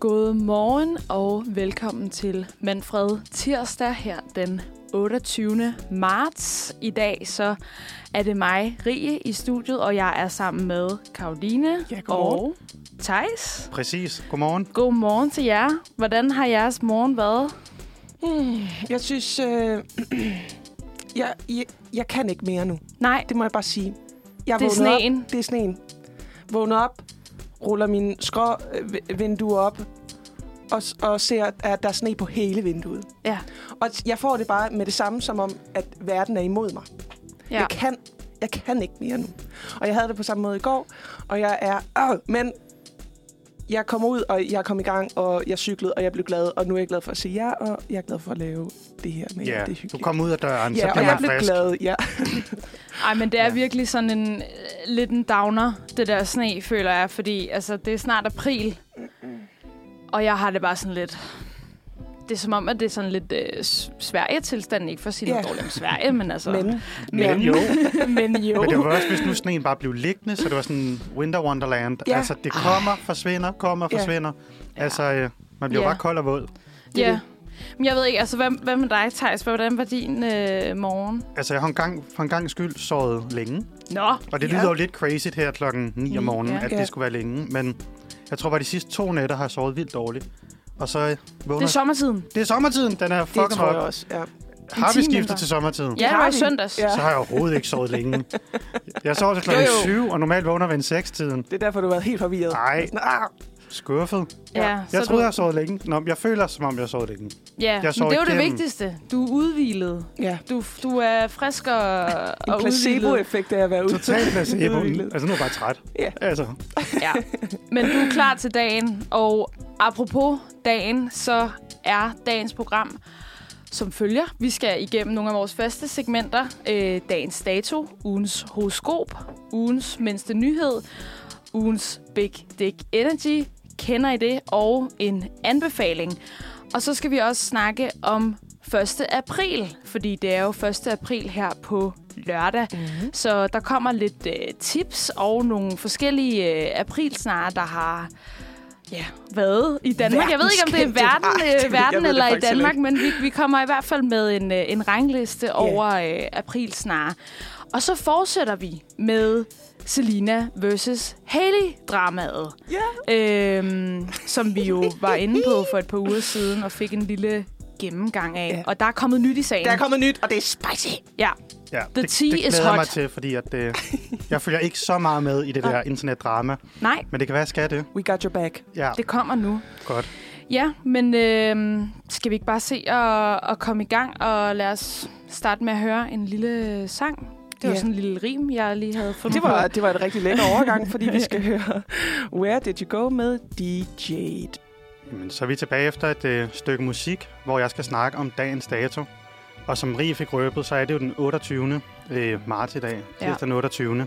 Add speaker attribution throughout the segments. Speaker 1: God morgen og velkommen til Manfred Tirsdag her den 28. marts. I dag så er det mig, Rie, i studiet, og jeg er sammen med Karoline
Speaker 2: Ja, godmorgen.
Speaker 1: og Tejs.
Speaker 3: Præcis. Godmorgen.
Speaker 1: God morgen til jer. Hvordan har jeres morgen været?
Speaker 2: Hmm, jeg synes, øh, jeg, jeg, jeg kan ikke mere nu.
Speaker 1: Nej,
Speaker 2: Det må jeg bare sige. Jeg
Speaker 1: Det er
Speaker 2: vågnede
Speaker 1: sneen.
Speaker 2: Op, det er sneen. Vågner op, ruller mine skråvindue op, og, s- og ser, at der er sne på hele vinduet.
Speaker 1: ja.
Speaker 2: Og t- jeg får det bare med det samme, som om, at verden er imod mig. Ja.
Speaker 1: ja.
Speaker 2: Jeg kan jeg kan ikke mere nu. Og jeg havde det på samme måde i går, og jeg er... Øh, men jeg kom ud, og jeg kom i gang, og jeg cyklede, og jeg blev glad, og nu er jeg glad for at se jer, og jeg er glad for at lave det her med jer.
Speaker 3: Ja,
Speaker 2: Det er
Speaker 3: du
Speaker 2: hyggeligt.
Speaker 3: kom ud af døren, så
Speaker 2: ja, og
Speaker 3: blev
Speaker 2: jeg
Speaker 3: man
Speaker 2: blev
Speaker 3: frisk.
Speaker 2: glad, ja.
Speaker 1: Ej, men det er ja.
Speaker 3: Ja.
Speaker 1: virkelig sådan en øh, lidt en downer, det der sne, føler jeg. Fordi altså, det er snart april, og jeg har det bare sådan lidt... Det er som om, at det er sådan lidt øh, s- Sverige-tilstand. Ikke for at sige noget
Speaker 2: Ja.
Speaker 1: dårligt om Sverige, men altså...
Speaker 2: Men
Speaker 3: Men
Speaker 1: Men-
Speaker 3: jo.
Speaker 1: men jo.
Speaker 3: Men det var også, hvis nu sneen bare blev liggende, så det var sådan Winter Wonderland.
Speaker 2: Ja. Ah.
Speaker 3: Ja. Altså, det kommer, forsvinder, kommer,
Speaker 2: Ja.
Speaker 3: forsvinder. Altså, øh, man bliver
Speaker 1: Ja.
Speaker 3: ja. bare kold og våd.
Speaker 2: det er
Speaker 1: ja.
Speaker 2: det.
Speaker 1: Men jeg ved ikke, altså, hvad, hvad med dig, Thijs? Hvordan var din øh, morgen?
Speaker 3: Altså, jeg har en gang, for en gang skyld sovet længe.
Speaker 1: Nå,
Speaker 3: Og det
Speaker 2: Ja.
Speaker 3: lyder jo lidt crazy her klokken 9 om
Speaker 1: Mm,
Speaker 3: morgenen,
Speaker 1: ja.
Speaker 3: at
Speaker 2: Ja.
Speaker 3: det skulle være længe. Men jeg tror bare, de sidste to nætter har jeg sovet vildt dårligt. Og så øh,
Speaker 1: det
Speaker 3: vågner...
Speaker 1: er sommertiden.
Speaker 3: det er sommertiden, den er fucking
Speaker 2: det tror jeg
Speaker 3: op.
Speaker 2: også, ja.
Speaker 3: Har vi
Speaker 1: time mindre.
Speaker 3: skiftet til sommertiden?
Speaker 1: Ja, det
Speaker 2: har
Speaker 1: var i
Speaker 2: vi.
Speaker 1: søndags.
Speaker 2: Ja.
Speaker 1: Ja.
Speaker 3: Så har jeg overhovedet ikke sovet længe. Jeg sover til klokken
Speaker 2: Jo, jo.
Speaker 3: 7, og normalt vågner ved en 6-tiden.
Speaker 2: Det er derfor, du har været helt forvirret.
Speaker 3: Nej,
Speaker 2: Sådan, ah,
Speaker 3: skuffet.
Speaker 1: ja
Speaker 3: Jeg
Speaker 1: så
Speaker 3: troede,
Speaker 1: du,
Speaker 3: jeg har sovet længe. Nå, men jeg føler, som om jeg har sovet længe.
Speaker 1: Ja,
Speaker 3: jeg sov
Speaker 1: men det er jo det
Speaker 3: igennem.
Speaker 1: vigtigste. Du er udhvilet.
Speaker 2: ja.
Speaker 1: Du, du er frisk og,
Speaker 2: En
Speaker 1: og udhvilet.
Speaker 2: placebo-effekt af at være ude.
Speaker 3: Totalt placebo.
Speaker 2: Udviklet.
Speaker 3: altså, nu er jeg bare træt.
Speaker 2: Ja.
Speaker 3: Altså,
Speaker 1: Ja. Men du er klar til dagen, og apropos dagen, så er dagens program som følger. Vi skal igennem nogle af vores faste segmenter. Øh, dagens dato, ugens horoskop, ugens mindste nyhed, ugens Big Dick Energy, kender I det, og en anbefaling. Og så skal vi også snakke om 1. april, fordi det er jo 1. april her på lørdag.
Speaker 2: Mhm.
Speaker 1: Mm-hmm. Så der kommer lidt øh, tips og nogle forskellige øh, aprilsnare, der har ja, været i Danmark. Jeg ved ikke, om det er
Speaker 2: Verdenskendt. Ej,
Speaker 1: verden, øh,
Speaker 2: det ved- jeg ved
Speaker 1: verden
Speaker 2: det
Speaker 1: eller i
Speaker 2: faktisk heller
Speaker 1: Danmark,
Speaker 2: ikke.
Speaker 1: men vi, vi kommer i hvert fald med en, øh, en rangliste yeah. over øh, aprilsnare. Og så fortsætter vi med Selina versus Haley-dramaet,
Speaker 2: Ja.
Speaker 1: øhm, som vi jo var inde på for et par uger siden og fik en lille gennemgang af.
Speaker 2: Ja.
Speaker 1: Og der er kommet nyt i sagen.
Speaker 2: Der er kommet nyt, og det er spicy.
Speaker 1: Ja,
Speaker 3: ja,
Speaker 1: The
Speaker 3: det,
Speaker 1: tea
Speaker 3: det
Speaker 1: is
Speaker 3: glæder jeg
Speaker 1: hot.
Speaker 3: mig til, fordi at, øh, jeg følger ikke så meget med i det der internetdrama.
Speaker 1: nej,
Speaker 3: Men det kan være, at jeg skal det.
Speaker 2: We got your back.
Speaker 3: Ja,
Speaker 1: det kommer nu.
Speaker 3: godt.
Speaker 1: Ja, men øh, skal vi ikke bare se at, at komme i gang, og lad os starte med at høre en lille sang. Det var
Speaker 2: Ja.
Speaker 1: sådan en lille rim, jeg lige havde fundet
Speaker 2: Det var,
Speaker 1: på.
Speaker 2: det var et rigtig lækker overgang, fordi vi skal høre Where Did You Go med DJ.
Speaker 3: Jamen, så er vi tilbage efter et øh, stykke musik, hvor jeg skal snakke om dagens dato. Og som Rie fik røbet, så er det jo den 28. Øh, marts i dag,
Speaker 1: Ja.
Speaker 3: tirsdag den 28.
Speaker 1: Ja.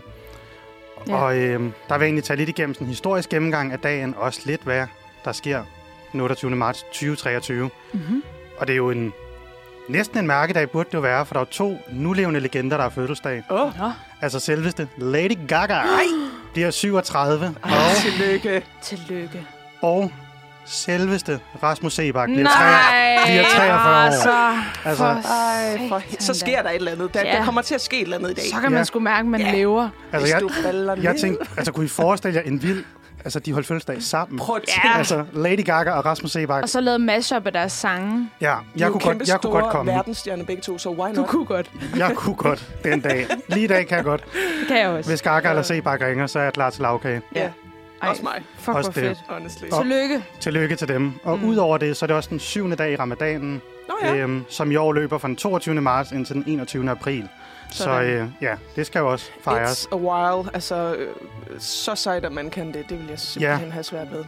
Speaker 3: Ja. Og øh, der vil jeg egentlig tage lidt igennem sådan en historisk gennemgang af dagen, også lidt hvad der sker den 28. marts 2023.
Speaker 1: Mm-hmm.
Speaker 3: Og det er jo en næsten en mærkedag, burde det jo være, for der er jo to nulevende legender, der har fødselsdag.
Speaker 2: Åh, oh,
Speaker 1: Nå,
Speaker 3: Altså selveste Lady Gaga bliver 37,
Speaker 2: ej, tillykke.
Speaker 1: tillykke.
Speaker 3: og, og selveste Rasmus Sebak bliver 43.
Speaker 1: Nej,
Speaker 3: bliver 43 år. Altså,
Speaker 2: Ej, for, he- så sker der et eller andet. Der,
Speaker 1: Ja.
Speaker 2: ja. der kommer til at ske et eller andet i dag.
Speaker 1: Så kan man
Speaker 3: Ja.
Speaker 1: sgu mærke, at man
Speaker 2: Ja.
Speaker 1: lever.
Speaker 3: altså
Speaker 2: Hvis
Speaker 3: jeg,
Speaker 2: du falder
Speaker 3: Jeg
Speaker 2: ned.
Speaker 3: tænkte, altså kunne I forestille jer en vild... Altså, de holdt fødselsdag sammen.
Speaker 2: Prøv at
Speaker 1: Ja.
Speaker 2: tænke. Altså,
Speaker 3: Altså, Lady Gaga og Rasmus Sebak.
Speaker 1: Og så lavede mashup af deres sange.
Speaker 3: Ja, jeg kunne, godt, jeg kunne godt komme.
Speaker 2: verdensstjerner begge to, så why not?
Speaker 1: kunne godt.
Speaker 3: Jeg kunne godt den dag. Lige i dag kan jeg godt.
Speaker 1: Det kan jeg også.
Speaker 3: Hvis Gaga eller Sebak ringer, så er jeg klar til lavkage.
Speaker 2: Ja,
Speaker 1: Ej,
Speaker 2: også mig,
Speaker 1: Fuck,
Speaker 3: Også
Speaker 1: hvor
Speaker 3: det.
Speaker 1: fedt.
Speaker 2: honestly.
Speaker 3: Og-
Speaker 1: Tillykke.
Speaker 3: Tillykke til dem. Og mm. udover det, så er det også den syvende dag i ramadanen,
Speaker 2: Nå ja,
Speaker 3: ja. øhm, som i år løber fra den 22. marts indtil den 21. april. Så
Speaker 2: Sådan.
Speaker 3: øh, ja, det skal jo også fejres.
Speaker 2: it's a while. Altså, øh, så sejt, at man kan det. Det vil jeg simpelthen have svært ved.
Speaker 3: Ja,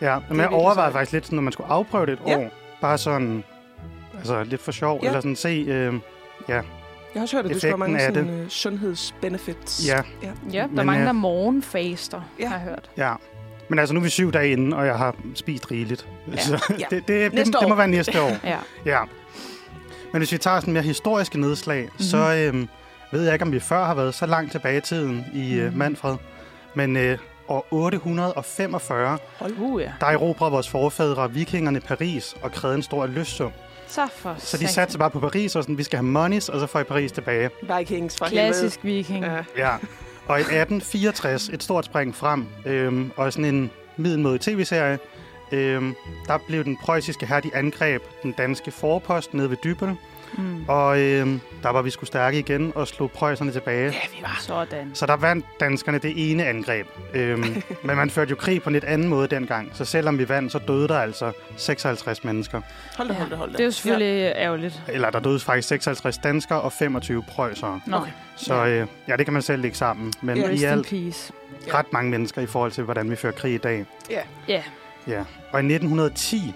Speaker 3: men jeg
Speaker 2: virkelig sejt.
Speaker 3: overvejede faktisk lidt, sådan, når man skulle afprøve det et
Speaker 2: Ja.
Speaker 3: år. Bare sådan, altså lidt for sjov,
Speaker 2: Ja.
Speaker 3: eller sådan se... Øh,
Speaker 2: Jeg har også hørt, at du skal have mange
Speaker 3: Effekten af
Speaker 2: sådan, øh, sundhedsbenefits.
Speaker 3: ja,
Speaker 1: Ja, der
Speaker 3: Men,
Speaker 1: mangler
Speaker 3: øh,
Speaker 1: morgenfaster,
Speaker 2: Ja.
Speaker 1: har jeg hørt.
Speaker 3: Ja. Men altså, nu er vi syv dage inde, og jeg har spist rigeligt. Ja. Så
Speaker 2: Ja.
Speaker 3: det, det, det, det,
Speaker 2: Næste
Speaker 3: det må
Speaker 2: år.
Speaker 3: være næste år.
Speaker 1: Ja.
Speaker 3: Ja. Men hvis vi tager sådan mere historiske nedslag,
Speaker 2: Mhm.
Speaker 3: mm-hmm. så
Speaker 2: Mhm.
Speaker 3: øhm, ved jeg ikke, om vi før har været så langt tilbage i tiden i mm. øh, Manfred. Men øh, år 845,
Speaker 1: Hold uh, ja.
Speaker 3: der erobrer vores forfædre vikingerne Paris og krævede en stor løssum.
Speaker 1: Så for
Speaker 3: Så de
Speaker 1: satan.
Speaker 3: satte bare på Paris og sådan, vi skal have monies, og så får I Paris tilbage.
Speaker 2: Vikings for
Speaker 1: Klassisk viking.
Speaker 2: helvede. Ja.
Speaker 3: Ja. Og i 1864, et stort spring frem, øhm, og sådan en middelmodig tv-serie, øhm, der blev den preussiske her, de angreb den danske forpost nede ved Dybel.
Speaker 1: Mm.
Speaker 3: Og øhm, der var vi skulle stærke igen og slog preusserne tilbage.
Speaker 1: Ja, vi var sådan.
Speaker 3: Så der vandt danskerne det ene angreb. Øhm, men man førte jo krig på en lidt anden måde dengang. Så selvom vi vandt, så døde der altså 56 mennesker.
Speaker 2: Hold da, hold da, hold da.
Speaker 1: Det er jo selvfølgelig ja. ærgerligt.
Speaker 3: Eller der døde faktisk 56 danskere og 25 preussere.
Speaker 1: Nå,
Speaker 2: Okay.
Speaker 1: okay.
Speaker 3: Så øh, ja, det kan man selv lægge sammen. Men
Speaker 2: Ja,
Speaker 3: i
Speaker 1: rest in
Speaker 3: alt
Speaker 1: peace.
Speaker 3: ret mange mennesker i forhold til, hvordan vi fører krig i dag.
Speaker 1: Ja,
Speaker 3: Ja. Og i 1910,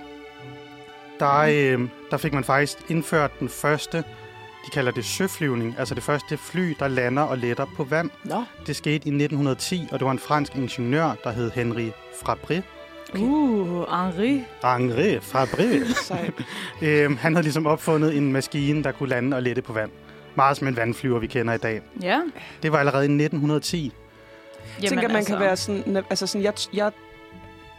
Speaker 3: der, øh, der fik man faktisk indført den første, de kalder det søflyvning, altså det første fly, der lander og letter på vand.
Speaker 2: Nå,
Speaker 3: Det skete i 1910, og det var en fransk ingeniør, der hed Henri Fabre.
Speaker 1: okay. uh, Henri.
Speaker 3: Henri Fabre.
Speaker 2: sejt.
Speaker 3: øhm, han havde ligesom opfundet en maskine, der kunne lande og lette på vand. Meget som en vandflyver, vi kender i dag.
Speaker 1: Ja.
Speaker 3: Det var allerede i 1910.
Speaker 2: Jeg tænker, man altså. kan være sådan... Altså sådan, jeg, jeg,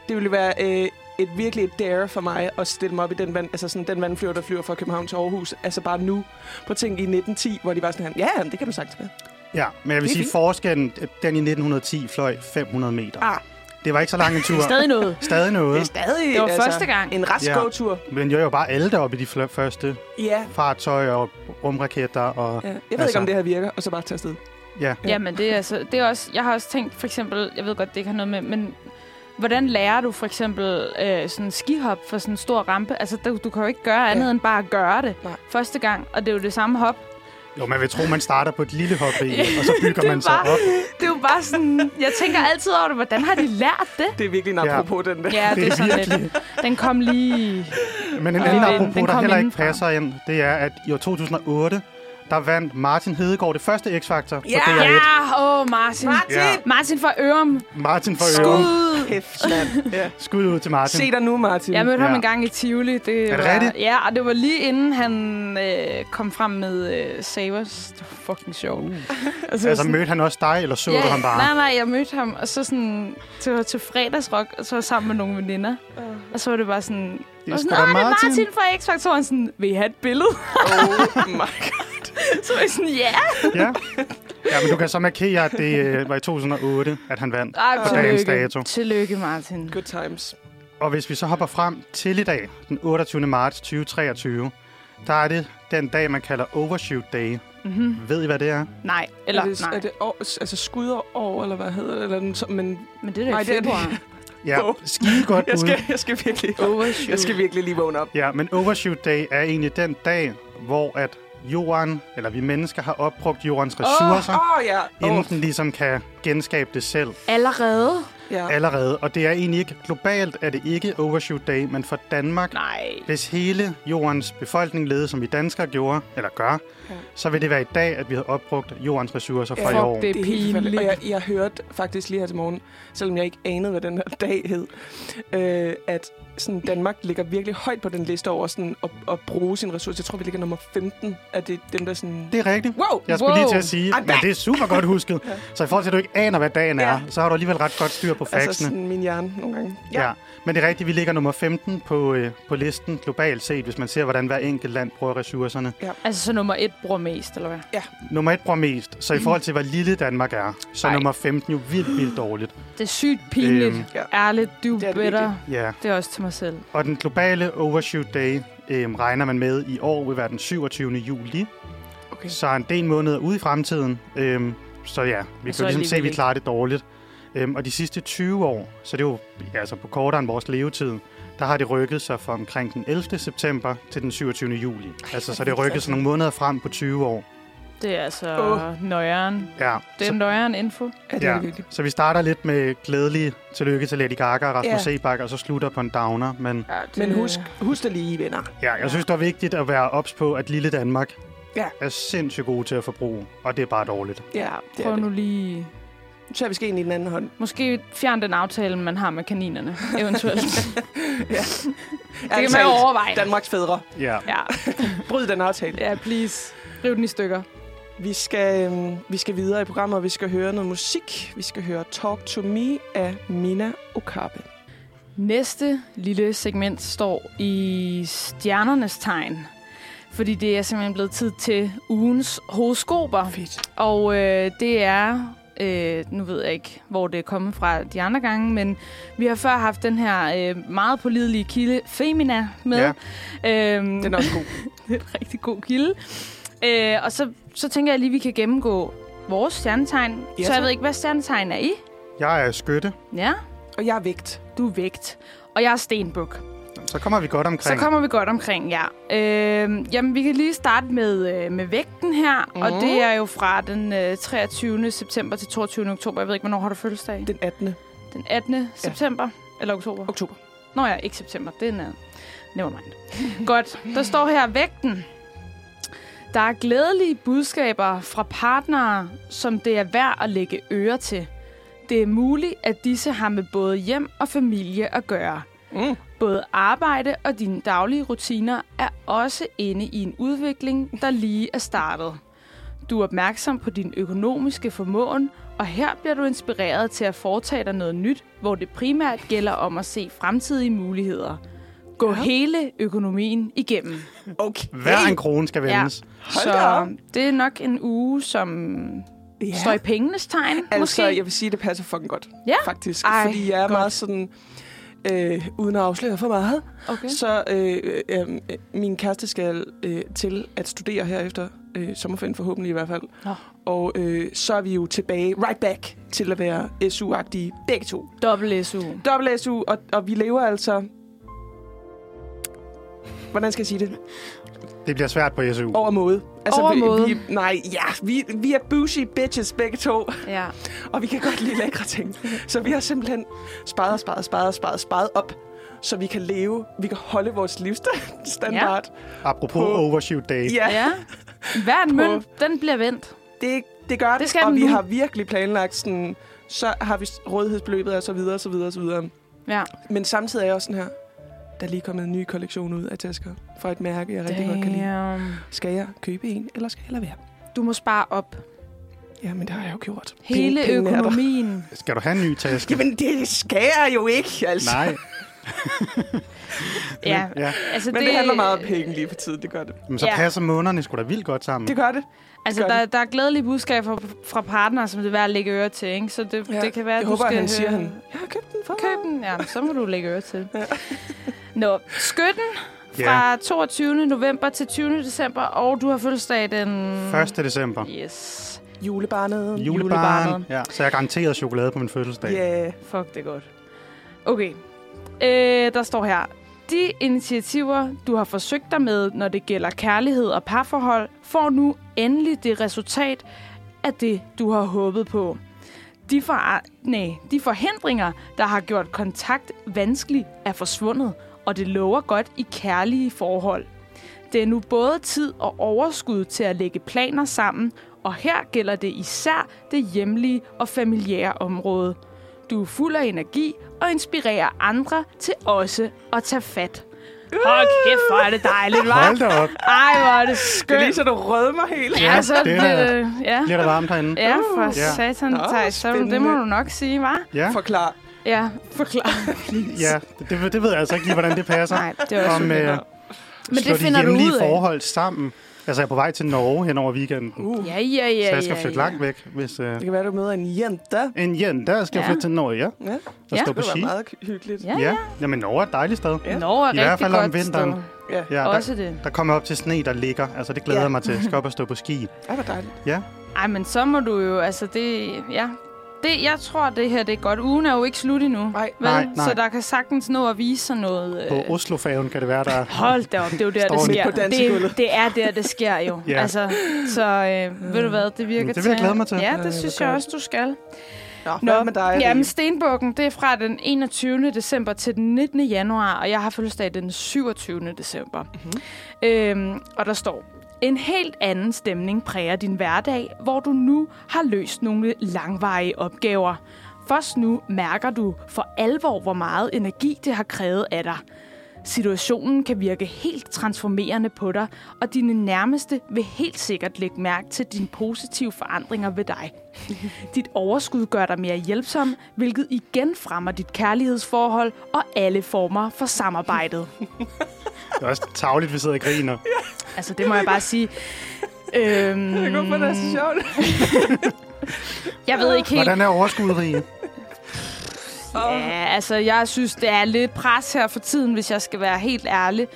Speaker 2: det ville være øh, et virkelig et dare for mig at stille mig op i den, vand, altså sådan, den vandflyver, der flyver fra København til Aarhus. Altså bare nu. På ting i 1910, hvor de var sådan her, ja, jamen, det kan du sagtens være.
Speaker 3: Ja, men jeg
Speaker 2: Det
Speaker 3: vil
Speaker 2: er
Speaker 3: sige,
Speaker 2: fint.
Speaker 3: forskellen, at den i 1910 fløj 500 meter.
Speaker 2: Ah.
Speaker 3: Det var ikke så lang en tur.
Speaker 1: Stadig noget.
Speaker 3: Stadig
Speaker 2: Det er
Speaker 3: noget.
Speaker 2: stadig
Speaker 1: Det var
Speaker 2: altså,
Speaker 1: første gang.
Speaker 2: en rask
Speaker 3: Ja.
Speaker 2: ja. gåtur.
Speaker 3: Men jeg er jo bare alle deroppe i de fl- første
Speaker 2: Ja.
Speaker 3: fartøjer og rumraketter. Og...
Speaker 2: ja. Jeg ved
Speaker 3: Altså.
Speaker 2: altså. ikke, om det her virker, og så bare tage afsted.
Speaker 3: Ja.
Speaker 1: Ja, men det er, altså, det er også... Jeg har også tænkt, for eksempel... Jeg ved godt, det ikke har noget med... Men hvordan lærer du for eksempel øh, sådan skihop for sådan en stor rampe? Altså, du, du kan jo ikke gøre andet
Speaker 2: Ja.
Speaker 1: ja. end bare at gøre det
Speaker 2: Nej.
Speaker 1: første gang. Og det er jo det samme hop.
Speaker 3: Jo, man vil tro, man starter på et lille hop i, og så bygger
Speaker 1: Det
Speaker 3: man sig
Speaker 1: var-
Speaker 3: op.
Speaker 1: Det er jo bare sådan... Jeg tænker altid over det. Hvordan har de lært det?
Speaker 2: Det er virkelig en
Speaker 3: Ja.
Speaker 2: apropos, den der.
Speaker 1: Ja, det er sådan lidt. Den kom lige...
Speaker 3: Men en
Speaker 1: Og
Speaker 3: anden
Speaker 1: den-
Speaker 3: apropos,
Speaker 1: den
Speaker 3: der
Speaker 1: kom
Speaker 3: heller ikke
Speaker 1: indenfra.
Speaker 3: passer ind, det er, at i år 2008, der vandt Martin Hedegaard det første X-Factor på DR1.
Speaker 1: Ja, åh, oh, Martin.
Speaker 2: Martin!
Speaker 3: Ja.
Speaker 2: Ja.
Speaker 1: Martin fra Ørum.
Speaker 3: Martin for øvrigt.
Speaker 1: Skud!
Speaker 2: Kæft, mand. Ja.
Speaker 3: Skud ud til Martin.
Speaker 2: Se dig nu, Martin.
Speaker 1: Jeg mødte
Speaker 3: Ja.
Speaker 1: ham en gang i Tivoli. Det
Speaker 3: Er det
Speaker 1: var,
Speaker 3: rigtigt?
Speaker 1: Ja, og det var lige inden han øh, kom frem med øh, Savers. Det var fucking sjovt. Uh. Altså,
Speaker 3: Altså, mødte han også dig, eller så du ham bare?
Speaker 1: Nej, nej, jeg mødte ham, og så sådan, det var til fredagsrock, og så var jeg sammen med nogle veninder.
Speaker 2: Øh.
Speaker 1: Og så var det bare sådan,
Speaker 3: Det er
Speaker 1: og
Speaker 3: sgu
Speaker 1: sådan,
Speaker 3: da
Speaker 1: Åh, det er
Speaker 3: Martin."
Speaker 1: Martin fra X-Factor, Og han sådan, vil I have et billede?
Speaker 2: Oh my
Speaker 1: så var jeg sådan, ja.
Speaker 3: Ja. ja, men du kan så markere, at det øh, var i 2008, at han vandt.
Speaker 1: Ej,
Speaker 3: På dagens dato.
Speaker 1: Tillykke, Martin.
Speaker 2: Good times.
Speaker 3: Og hvis vi så hopper frem til i dag, den 28. marts 2023, der er det den dag, man kalder Overshoot Day. Mm-hmm. Ved I, hvad det er?
Speaker 1: Mhm. Nej, eller
Speaker 2: er det,
Speaker 1: nej.
Speaker 2: Er det år, altså skud år, eller hvad hedder det? Eller den, så- men
Speaker 1: Men det er da
Speaker 2: Nej,
Speaker 1: i
Speaker 2: det er det.
Speaker 1: februar.
Speaker 3: Ja,
Speaker 2: Åh.
Speaker 3: skide godt
Speaker 2: jeg
Speaker 3: ude.
Speaker 2: skal, jeg skal virkelig...
Speaker 1: Overshoot.
Speaker 2: Jeg skal virkelig lige vågne op.
Speaker 3: Ja, men Overshoot Day er egentlig den dag, hvor at jorden, eller vi mennesker, har opbrugt jordens ressourcer,
Speaker 2: Åh, oh, ja.
Speaker 3: oh. inden den ligesom kan genskabe det selv
Speaker 1: Allerede?
Speaker 2: ja.
Speaker 3: allerede. Og det er egentlig ikke, globalt er det ikke Overshoot Day, men for Danmark
Speaker 1: Nej.
Speaker 3: Hvis hele jordens befolkning levede, som vi danskere gjorde, eller gør, ja. så vil det være i dag, at vi har opbrugt jordens ressourcer fra
Speaker 2: Ja.
Speaker 3: i
Speaker 2: Fuck
Speaker 3: år.
Speaker 1: det.
Speaker 2: Det er helt forfærdeligt. Og jeg, jeg hørte faktisk lige her til morgen, selvom jeg ikke anede, hvad den her dag hed, øh, at sådan, Danmark ligger virkelig højt på den liste over sådan, at, at bruge sine ressourcer. Jeg tror, vi ligger nummer 15 af det, dem, der sådan...
Speaker 3: Det er rigtigt.
Speaker 2: Wow!
Speaker 3: Jeg skulle wow. lige til
Speaker 1: Wow.
Speaker 3: at sige,
Speaker 2: Ej,
Speaker 3: men
Speaker 2: hvad?
Speaker 3: det er super godt husket. ja. Så i forhold til, at du ikke aner, hvad dagen er,
Speaker 2: Ja.
Speaker 3: så har du alligevel ret godt styr på
Speaker 2: Altså
Speaker 3: factsene.
Speaker 2: sådan min hjerne nogle gange.
Speaker 3: ja. ja. Men det er rigtigt, vi ligger nummer 15 på, øh, på listen globalt set, hvis man ser, hvordan hver enkelt land bruger ressourcerne.
Speaker 1: Altså, så nummer et bruger mest, eller hvad?
Speaker 3: Nummer et bruger mest, så i
Speaker 2: Mm.
Speaker 3: forhold til, hvor lille Danmark er, så er
Speaker 1: Ej.
Speaker 3: nummer 15 jo vildt, vildt dårligt.
Speaker 1: Det er sygt pinligt.
Speaker 3: Øhm,
Speaker 1: Øhm,
Speaker 2: ja.
Speaker 1: Ærligt, du
Speaker 2: Det er
Speaker 1: det
Speaker 2: det
Speaker 1: better. Det,
Speaker 3: Ja.
Speaker 1: det er også til mig selv.
Speaker 3: Og den globale Overshoot Day øh, regner man med i år vil være den 27. juli.
Speaker 2: Okay.
Speaker 3: Så en del måneder ude i fremtiden. Øhm, så ja,
Speaker 1: så
Speaker 3: vi kan jo ligesom
Speaker 1: alligevel
Speaker 3: se, at vi
Speaker 1: ikke.
Speaker 3: klarer det dårligt. Øhm, og de sidste 20 år, så det er jo ja, altså på kortere end vores levetid, der har det rykket sig fra omkring den 11. september til den 27. juli. altså, så det rykket sig nogle måneder frem på 20 år.
Speaker 1: Det er altså
Speaker 2: Åh.
Speaker 1: oh. nøjeren.
Speaker 3: Ja,
Speaker 1: Det er
Speaker 3: så,
Speaker 1: nøjeren info.
Speaker 2: Ja, det er
Speaker 3: ja.
Speaker 2: det virkelig.
Speaker 3: så vi starter lidt med glædelig tillykke til Lady Gaga og Rasmus
Speaker 2: Ja.
Speaker 3: yeah. Sebak, og så slutter på en downer. Men
Speaker 1: Ja, det,
Speaker 2: Men husk, husk det lige, venner.
Speaker 3: ja, jeg synes, det er vigtigt at være ops på, at lille Danmark
Speaker 2: Ja.
Speaker 3: er sindssygt gode til at forbruge, og det er bare dårligt.
Speaker 1: Ja,
Speaker 2: det er
Speaker 1: prøv nu
Speaker 2: det.
Speaker 1: lige...
Speaker 2: Nu tager vi skeen i den anden hånd.
Speaker 1: Måske fjern den aftale, man har med kaninerne, eventuelt.
Speaker 2: Det
Speaker 1: det kan man jo overveje.
Speaker 2: Danmarks fædre.
Speaker 3: Ja.
Speaker 1: Ja,
Speaker 2: Bryd den aftale.
Speaker 1: ja, please. Riv den i stykker.
Speaker 2: Vi skal, øhm, vi skal videre i programmet, og vi skal høre noget musik. Vi skal høre Talk to Me af Mina Okabe.
Speaker 1: Næste lille segment står i stjernernes tegn. Fordi det er simpelthen blevet tid til ugens horoskoper.
Speaker 2: Fedt.
Speaker 1: Og øh, det er, øh, nu ved jeg ikke, hvor det er kommet fra de andre gange, men vi har før haft den her øh, meget pålidelige kilde Femina med. Ja. Øhm,
Speaker 2: Den er også god.
Speaker 1: det er en rigtig god kilde. Øh, og så, så tænker jeg lige, at vi kan gennemgå vores stjernetegn.
Speaker 2: Ja,
Speaker 1: Ja, så jeg
Speaker 2: tak.
Speaker 1: ved ikke, hvad stjernetegn er I?
Speaker 3: Jeg er skytte,
Speaker 1: Ja,
Speaker 2: Og jeg er vægt.
Speaker 1: du er vægt. Og jeg er stenbuk.
Speaker 3: så kommer vi godt
Speaker 1: Så
Speaker 3: omkring.
Speaker 1: kommer vi godt omkring, ja. Øh, jamen, vi kan lige starte med, øh, med vægten her. Mm. Og
Speaker 2: Mm.
Speaker 1: det er jo fra den øh, 23. september til 22. oktober. Jeg ved ikke, hvornår har du fødselsdag?
Speaker 2: Den 18.
Speaker 1: Den 18. september? Eller oktober?
Speaker 2: oktober.
Speaker 1: Nå ja, ikke september. Det er en anden. Nevermind. Godt. Der står her vægten. Der er glædelige budskaber fra partnere, som det er værd at lægge øre til. Det er muligt, at disse har med både hjem og familie at gøre.
Speaker 2: Mm.
Speaker 1: Både arbejde og dine daglige rutiner er også inde i en udvikling, der lige er startet. Du er opmærksom på din økonomiske formåen, og her bliver du inspireret til at foretage dig noget nyt, hvor det primært gælder om at se fremtidige muligheder. Gå ja. hele økonomien igennem.
Speaker 2: Okay.
Speaker 3: Hver en krone skal vendes.
Speaker 2: Hold da op.
Speaker 1: det er nok en uge, som ja. står i pengenes tegn,
Speaker 2: Altså,
Speaker 1: måske.
Speaker 2: jeg vil sige, det passer fucking godt.
Speaker 1: Ja?
Speaker 2: Faktisk.
Speaker 1: Ej,
Speaker 2: fordi jeg er
Speaker 1: godt.
Speaker 2: meget sådan... Øh, uden at afsløre for meget,
Speaker 1: Okay.
Speaker 2: så øh, øh, øh, min kæreste skal øh, til at studere her efter øh, sommerferien, forhåbentlig i hvert fald.
Speaker 1: Nå.
Speaker 2: Og øh, så er vi jo tilbage, right back, til at være SU-agtige begge to.
Speaker 1: Dobbelt SU.
Speaker 2: Dobbelt SU, og, og vi lever altså... Hvordan skal jeg sige det?
Speaker 3: Det bliver svært på SU.
Speaker 2: Over måde. Altså,
Speaker 1: Over måde.
Speaker 2: Vi, vi, nej, ja, vi, vi er bougie bitches begge to.
Speaker 1: Ja.
Speaker 2: Og vi kan godt lide lækre ting. Så vi har simpelthen sparet og sparet og sparet og sparet, og sparet op, så vi kan leve, vi kan holde vores livsstandard.
Speaker 3: Apropos
Speaker 2: På-
Speaker 3: overshoot day.
Speaker 2: Ja, ja.
Speaker 1: ja. Hver en
Speaker 2: På-
Speaker 1: mønt, den bliver vendt.
Speaker 2: Det, det gør det.
Speaker 1: Det skal
Speaker 2: og
Speaker 1: den
Speaker 2: vi
Speaker 1: nu.
Speaker 2: har virkelig planlagt sådan, så har vi rådighedsbeløbet og så videre og så videre og så videre.
Speaker 1: Ja.
Speaker 2: Men samtidig er jeg også sådan her, der er lige kommet en ny kollektion ud af Tesco fra et mærke, jeg rigtig godt kan lide.
Speaker 1: Damn.
Speaker 2: Skal jeg købe en, eller skal jeg lade være?
Speaker 1: Du må spare op.
Speaker 2: Ja, men det har jeg jo gjort.
Speaker 1: Hele
Speaker 2: Penge- pengene er der.
Speaker 1: økonomien.
Speaker 3: Skal du have en ny taske?
Speaker 2: Jamen, det skal jeg jo ikke, altså.
Speaker 3: Nej.
Speaker 1: Ja,
Speaker 3: ja.
Speaker 1: altså
Speaker 2: Men det, det handler meget om penge lige for tiden, det gør det.
Speaker 3: Men så
Speaker 1: Ja.
Speaker 3: passer månederne sgu da vildt godt sammen.
Speaker 2: Det gør det.
Speaker 1: Altså,
Speaker 2: gør
Speaker 1: der, der er glædelige budskaber fra, fra partnere, som det er værd at lægge øre til, ikke? Så det, ja. det kan være,
Speaker 2: jeg
Speaker 1: at du
Speaker 2: håber,
Speaker 1: skal
Speaker 2: han siger,
Speaker 1: høre-
Speaker 2: han, jeg har købt den for
Speaker 1: Køb den, ja, så må du lægge øre til. Ja. Nå, skytten fra 22. november til 20. december, og du har fødselsdag den...
Speaker 3: 1. december.
Speaker 1: Yes.
Speaker 2: julebarnet.
Speaker 3: Julebarn.
Speaker 1: Mm. Julebarnet.
Speaker 3: Ja. Så jeg garanterer chokolade på min fødselsdag.
Speaker 2: Ja,
Speaker 1: Fuck, det er godt. Okay. Øh, der står her. De initiativer, du har forsøgt dig med, når det gælder kærlighed og parforhold, får nu endelig det resultat af det, du har håbet på. De, for, nej, de forhindringer, der har gjort kontakt vanskelig, er forsvundet, og det lover godt i kærlige forhold. Det er nu både tid og overskud til at lægge planer sammen, og her gælder det især det hjemlige og familiære område. Du er fuld af energi og inspirerer andre til også at tage fat. Hold kæft, hvor er det dejligt,
Speaker 3: Hold
Speaker 1: hva'?
Speaker 3: da op.
Speaker 1: Ej, hvor er det
Speaker 2: det er lige
Speaker 1: skønt.
Speaker 2: så, du rødmer helt.
Speaker 1: Ja, så
Speaker 3: det
Speaker 1: det,
Speaker 3: er-
Speaker 1: ja.
Speaker 3: Bliver der varmt herinde?
Speaker 1: Altså, øh, Ja, for
Speaker 3: Ja.
Speaker 1: ja. satan,
Speaker 2: Nå,
Speaker 1: Thijs. Så det må
Speaker 2: spændende.
Speaker 1: du nok sige, var?
Speaker 3: Ja,
Speaker 2: Forklar.
Speaker 1: Ja, forklar.
Speaker 3: ja. Det, det, det ved jeg altså ikke lige, hvordan det passer.
Speaker 1: Nej, det er også...
Speaker 3: Om, øh,
Speaker 1: Men
Speaker 3: slår
Speaker 1: det finder
Speaker 3: de
Speaker 1: du
Speaker 3: hjemlige
Speaker 1: ud af.
Speaker 3: forhold sammen. Altså, jeg er på vej til Norge hen over weekenden. Uh,
Speaker 1: Ja, ja, ja,
Speaker 3: så jeg skal
Speaker 1: ja,
Speaker 3: flytte
Speaker 1: ja.
Speaker 3: langt væk, hvis... Øh,
Speaker 2: Det kan være, du møder en jente.
Speaker 3: en jen, der skal jeg
Speaker 1: Ja.
Speaker 3: flytte til Norge, ja.
Speaker 2: Ja,
Speaker 3: Og
Speaker 1: Ja.
Speaker 2: det
Speaker 3: stå på
Speaker 2: var
Speaker 3: ski.
Speaker 2: meget hyggeligt.
Speaker 1: Ja,
Speaker 3: Ja,
Speaker 1: ja.
Speaker 3: jamen Norge er et dejligt sted.
Speaker 2: Ja.
Speaker 1: Norge er
Speaker 3: I hvert
Speaker 1: rigtig
Speaker 3: fald om
Speaker 1: godt
Speaker 3: vinteren.
Speaker 1: sted.
Speaker 2: Ja.
Speaker 3: Ja, der,
Speaker 1: Også det.
Speaker 3: der kommer jeg op til sne, der ligger. Altså, det glæder
Speaker 2: Ja.
Speaker 3: jeg mig til. Jeg skal op og stå på ski.
Speaker 2: Ej, hvor dejligt.
Speaker 3: Ja,
Speaker 1: Ej, men så må du jo... Altså, det... Ja. Det, jeg tror, det her det er godt. Ugen er jo ikke slut endnu.
Speaker 2: Nej.
Speaker 1: vel?
Speaker 3: Nej, nej.
Speaker 1: Så der kan sagtens nå at vise sådan noget... øh,
Speaker 3: på Oslofaven kan det være, der...
Speaker 1: Hold da op, det er jo der,
Speaker 3: Står
Speaker 1: det
Speaker 3: midt
Speaker 1: sker.
Speaker 2: på dansegulvet.
Speaker 1: det, det er der, det sker jo.
Speaker 3: Ja.
Speaker 1: ja. altså, så øh, ved du hvad, det virker
Speaker 3: Det vil
Speaker 1: til.
Speaker 3: jeg glæde mig til. Øh,
Speaker 1: Ja,
Speaker 2: hvor
Speaker 1: det synes jeg
Speaker 2: godt.
Speaker 1: også, du skal.
Speaker 2: Nå, Nå. med dig?
Speaker 1: Jamen, Stenbukken, det er fra den 21. december til den 19. januar, og jeg har fødselsdag den 27. december.
Speaker 2: Mhm.
Speaker 1: Mm-hmm. Øhm, og der står, en helt anden stemning præger din hverdag, hvor du nu har løst nogle langvarige opgaver. Først nu mærker du for alvor, hvor meget energi det har krævet af dig. Situationen kan virke helt transformerende på dig, og dine nærmeste vil helt sikkert lægge mærke til dine positive forandringer ved dig. Dit overskud gør dig mere hjælpsom, hvilket igen fremmer dit kærlighedsforhold og alle former for samarbejdet.
Speaker 3: Det er også tavligt, vi sidder og griner.
Speaker 1: Altså, det må jeg bare sige. Øhm,
Speaker 2: Jeg kan godt få, det er så sjovt.
Speaker 1: jeg ved ikke helt,
Speaker 3: Hvordan er overskuddet, Rie?
Speaker 1: Ja, altså, jeg synes, det er lidt pres her for tiden, hvis jeg skal være helt ærlig.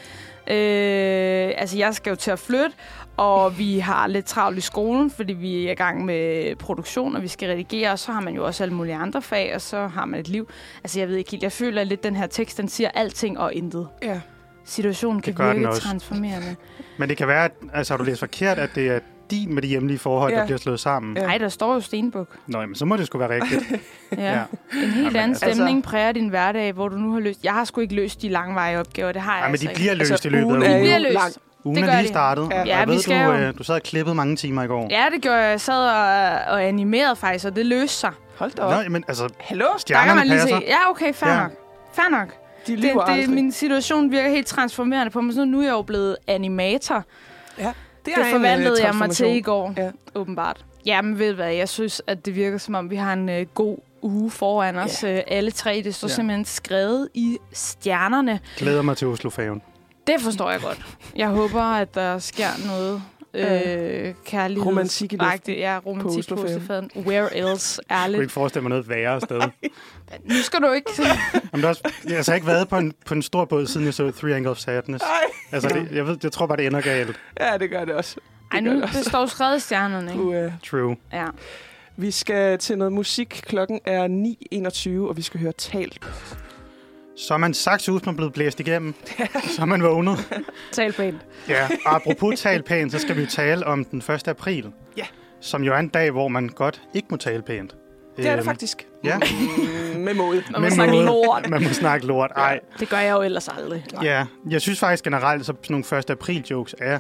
Speaker 1: Øh, altså, jeg skal jo til at flytte, og vi har lidt travlt i skolen, fordi vi er i gang med produktion, og vi skal redigere, og så har man jo også alle mulige andre fag, og så har man et liv. Altså, jeg ved ikke helt, jeg føler lidt, den her tekst, den siger alting og intet.
Speaker 2: Ja.
Speaker 1: Situationen kan
Speaker 3: Det gør den
Speaker 1: virke
Speaker 3: også.
Speaker 1: transformerende.
Speaker 3: Men det kan være, at altså, har du læst forkert, at det er din med de hjemlige forhold,
Speaker 2: Ja.
Speaker 3: der bliver slået sammen.
Speaker 2: Ja.
Speaker 1: Nej, der står jo Stenbuk.
Speaker 3: Nå, jamen, så må det sgu være rigtigt.
Speaker 1: Ja.
Speaker 3: Ja.
Speaker 1: En helt
Speaker 3: Jamen,
Speaker 1: anden
Speaker 3: altså-
Speaker 1: stemning præger din hverdag, hvor du nu har løst... Jeg har sgu ikke løst de langvarige opgaver, det har jeg
Speaker 3: Ej, men
Speaker 1: altså
Speaker 3: de
Speaker 1: ikke.
Speaker 3: bliver løst
Speaker 2: Altså,
Speaker 3: i løbet
Speaker 2: ugen
Speaker 3: af
Speaker 2: er
Speaker 3: ugen.
Speaker 1: De bliver
Speaker 2: jo
Speaker 1: løst.
Speaker 2: langt.
Speaker 3: Ugen
Speaker 1: Det gør
Speaker 3: er lige
Speaker 1: de.
Speaker 3: startet,
Speaker 2: Ja.
Speaker 3: og
Speaker 1: Ja,
Speaker 3: jeg
Speaker 1: vi
Speaker 3: ved,
Speaker 1: skal
Speaker 3: du,
Speaker 1: jo.
Speaker 3: øh, du sad og klippede mange timer i går.
Speaker 1: Ja, det gjorde jeg. Jeg sad og, og animerede faktisk, og det løste sig.
Speaker 2: Hold da op.
Speaker 3: Nå, jamen, altså,
Speaker 2: Hallo?
Speaker 1: Der kan
Speaker 3: stjernerne
Speaker 1: man lige
Speaker 3: passer.
Speaker 1: se. Ja, okay, fair
Speaker 3: Ja.
Speaker 1: nok. Fair nok.
Speaker 2: De
Speaker 1: Det,
Speaker 2: lyver
Speaker 1: det,
Speaker 2: aldrig.
Speaker 1: min situation virker helt transformerende på mig. Så nu er jeg jo blevet animator. Det,
Speaker 2: er en,
Speaker 1: det
Speaker 2: øh,
Speaker 1: forvandlede jeg mig til
Speaker 2: transformation.
Speaker 1: i går, ja.
Speaker 2: Ja.
Speaker 1: åbenbart. Jamen ved du hvad, jeg synes, at det virker som om, vi har en øh, god uge foran os. Øh, alle tre, det står
Speaker 3: Ja.
Speaker 1: simpelthen skrevet i stjernerne.
Speaker 3: Glæder mig til Oslofaven.
Speaker 1: Det forstår jeg godt. Jeg håber, at der sker noget øh, kærlighed.
Speaker 2: romantik i luften
Speaker 1: Ja, romantik på
Speaker 2: Oslofaden.
Speaker 1: Oslofaden. Where else,
Speaker 3: Jeg kunne
Speaker 1: ærligt.
Speaker 3: ikke forestille mig noget værre sted.
Speaker 1: Nu skal du ikke
Speaker 3: Jamen, det er også, jeg har altså ikke været på en, på en stor båd, siden jeg så Three Angle of Sadness.
Speaker 2: Ej.
Speaker 3: Altså, det, jeg, ved, jeg tror bare, det ender galt.
Speaker 2: Ja, det gør det også.
Speaker 1: Ej,
Speaker 2: Det
Speaker 1: nu
Speaker 2: gør det
Speaker 1: det står jo skrevet i stjernerne, ikke?
Speaker 2: Du, øh,
Speaker 3: True.
Speaker 1: Ja.
Speaker 2: vi skal til noget musik. Klokken er 9.21, og vi skal høre Talt.
Speaker 3: Så er man sagt ud, man er blevet blæst igennem. Så er man vågnet.
Speaker 1: Tal pænt.
Speaker 3: Ja, og apropos tale pænt, så skal vi jo tale om den 1. april.
Speaker 2: Ja.
Speaker 3: Som jo er en dag, hvor man godt ikke må tale pænt. Øhm,
Speaker 2: Det er det faktisk.
Speaker 3: Ja,
Speaker 2: Mm, med måde.
Speaker 1: Man må snakke lort.
Speaker 3: man må snakke lort. Ej,
Speaker 1: Det gør jeg jo ellers aldrig.
Speaker 3: ja. Jeg synes faktisk generelt, så sådan nogle 1. april jokes er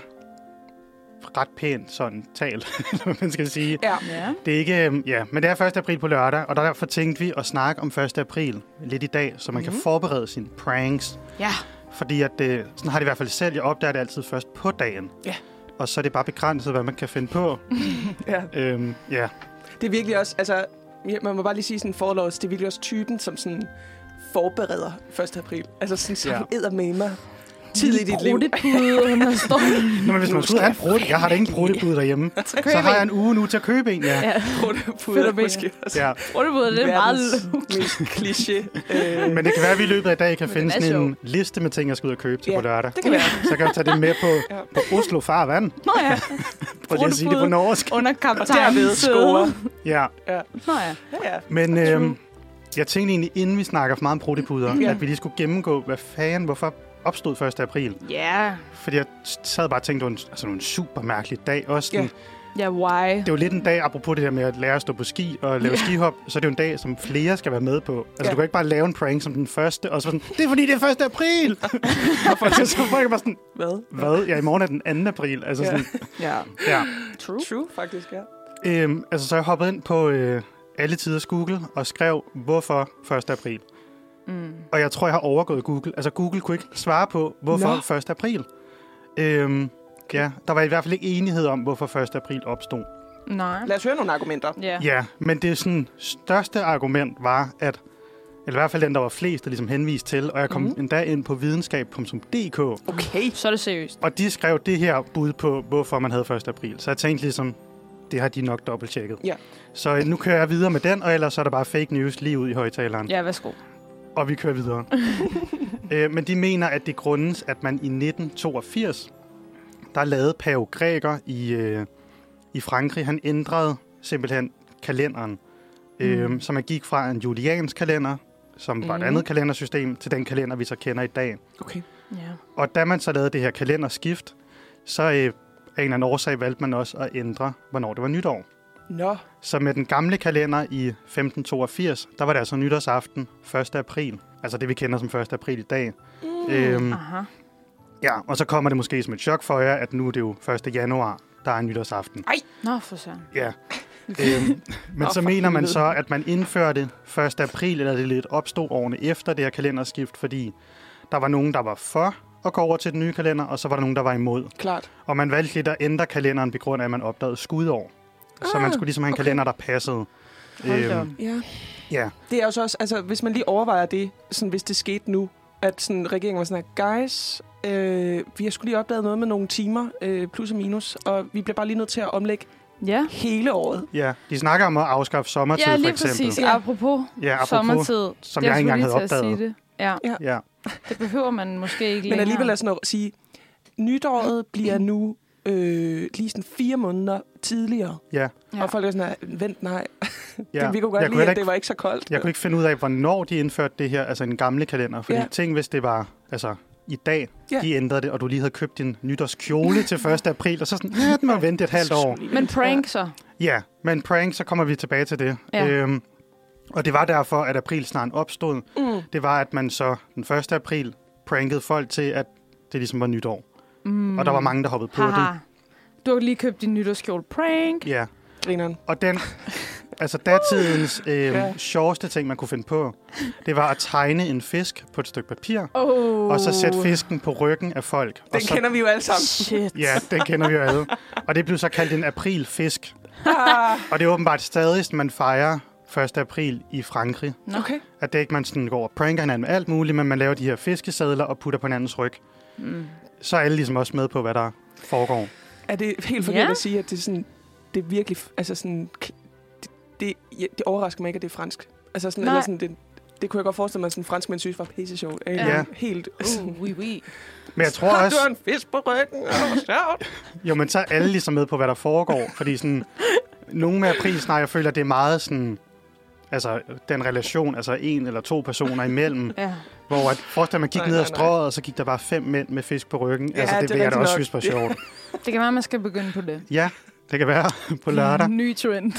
Speaker 3: ret pænt sådan tal, eller hvad man skal sige.
Speaker 2: Ja.
Speaker 1: Ja.
Speaker 3: Det er ikke, øhm, ja, men det er 1. april på lørdag, og derfor tænkte vi at snakke om 1. april lidt i dag, så man mm-hmm. kan forberede sine pranks.
Speaker 1: Ja.
Speaker 3: Fordi at det, sådan har det i hvert fald selv. Jeg opdager det altid først på dagen.
Speaker 2: Ja.
Speaker 3: Og så er det bare begrænset, hvad man kan finde på.
Speaker 2: ja.
Speaker 3: øhm, ja.
Speaker 2: Det er virkelig også, altså, ja, man må bare lige sige sådan forlods, det er virkelig også typen, som sådan forbereder 1. april. Altså sådan, som
Speaker 3: Ja.
Speaker 2: ja. med mig tidligt i dit liv.
Speaker 1: Brudtepude under stormen.
Speaker 3: Nå, men hvis man skulle have en brud, jeg har da ingen brudebud derhjemme,
Speaker 1: køb
Speaker 3: så har jeg
Speaker 1: en.
Speaker 3: en uge nu til at købe en, ja.
Speaker 2: Brudtepuder
Speaker 1: Fænomenet.
Speaker 2: måske også.
Speaker 3: ja.
Speaker 1: Brudtepude, det er meget...
Speaker 2: Verdens mest kliché. Øh,
Speaker 3: Men det kan være, at vi i løbet af dag kan finde
Speaker 1: er
Speaker 3: sådan en liste med ting, jeg skal ud og købe til
Speaker 2: Ja,
Speaker 3: på lørdag.
Speaker 2: det kan være.
Speaker 3: Så kan jeg tage det med på,
Speaker 2: Ja.
Speaker 3: på Oslo Farvand.
Speaker 1: Nå ja,
Speaker 3: Prøv lige at sige det på
Speaker 1: Brudebud.
Speaker 3: norsk.
Speaker 1: under
Speaker 2: Og derved
Speaker 1: kaptajnens
Speaker 2: score.
Speaker 1: side.
Speaker 3: Ja.
Speaker 1: Nå ja.
Speaker 2: Ja, ja.
Speaker 3: Men øhm, jeg tænkte egentlig, inden vi snakker for meget om brudtepuder,
Speaker 2: Ja.
Speaker 3: at vi lige skulle gennemgå, hvad fanden, hvorfor opstod 1. april.
Speaker 1: Ja.
Speaker 3: Fordi jeg sad bare og tænkte, det var en, altså, en super mærkelig dag. Også sådan,
Speaker 2: Ja.
Speaker 1: Ja, why?
Speaker 3: Det er jo lidt en dag, apropos det der med at lære at stå på ski og lave
Speaker 1: Ja.
Speaker 3: skihop, så er det jo en dag, som flere skal være med på. Altså,
Speaker 2: Ja.
Speaker 3: du kan ikke bare lave en prank som den første, og så sådan, det er fordi, det er 1. april! Hvorfor? så folk er bare sådan,
Speaker 2: Hvad?
Speaker 3: hvad? Ja, i morgen er den 2. april. Altså,
Speaker 2: Ja.
Speaker 3: sådan,
Speaker 1: Ja.
Speaker 3: ja.
Speaker 1: True.
Speaker 2: True, faktisk, ja.
Speaker 3: Øhm, altså, så jeg hoppede ind på øh, alle tiders Google og skrev, hvorfor 1. april?
Speaker 1: Mm.
Speaker 3: Og jeg tror, jeg har overgået Google. Altså, Google kunne ikke svare på, hvorfor
Speaker 2: Nå.
Speaker 3: 1. april. Øhm, ja, der var i hvert fald ikke enighed om, hvorfor 1. april opstod.
Speaker 1: Nej.
Speaker 2: Lad os høre nogle argumenter.
Speaker 1: Ja.
Speaker 3: Ja, men det sådan, største argument var, at eller i hvert fald den, der var flest, der ligesom henviste til, og jeg
Speaker 1: Mhm.
Speaker 3: kom mm. endda ind på videnskab.dk,
Speaker 2: Okay.
Speaker 1: Så er det seriøst.
Speaker 3: og de skrev det her bud på, hvorfor man havde 1. april. Så jeg tænkte ligesom, det har de nok dobbelttjekket.
Speaker 2: Ja.
Speaker 3: Så øh, nu kører jeg videre med den, og ellers så er der bare fake news lige ud i højtaleren.
Speaker 1: Ja, værsgo.
Speaker 3: Og vi kører videre. øh, men de mener, at det grundes, at man i 1982, der lavede Pave Græker i, øh, i Frankrig, han ændrede simpelthen kalenderen. Mm. Øh, så man gik fra en juliansk kalender, som var mm.
Speaker 1: Mhm.
Speaker 3: et andet kalendersystem, til den kalender, vi så kender i dag.
Speaker 2: Okay.
Speaker 1: Ja.
Speaker 3: Og da man så lavede det her kalenderskift, så øh, af en eller anden årsag valgte man også at ændre, hvornår det var nytår.
Speaker 2: Nå.
Speaker 3: Så med den gamle kalender i 1582, der var det altså nytårsaften 1. april. Altså det, vi kender som 1. april i dag. Mm.
Speaker 2: Ah.
Speaker 3: Øhm,
Speaker 1: Aha.
Speaker 3: ja, og så kommer det måske som et chok for jer, at nu er det jo 1. januar, der er nytårsaften.
Speaker 1: Nå, for søren.
Speaker 3: Ja. øhm, men
Speaker 2: Nå, for
Speaker 3: så mener man
Speaker 2: helvede.
Speaker 3: så, at man indførte 1. april, eller det lidt opstod årene efter det her kalenderskift, fordi Der var nogen, der var for at gå over til den nye kalender, og så var der nogen, der var imod.
Speaker 2: Klart.
Speaker 3: Og man valgte lidt at ændre kalenderen på grund af, at man opdagede skudår. Ah, så man skulle ligesom have en
Speaker 2: okay.
Speaker 3: kalender, der passede. Øhm,
Speaker 1: Hold da op.
Speaker 2: Ja.
Speaker 3: ja,
Speaker 2: Det er jo så også, altså hvis man lige overvejer det, sådan, hvis det skete nu, at sådan, regeringen var sådan her, guys, øh, vi har skulle lige opdaget noget med nogle timer, øh, plus og minus, og vi bliver bare lige nødt til at omlægge
Speaker 1: Ja.
Speaker 2: hele året.
Speaker 3: ja. De snakker om at afskaffe sommertid,
Speaker 1: Ja, lige
Speaker 3: for eksempel.
Speaker 1: præcis.
Speaker 2: Ja.
Speaker 1: Apropos,
Speaker 3: Ja, apropos,
Speaker 1: sommertid.
Speaker 3: som
Speaker 1: Det
Speaker 3: jeg
Speaker 1: er
Speaker 3: ikke engang havde
Speaker 1: selvfølgelig til at
Speaker 3: opdaget.
Speaker 1: sige det. Ja,
Speaker 3: Ja,
Speaker 1: det behøver man måske ikke længere.
Speaker 2: Men alligevel er sådan at sige, nytåret bliver nu øh, lige sådan fire måneder tidligere.
Speaker 3: ja,
Speaker 1: Ja.
Speaker 2: Ja. Og folk er sådan her, vent nej,
Speaker 3: ja.
Speaker 2: ja. vi kunne godt
Speaker 3: jeg
Speaker 2: lide,
Speaker 3: heller
Speaker 2: at det var ikke så koldt.
Speaker 3: Jeg kunne ikke finde ud af, hvornår de indførte det her, altså en gamle kalender. Fordi ja.
Speaker 2: Ja.
Speaker 3: tænk, hvis det var altså, i dag, ja.
Speaker 2: Ja.
Speaker 3: de ændrede det, og du lige havde købt din nytårskjole til 1. april, og så sådan, ja, den må vente et halvt år.
Speaker 1: Men prank så.
Speaker 3: Ja, men prank, så kommer vi tilbage til det.
Speaker 1: Ja.
Speaker 3: Øhm, og det var derfor, at aprilsnaren opstod. Mm. Det var, at man så den 1. april prankede folk til, at det ligesom var nytår. Mm. Og der var mange, der hoppede på det.
Speaker 1: Haha. Du har lige købt din nytårskjole. Prank.
Speaker 3: Ja,
Speaker 2: Grineren.
Speaker 3: og den... Altså datidens øh,
Speaker 2: Ja.
Speaker 3: sjoveste ting, man kunne finde på, det var at tegne en fisk på et stykke papir,
Speaker 1: Oh.
Speaker 3: og så sætte fisken på ryggen af folk. og
Speaker 2: Uh. Den
Speaker 3: så,
Speaker 2: kender vi jo alle sammen.
Speaker 1: Shit.
Speaker 3: Ja, den kender vi jo alle. Og det blev så kaldt en aprilfisk.
Speaker 2: Ah,
Speaker 3: Og det er åbenbart stadig, sådan, man fejrer 1. april i Frankrig.
Speaker 1: Nå.
Speaker 2: okay.
Speaker 3: At det ikke man sådan går og pranker hinanden med alt muligt, men man laver de her fiskesedler og putter på hinandens ryg. Mm. Så er alle ligesom også med på, hvad der foregår.
Speaker 2: Er det helt forkert
Speaker 1: Ja.
Speaker 2: at sige, at det er sådan, det er virkelig, f- altså sådan, k- det, det, ja, det overrasker mig ikke, at det er fransk. Altså sådan,
Speaker 1: Nej.
Speaker 2: eller sådan, det, det kunne jeg godt forestille mig, at sådan fransk, men synes var pisse sjovt. Ja.
Speaker 3: Ja.
Speaker 2: Helt sådan,
Speaker 1: Uh, oui, oui.
Speaker 3: Men jeg tror
Speaker 2: har du
Speaker 3: også,
Speaker 2: en fisk på ryggen? Åh, hvor sjovt.
Speaker 3: jo, men så er alle ligesom med på, hvad der foregår. Fordi sådan, nogle med april snart, jeg føler, det er meget sådan... Altså, den relation, altså en eller to personer imellem,
Speaker 1: Ja.
Speaker 3: Hvor at, forestil dig, man gik nej,
Speaker 2: Nej,
Speaker 3: ned
Speaker 2: nej,
Speaker 3: ad strøget, og så gik der bare fem mænd med fisk på ryggen. Ja, altså,
Speaker 2: det
Speaker 3: det,
Speaker 2: er
Speaker 3: vil jeg da
Speaker 2: rigtigt
Speaker 3: også
Speaker 2: nok.
Speaker 3: synes var sjovt.
Speaker 1: Det kan være, man skal begynde på det.
Speaker 3: ja, det kan være på lørdag.
Speaker 1: Ny trend.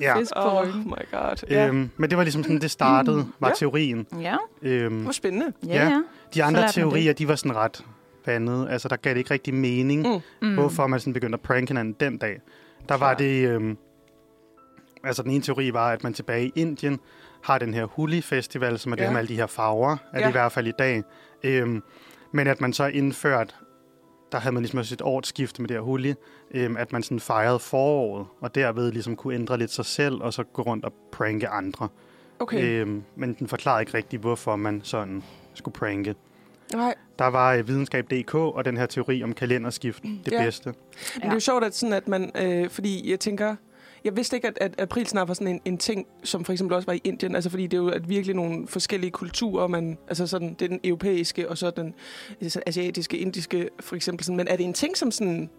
Speaker 3: Ja.
Speaker 1: Fisk på
Speaker 2: Oh
Speaker 1: ryggen.
Speaker 2: my god. Mm, Ja. Mm,
Speaker 3: Øhm, men det var ligesom sådan, det startede, var
Speaker 2: Ja.
Speaker 3: teorien.
Speaker 1: Ja,
Speaker 3: Øhm,
Speaker 2: Hvor spændende.
Speaker 1: ja,
Speaker 3: Ja.
Speaker 1: ja.
Speaker 3: de
Speaker 1: lærte
Speaker 3: andre
Speaker 1: man
Speaker 3: teorier, de var sådan ret vandede. Altså, der gav det ikke rigtig mening,
Speaker 2: Mm.
Speaker 3: mm. hvorfor man sådan begyndte at prank hinanden den dag. Der var
Speaker 1: Klart.
Speaker 3: det... Øhm, altså, den ene teori var, at man tilbage i Indien har den her Huli-festival, som er ja. det
Speaker 2: Ja.
Speaker 3: med alle de her farver, er ja. det
Speaker 2: Ja.
Speaker 3: i hvert fald i dag. Øhm, men at man så indførte der havde man ligesom også et årsskifte med det her huli, øhm, at man sådan fejrede foråret, og derved ligesom kunne ændre lidt sig selv, og så gå rundt og pranke andre.
Speaker 2: Okay.
Speaker 3: Øhm, men den forklarede ikke rigtigt, hvorfor man sådan skulle pranke.
Speaker 2: Nej.
Speaker 3: Der var øh, videnskab.dk og den her teori om kalenderskift det
Speaker 2: Ja.
Speaker 3: bedste.
Speaker 2: Men det er jo sjovt, at, sådan, at man... Øh, fordi jeg tænker... Jeg vidste ikke, at, at april snart var sådan en, en ting, som for eksempel også var i Indien. Altså, fordi det er jo at virkelig nogle forskellige kulturer. Man, altså sådan, det er den europæiske, og så den altså, asiatiske, indiske, for eksempel. Sådan. Men er det en ting, som sådan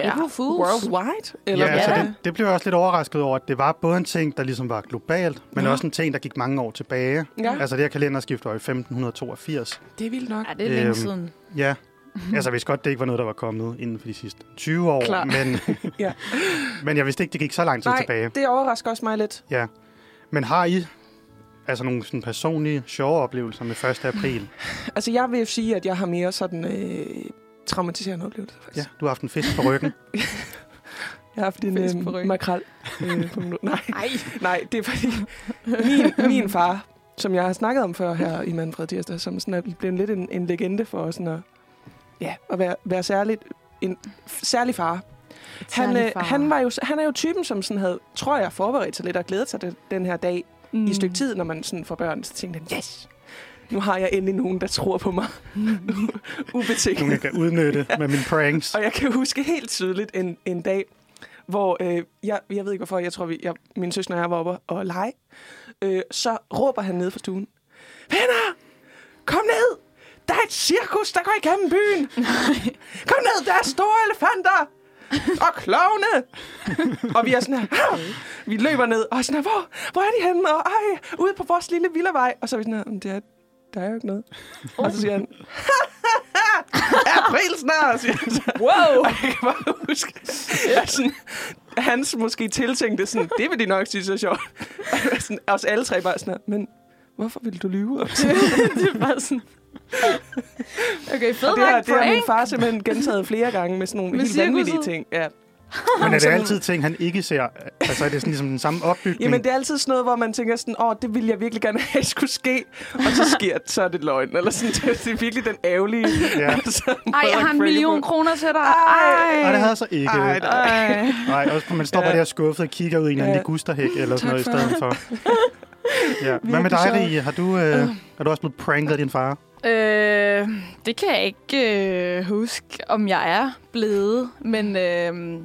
Speaker 1: ja. April Fools.
Speaker 2: worldwide?
Speaker 3: Ja,
Speaker 2: Eller
Speaker 3: ja,
Speaker 2: hvad?
Speaker 3: altså
Speaker 1: Ja.
Speaker 3: det, det blev jeg også lidt overrasket over, at det var både en ting, der ligesom var globalt, men
Speaker 2: Ja.
Speaker 3: også en ting, der gik mange år tilbage.
Speaker 2: Ja.
Speaker 3: Altså det her kalenderskift var i 1582.
Speaker 2: det er vildt nok.
Speaker 1: Ja, det er længe
Speaker 3: Øhm,
Speaker 1: siden.
Speaker 3: Ja,
Speaker 2: Mhm.
Speaker 3: altså jeg vidste godt, det ikke var noget, der var kommet inden for de sidste 20 år,
Speaker 2: Klart.
Speaker 3: men,
Speaker 2: Ja.
Speaker 3: men jeg vidste ikke, det gik så lang tid
Speaker 2: Nej,
Speaker 3: tilbage.
Speaker 2: det overrasker også mig lidt.
Speaker 3: Ja. Men har I altså nogle sådan personlige, sjove oplevelser med 1. april?
Speaker 2: Altså, jeg vil jo sige, at jeg har mere sådan øh, traumatiserende oplevelser, faktisk.
Speaker 3: Ja. Du har haft en fisk på ryggen.
Speaker 2: Jeg har haft en
Speaker 1: Fisk på
Speaker 2: øh,
Speaker 1: ryggen.
Speaker 2: makrel. Øh, på min- nej.
Speaker 1: Nej.
Speaker 2: Nej, det er fordi min, min far, som jeg har snakket om før her i Manfred Tirsdag, som sådan er blevet lidt en, en legende for os, at, ja, at være, være særligt, en f- særlig far. Han, øh, han, var jo, han er jo typen, som sådan havde, tror jeg, forberedt sig lidt og glædet sig til den her dag mm. i et stykke tid, når man sådan får børn. Så tænkte han, yes, nu har jeg endelig nogen, der tror på mig. Mm.
Speaker 3: Nogle, jeg
Speaker 2: Ubetinget.
Speaker 3: kan udnytte med mine pranks.
Speaker 2: Og jeg kan huske helt tydeligt en, en dag, hvor øh, jeg, jeg ved ikke hvorfor, jeg tror, vi, jeg, min søster og jeg var oppe og lege. Øh, så råber han ned fra stuen. Venner! Kom ned! Der er et cirkus, der går igennem byen! Kom ned, der er store elefanter! Og klovne! og vi er sådan her, "Ah!" vi løber ned, og sådan her, hvor, hvor er de henne? Og ej, ude på vores lille villavej. Og så er vi sådan her, "Men det er, der er jo ikke noget. Og så siger han, april snart, siger han så.
Speaker 1: Wow!
Speaker 2: Og jeg kan bare huske, at sådan, hans måske tiltænkte sådan, det vil de nok synes er sjovt. Og jeg var sådan, os alle tre bare sådan, her, men hvorfor ville du lyve? Og sådan,
Speaker 1: det var sådan... Okay, fed
Speaker 2: det, her,
Speaker 1: nok,
Speaker 2: det har min
Speaker 1: prank.
Speaker 2: far simpelthen gentaget flere gange med sådan nogle
Speaker 1: Med
Speaker 2: helt vanvittige
Speaker 1: cirkusset.
Speaker 2: ting. Ja.
Speaker 3: Men er det
Speaker 2: Sådan-
Speaker 3: altid ting, han ikke ser? Altså er det sådan ligesom den samme opbygning?
Speaker 2: Jamen, det er altid sådan noget, hvor man tænker sådan, åh, det ville jeg virkelig gerne have, skulle ske. Og så sker det, så er det løgn. Eller sådan, det er- det er virkelig den ærgerlige.
Speaker 3: Ja.
Speaker 2: altså,
Speaker 1: Ej,
Speaker 2: måde
Speaker 1: jeg
Speaker 2: at
Speaker 1: har en
Speaker 2: følge
Speaker 1: million
Speaker 2: på.
Speaker 1: kroner til dig.
Speaker 2: Ej.
Speaker 3: Nej, det havde
Speaker 1: Ej.
Speaker 3: jeg så ikke.
Speaker 2: Ej,
Speaker 3: Ej,
Speaker 2: nej.
Speaker 1: Ej.
Speaker 3: Nej, også, man står bare
Speaker 2: Ja.
Speaker 3: der skuffet og kigger ud i en eller
Speaker 2: Ja.
Speaker 3: anden ligusterhæk eller sådan noget i
Speaker 1: Tak
Speaker 3: stedet for. Ja. Hvad med
Speaker 2: Virkelig
Speaker 3: dig,
Speaker 2: sjovt.
Speaker 3: Rie? Har du, øh, er du også blevet pranket af din far?
Speaker 1: Øh, det kan jeg ikke øh, huske, om jeg er blevet, men øh,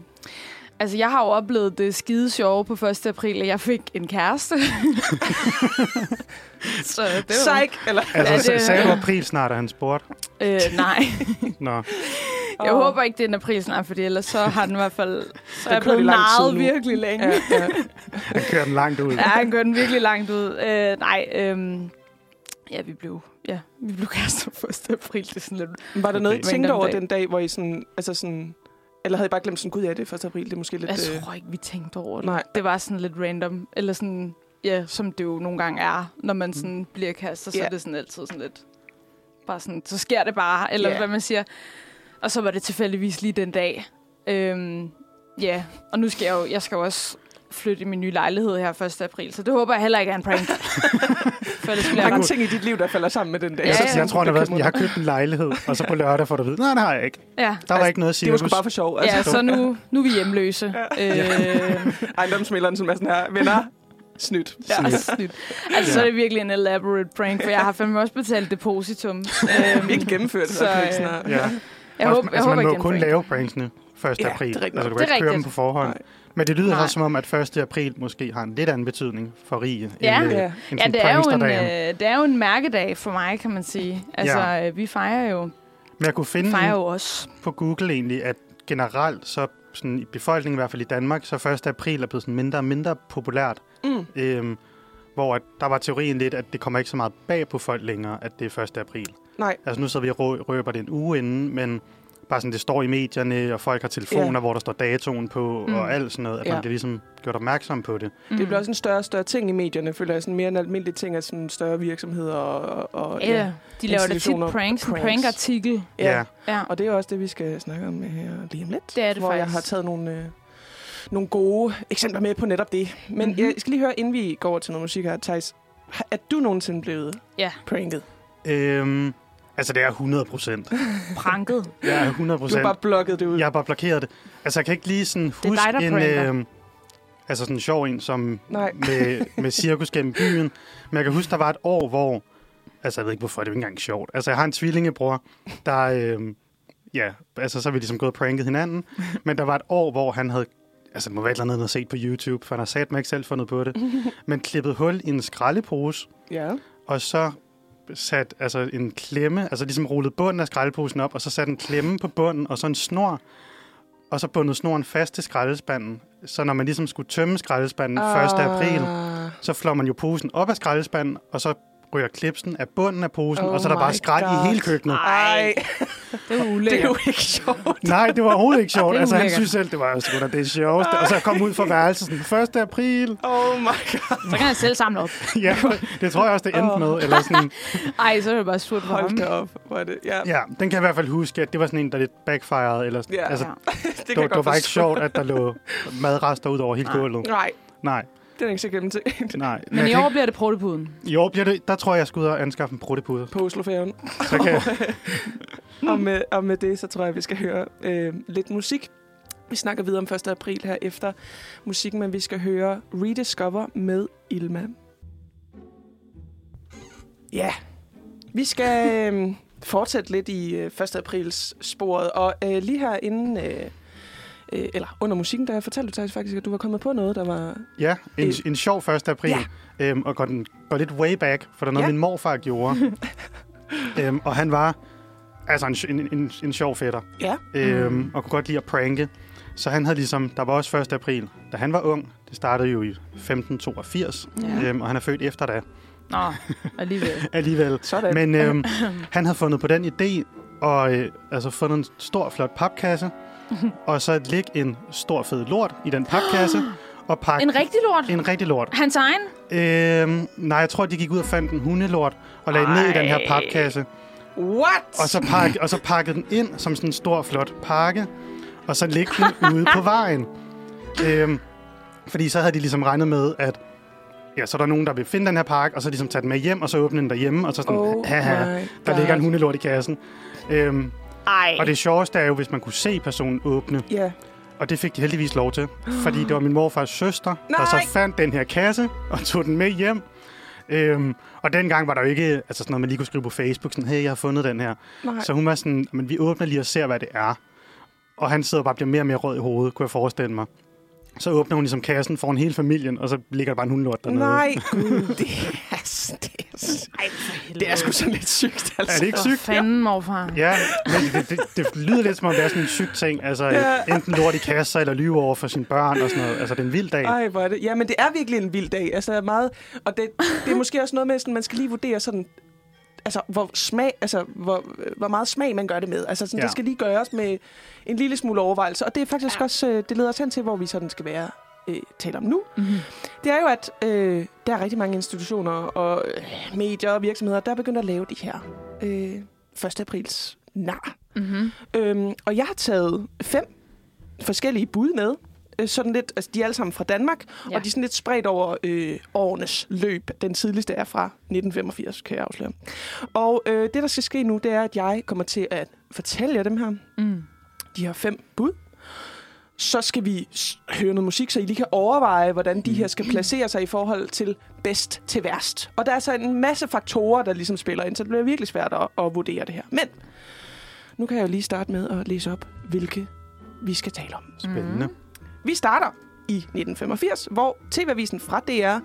Speaker 1: altså, jeg har jo oplevet det skide sjove på 1. april, at jeg fik en kæreste. Så det var...
Speaker 2: Psych, eller...
Speaker 3: Altså,
Speaker 1: Ja,
Speaker 3: ja,
Speaker 1: det-
Speaker 3: det... sagde du april snart, og han spurgte?
Speaker 1: Øh, nej,
Speaker 3: Nå,
Speaker 1: jeg
Speaker 2: Åh.
Speaker 1: håber ikke, det er en april snart, fordi ellers så har den i hvert fald... Så er jeg
Speaker 2: kører
Speaker 1: blevet
Speaker 2: det lang tid
Speaker 1: narret
Speaker 2: nu.
Speaker 1: virkelig længe.
Speaker 2: Ja, ja.
Speaker 3: han kører den langt ud.
Speaker 1: Ja, han gør den virkelig langt ud. Øh, nej, øh, ja, vi blev... Ja, vi blev kærester på 1. april. Det er sådan lidt...
Speaker 2: Var der noget, I
Speaker 1: Okay.
Speaker 2: tænkte over
Speaker 1: Random dag.
Speaker 2: den dag, hvor I sådan... Altså sådan eller havde I bare glemt sådan, gud ja, det er 1. april, det er måske lidt...
Speaker 1: Jeg
Speaker 2: øh,
Speaker 1: tror ikke, vi tænkte over det.
Speaker 2: Nej.
Speaker 1: Det var sådan lidt random, eller sådan, ja, som det jo nogle gange er, når man sådan bliver kastet, så
Speaker 2: Mm. Ja.
Speaker 1: er det sådan altid sådan lidt, bare sådan, så sker det bare, eller
Speaker 2: Ja.
Speaker 1: yeah. hvad man siger. Og så var det tilfældigvis lige den dag. Øhm, ja, og nu skal jeg jo, jeg skal jo også flytte i min nye lejlighed her 1. april, så det håber jeg heller ikke er en prank. For ellers
Speaker 2: der
Speaker 1: bliver
Speaker 2: er
Speaker 1: jeg
Speaker 2: mange
Speaker 1: ret.
Speaker 2: ting i dit liv, der falder sammen med den dag.
Speaker 1: Ja,
Speaker 3: Jeg,
Speaker 1: ja.
Speaker 3: så, Altså, jeg tror, han har været sådan, jeg har købt en lejlighed, og så på lørdag får du at vide, nej, det har jeg ikke.
Speaker 1: Ja.
Speaker 3: Der var
Speaker 2: Altså,
Speaker 3: ikke noget at sige.
Speaker 2: Det var sgu bare for sjov. Altså.
Speaker 1: Ja, så nu, nu er vi hjemløse. Øh,
Speaker 2: Ejendomsmælderen, som er sådan her, venner, snydt.
Speaker 1: Ja,
Speaker 3: Snyd.
Speaker 1: altså, snydt. altså, så er det virkelig en elaborate prank, for jeg har fandme også betalt depositum. øhm,
Speaker 2: Virkelig gennemført.
Speaker 1: Så,
Speaker 2: Så, øh,
Speaker 1: øh,
Speaker 2: sådan her.
Speaker 3: Ja.
Speaker 1: jeg
Speaker 3: Også-
Speaker 1: håber, jeg
Speaker 3: altså,
Speaker 1: håber
Speaker 3: man må
Speaker 1: ikke,
Speaker 3: jo kun
Speaker 1: det er en
Speaker 3: lave pranksene 1.
Speaker 2: det er
Speaker 3: april.
Speaker 2: rigtigt.
Speaker 3: altså, du
Speaker 1: Det
Speaker 3: kan
Speaker 1: er
Speaker 3: ikke køre dem
Speaker 1: rigtigt.
Speaker 3: på forhånd.
Speaker 2: Nej.
Speaker 3: Men det lyder
Speaker 1: Nej.
Speaker 3: så som om, at 1. april måske har en lidt anden betydning for rige.
Speaker 1: Ja.
Speaker 3: end, øh,
Speaker 2: Ja.
Speaker 3: end
Speaker 1: Ja,
Speaker 3: sådan
Speaker 1: det er, jo en,
Speaker 3: pranksterdagen.
Speaker 1: øh, det er jo en mærkedag for mig, kan man sige. Altså,
Speaker 3: Ja.
Speaker 1: ja. øh, vi fejrer jo,
Speaker 3: Men jeg kunne finde
Speaker 1: fejrer
Speaker 3: en
Speaker 1: jo os.
Speaker 3: på Google egentlig, at generelt så sådan i befolkningen, i hvert fald i Danmark, så 1. april er blevet sådan mindre og mindre populært.
Speaker 2: Mm.
Speaker 3: Øhm, hvor at der var teorien lidt, at det kommer ikke så meget bag på folk længere, at det er 1. april.
Speaker 2: Nej.
Speaker 3: Altså nu sidder vi og rø- røber det en uge inden, men bare sådan, det står i medierne, og folk har telefoner,
Speaker 2: Ja.
Speaker 3: hvor der står datoen på, mm.
Speaker 1: Mm.
Speaker 3: og alt sådan noget, at ja.
Speaker 2: Ja.
Speaker 3: man bliver ligesom gjort opmærksom på det.
Speaker 2: Det bliver også en større og større ting i medierne, føler jeg. Sådan mere en almindelig ting af sådan større virksomheder. Og, og, og,
Speaker 1: Ja, de laver da tit
Speaker 2: institutioner.
Speaker 1: pranks, en
Speaker 2: Pranks.
Speaker 1: prankartikel.
Speaker 2: ja.
Speaker 1: Ja.
Speaker 2: Og det er også det, vi skal snakke om her lige om lidt.
Speaker 1: Det er det
Speaker 2: hvor jeg
Speaker 1: faktisk.
Speaker 2: har taget nogle, øh, nogle gode eksempler med på netop det. Men
Speaker 1: Mhm.
Speaker 2: mm-hmm. jeg skal lige høre, inden vi går over til noget musik her, Thijs. har- Er du nogensinde blevet
Speaker 1: Ja.
Speaker 2: pranket?
Speaker 3: Øhm, altså det er 100 procent.
Speaker 1: Pranket.
Speaker 3: Jeg er 100
Speaker 2: Du har
Speaker 3: procent.
Speaker 2: bare blokket det ud.
Speaker 3: Jeg har bare blokeret det. Altså, jeg kan ikke lige sådan
Speaker 1: er
Speaker 3: huske
Speaker 1: dig, der pranker.
Speaker 3: en... Øh, altså sådan en sjov en, som
Speaker 2: Nej.
Speaker 3: med, med cirkus gennem byen. Men jeg kan huske, der var et år, hvor... Altså, jeg ved ikke, hvorfor det er jo ikke engang sjovt. Altså, jeg har en tvillingebror, der... Øh, ja, altså, så har vi ligesom gået og pranket hinanden. Men der var et år, hvor han havde... Altså, det må være et eller andet, han havde set på YouTube, for han har sat mig ikke selv fundet på det. Men klippet hul i en skraldepose,
Speaker 2: Ja.
Speaker 3: og så sat altså en klemme, altså ligesom rullet bunden af skraldeposen op, og så sat en klemme på bunden, og så en snor, og så bundet snoren fast til skraldespanden. Så når man ligesom skulle tømme skraldespanden
Speaker 2: Ah.
Speaker 3: 1. april, så flår man jo posen op af skraldespanden, og så ryger klipsen af bunden af posen,
Speaker 2: Oh
Speaker 3: og så er der bare
Speaker 2: my
Speaker 3: skrald
Speaker 2: God. Ah.
Speaker 3: i hele køkkenet.
Speaker 2: Ej,
Speaker 1: Det er jo
Speaker 2: det er
Speaker 1: ulækkert.
Speaker 2: jo ikke sjovt.
Speaker 3: Nej, det var overhovedet ikke
Speaker 2: Ah,
Speaker 3: sjovt.
Speaker 1: Det er
Speaker 3: Altså, han
Speaker 1: ulækkert.
Speaker 3: synes selv, det var sgu da det sjoveste. Og så kom ud fra værelset sådan, 1. april.
Speaker 2: Oh my god.
Speaker 1: Så kan jeg selv samle op.
Speaker 3: Ja, det tror jeg også, det endte
Speaker 2: Åh.
Speaker 3: med. Eller sådan,
Speaker 1: Ej, så er det bare surt for
Speaker 2: Hold
Speaker 1: ham.
Speaker 2: da op. Hvor er det? Ja,
Speaker 3: ja, den kan jeg i hvert fald huske, at det var sådan en, der lidt backfired. Eller,
Speaker 2: Ja.
Speaker 3: ja. altså,
Speaker 2: det kan
Speaker 3: det,
Speaker 2: jeg
Speaker 3: det, det
Speaker 2: godt
Speaker 3: var ikke
Speaker 2: forstå.
Speaker 3: sjovt, at der lå madrester ud over hele
Speaker 1: Nej.
Speaker 3: gulvet.
Speaker 2: Nej,
Speaker 3: Nej,
Speaker 2: det er ikke så gennemtænkt.
Speaker 3: nej.
Speaker 1: Men i
Speaker 3: jeg
Speaker 1: år
Speaker 3: kan
Speaker 1: bliver det protepuden.
Speaker 3: ikke, i år bliver det, der tror jeg, jeg skal ud og anskaffe en pruttepude.
Speaker 2: På Oslofærgen.
Speaker 3: Så kan jeg,
Speaker 2: Og med, og med det, så tror jeg, vi skal høre øh, lidt musik. Vi snakker videre om 1. april her efter musikken, men vi skal høre Rediscover med Ilma. Ja, vi skal øh, fortsætte lidt i øh, 1. aprils sporet. Og øh, lige her inden, øh, øh, eller under musikken, der fortalte du Thijs, faktisk, at du var kommet på noget, der var...
Speaker 3: ja, en,
Speaker 2: Øh.
Speaker 3: en sjov 1. april. Ja. Øhm, og går, den, går lidt way back, for der er noget,
Speaker 2: Ja.
Speaker 3: min morfar gjorde. øhm, og han var altså en, sj- en, en, en sjov fætter.
Speaker 2: Ja.
Speaker 3: Øhm,
Speaker 1: Mm.
Speaker 3: Og kunne godt lide at pranke. Så han havde ligesom, der var også 1. april, da han var ung. Det startede jo i 1582,
Speaker 1: Ja.
Speaker 3: øhm, og han er født efter da
Speaker 1: Nå, alligevel.
Speaker 3: alligevel.
Speaker 2: Sådan.
Speaker 3: Men øhm, han havde fundet på den idé, og øh, altså fundet en stor, flot papkasse, og så lægge en stor, fed lort i den papkasse, og pakke
Speaker 1: En rigtig lort.
Speaker 3: en rigtig lort.
Speaker 1: Hans egen?
Speaker 3: Øhm, nej, jeg tror, de gik ud og fandt en hundelort, og lagde den ned i den her
Speaker 1: Ej.
Speaker 3: papkasse,
Speaker 2: What?
Speaker 3: og så, pakke, og så pakkede den ind som sådan en stor, flot pakke, og så lægge den ude på vejen. Øhm, fordi så havde de ligesom regnet med, at ja, så er der nogen, der vil finde den her pakke, og så ligesom tage den med hjem, og så åbne den derhjemme, og så sådan,
Speaker 2: Oh my
Speaker 3: haha, der
Speaker 2: God.
Speaker 3: ligger en hundelort i kassen. Øhm,
Speaker 1: Ej.
Speaker 3: og det sjoveste er jo, hvis man kunne se personen åbne,
Speaker 2: Ja.
Speaker 3: og det fik de heldigvis lov til, fordi det var min morfars søster, Nej. der
Speaker 2: Nej.
Speaker 3: så fandt den her kasse og tog den med hjem. Øhm, og dengang var der jo ikke altså sådan noget, man lige kunne skrive på Facebook, sådan, hey, jeg har fundet den her.
Speaker 2: Nej.
Speaker 3: Så hun var sådan, men vi åbner lige og ser, hvad det er. Og han sidder og bare og bliver mere og mere rød i hovedet, kunne jeg forestille mig. Så åbner hun ligesom kassen foran hele familien, og så ligger der bare en hundelort dernede.
Speaker 2: Nej, gud, det er, det, er,
Speaker 1: Ej, for helvede.
Speaker 2: det er sgu sådan lidt sygt,
Speaker 3: Er
Speaker 2: altså.
Speaker 3: det ikke
Speaker 1: For
Speaker 3: sygt?
Speaker 1: fanden, morfar.
Speaker 3: Ja, men det, det, det lyder lidt som om, det er sådan en syg ting. Altså, ja. enten lort i kasser, eller lyve over for sine børn og sådan noget. Altså, det er en vild dag.
Speaker 2: Ej, hvor er det. Ja, men det er virkelig en vild dag. Altså, der er meget, og det, det er måske også noget med, sådan, man skal lige vurdere sådan, altså, hvor, smag, altså, hvor, hvor meget smag man gør det med. Altså, sådan, ja.
Speaker 3: Ja.
Speaker 2: det skal lige gøres med en lille smule overvejelse. Og det er faktisk ja. også, øh, det leder os hen til, hvor vi sådan skal være øh, tale om nu.
Speaker 1: Mhm.
Speaker 2: Det er jo, at øh, der er rigtig mange institutioner og øh, medier og virksomheder, der er begyndt at lave de her øh, 1. aprils nar.
Speaker 1: Mm-hmm.
Speaker 2: Øhm, og jeg har taget fem forskellige bud med. Øh, sådan lidt, altså, de er alle sammen fra Danmark,
Speaker 1: Ja.
Speaker 2: ja. og de er sådan lidt spredt over øh, årenes løb. Den tidligste er fra 1985, kan jeg afsløre. Og øh, det, der skal ske nu, det er, at jeg kommer til at fortælle jer dem her.
Speaker 1: Mm.
Speaker 2: De her fem bud. Så skal vi s- høre noget musik, så I lige kan overveje, hvordan de her skal placere sig i forhold til bedst til værst. Og der er så en masse faktorer, der ligesom spiller ind, så det bliver virkelig svært at, at vurdere det her. Men nu kan jeg jo lige starte med at læse op, hvilke vi skal tale om.
Speaker 3: Spændende.
Speaker 2: Mm. Vi starter i 1985, hvor TV-avisen fra DR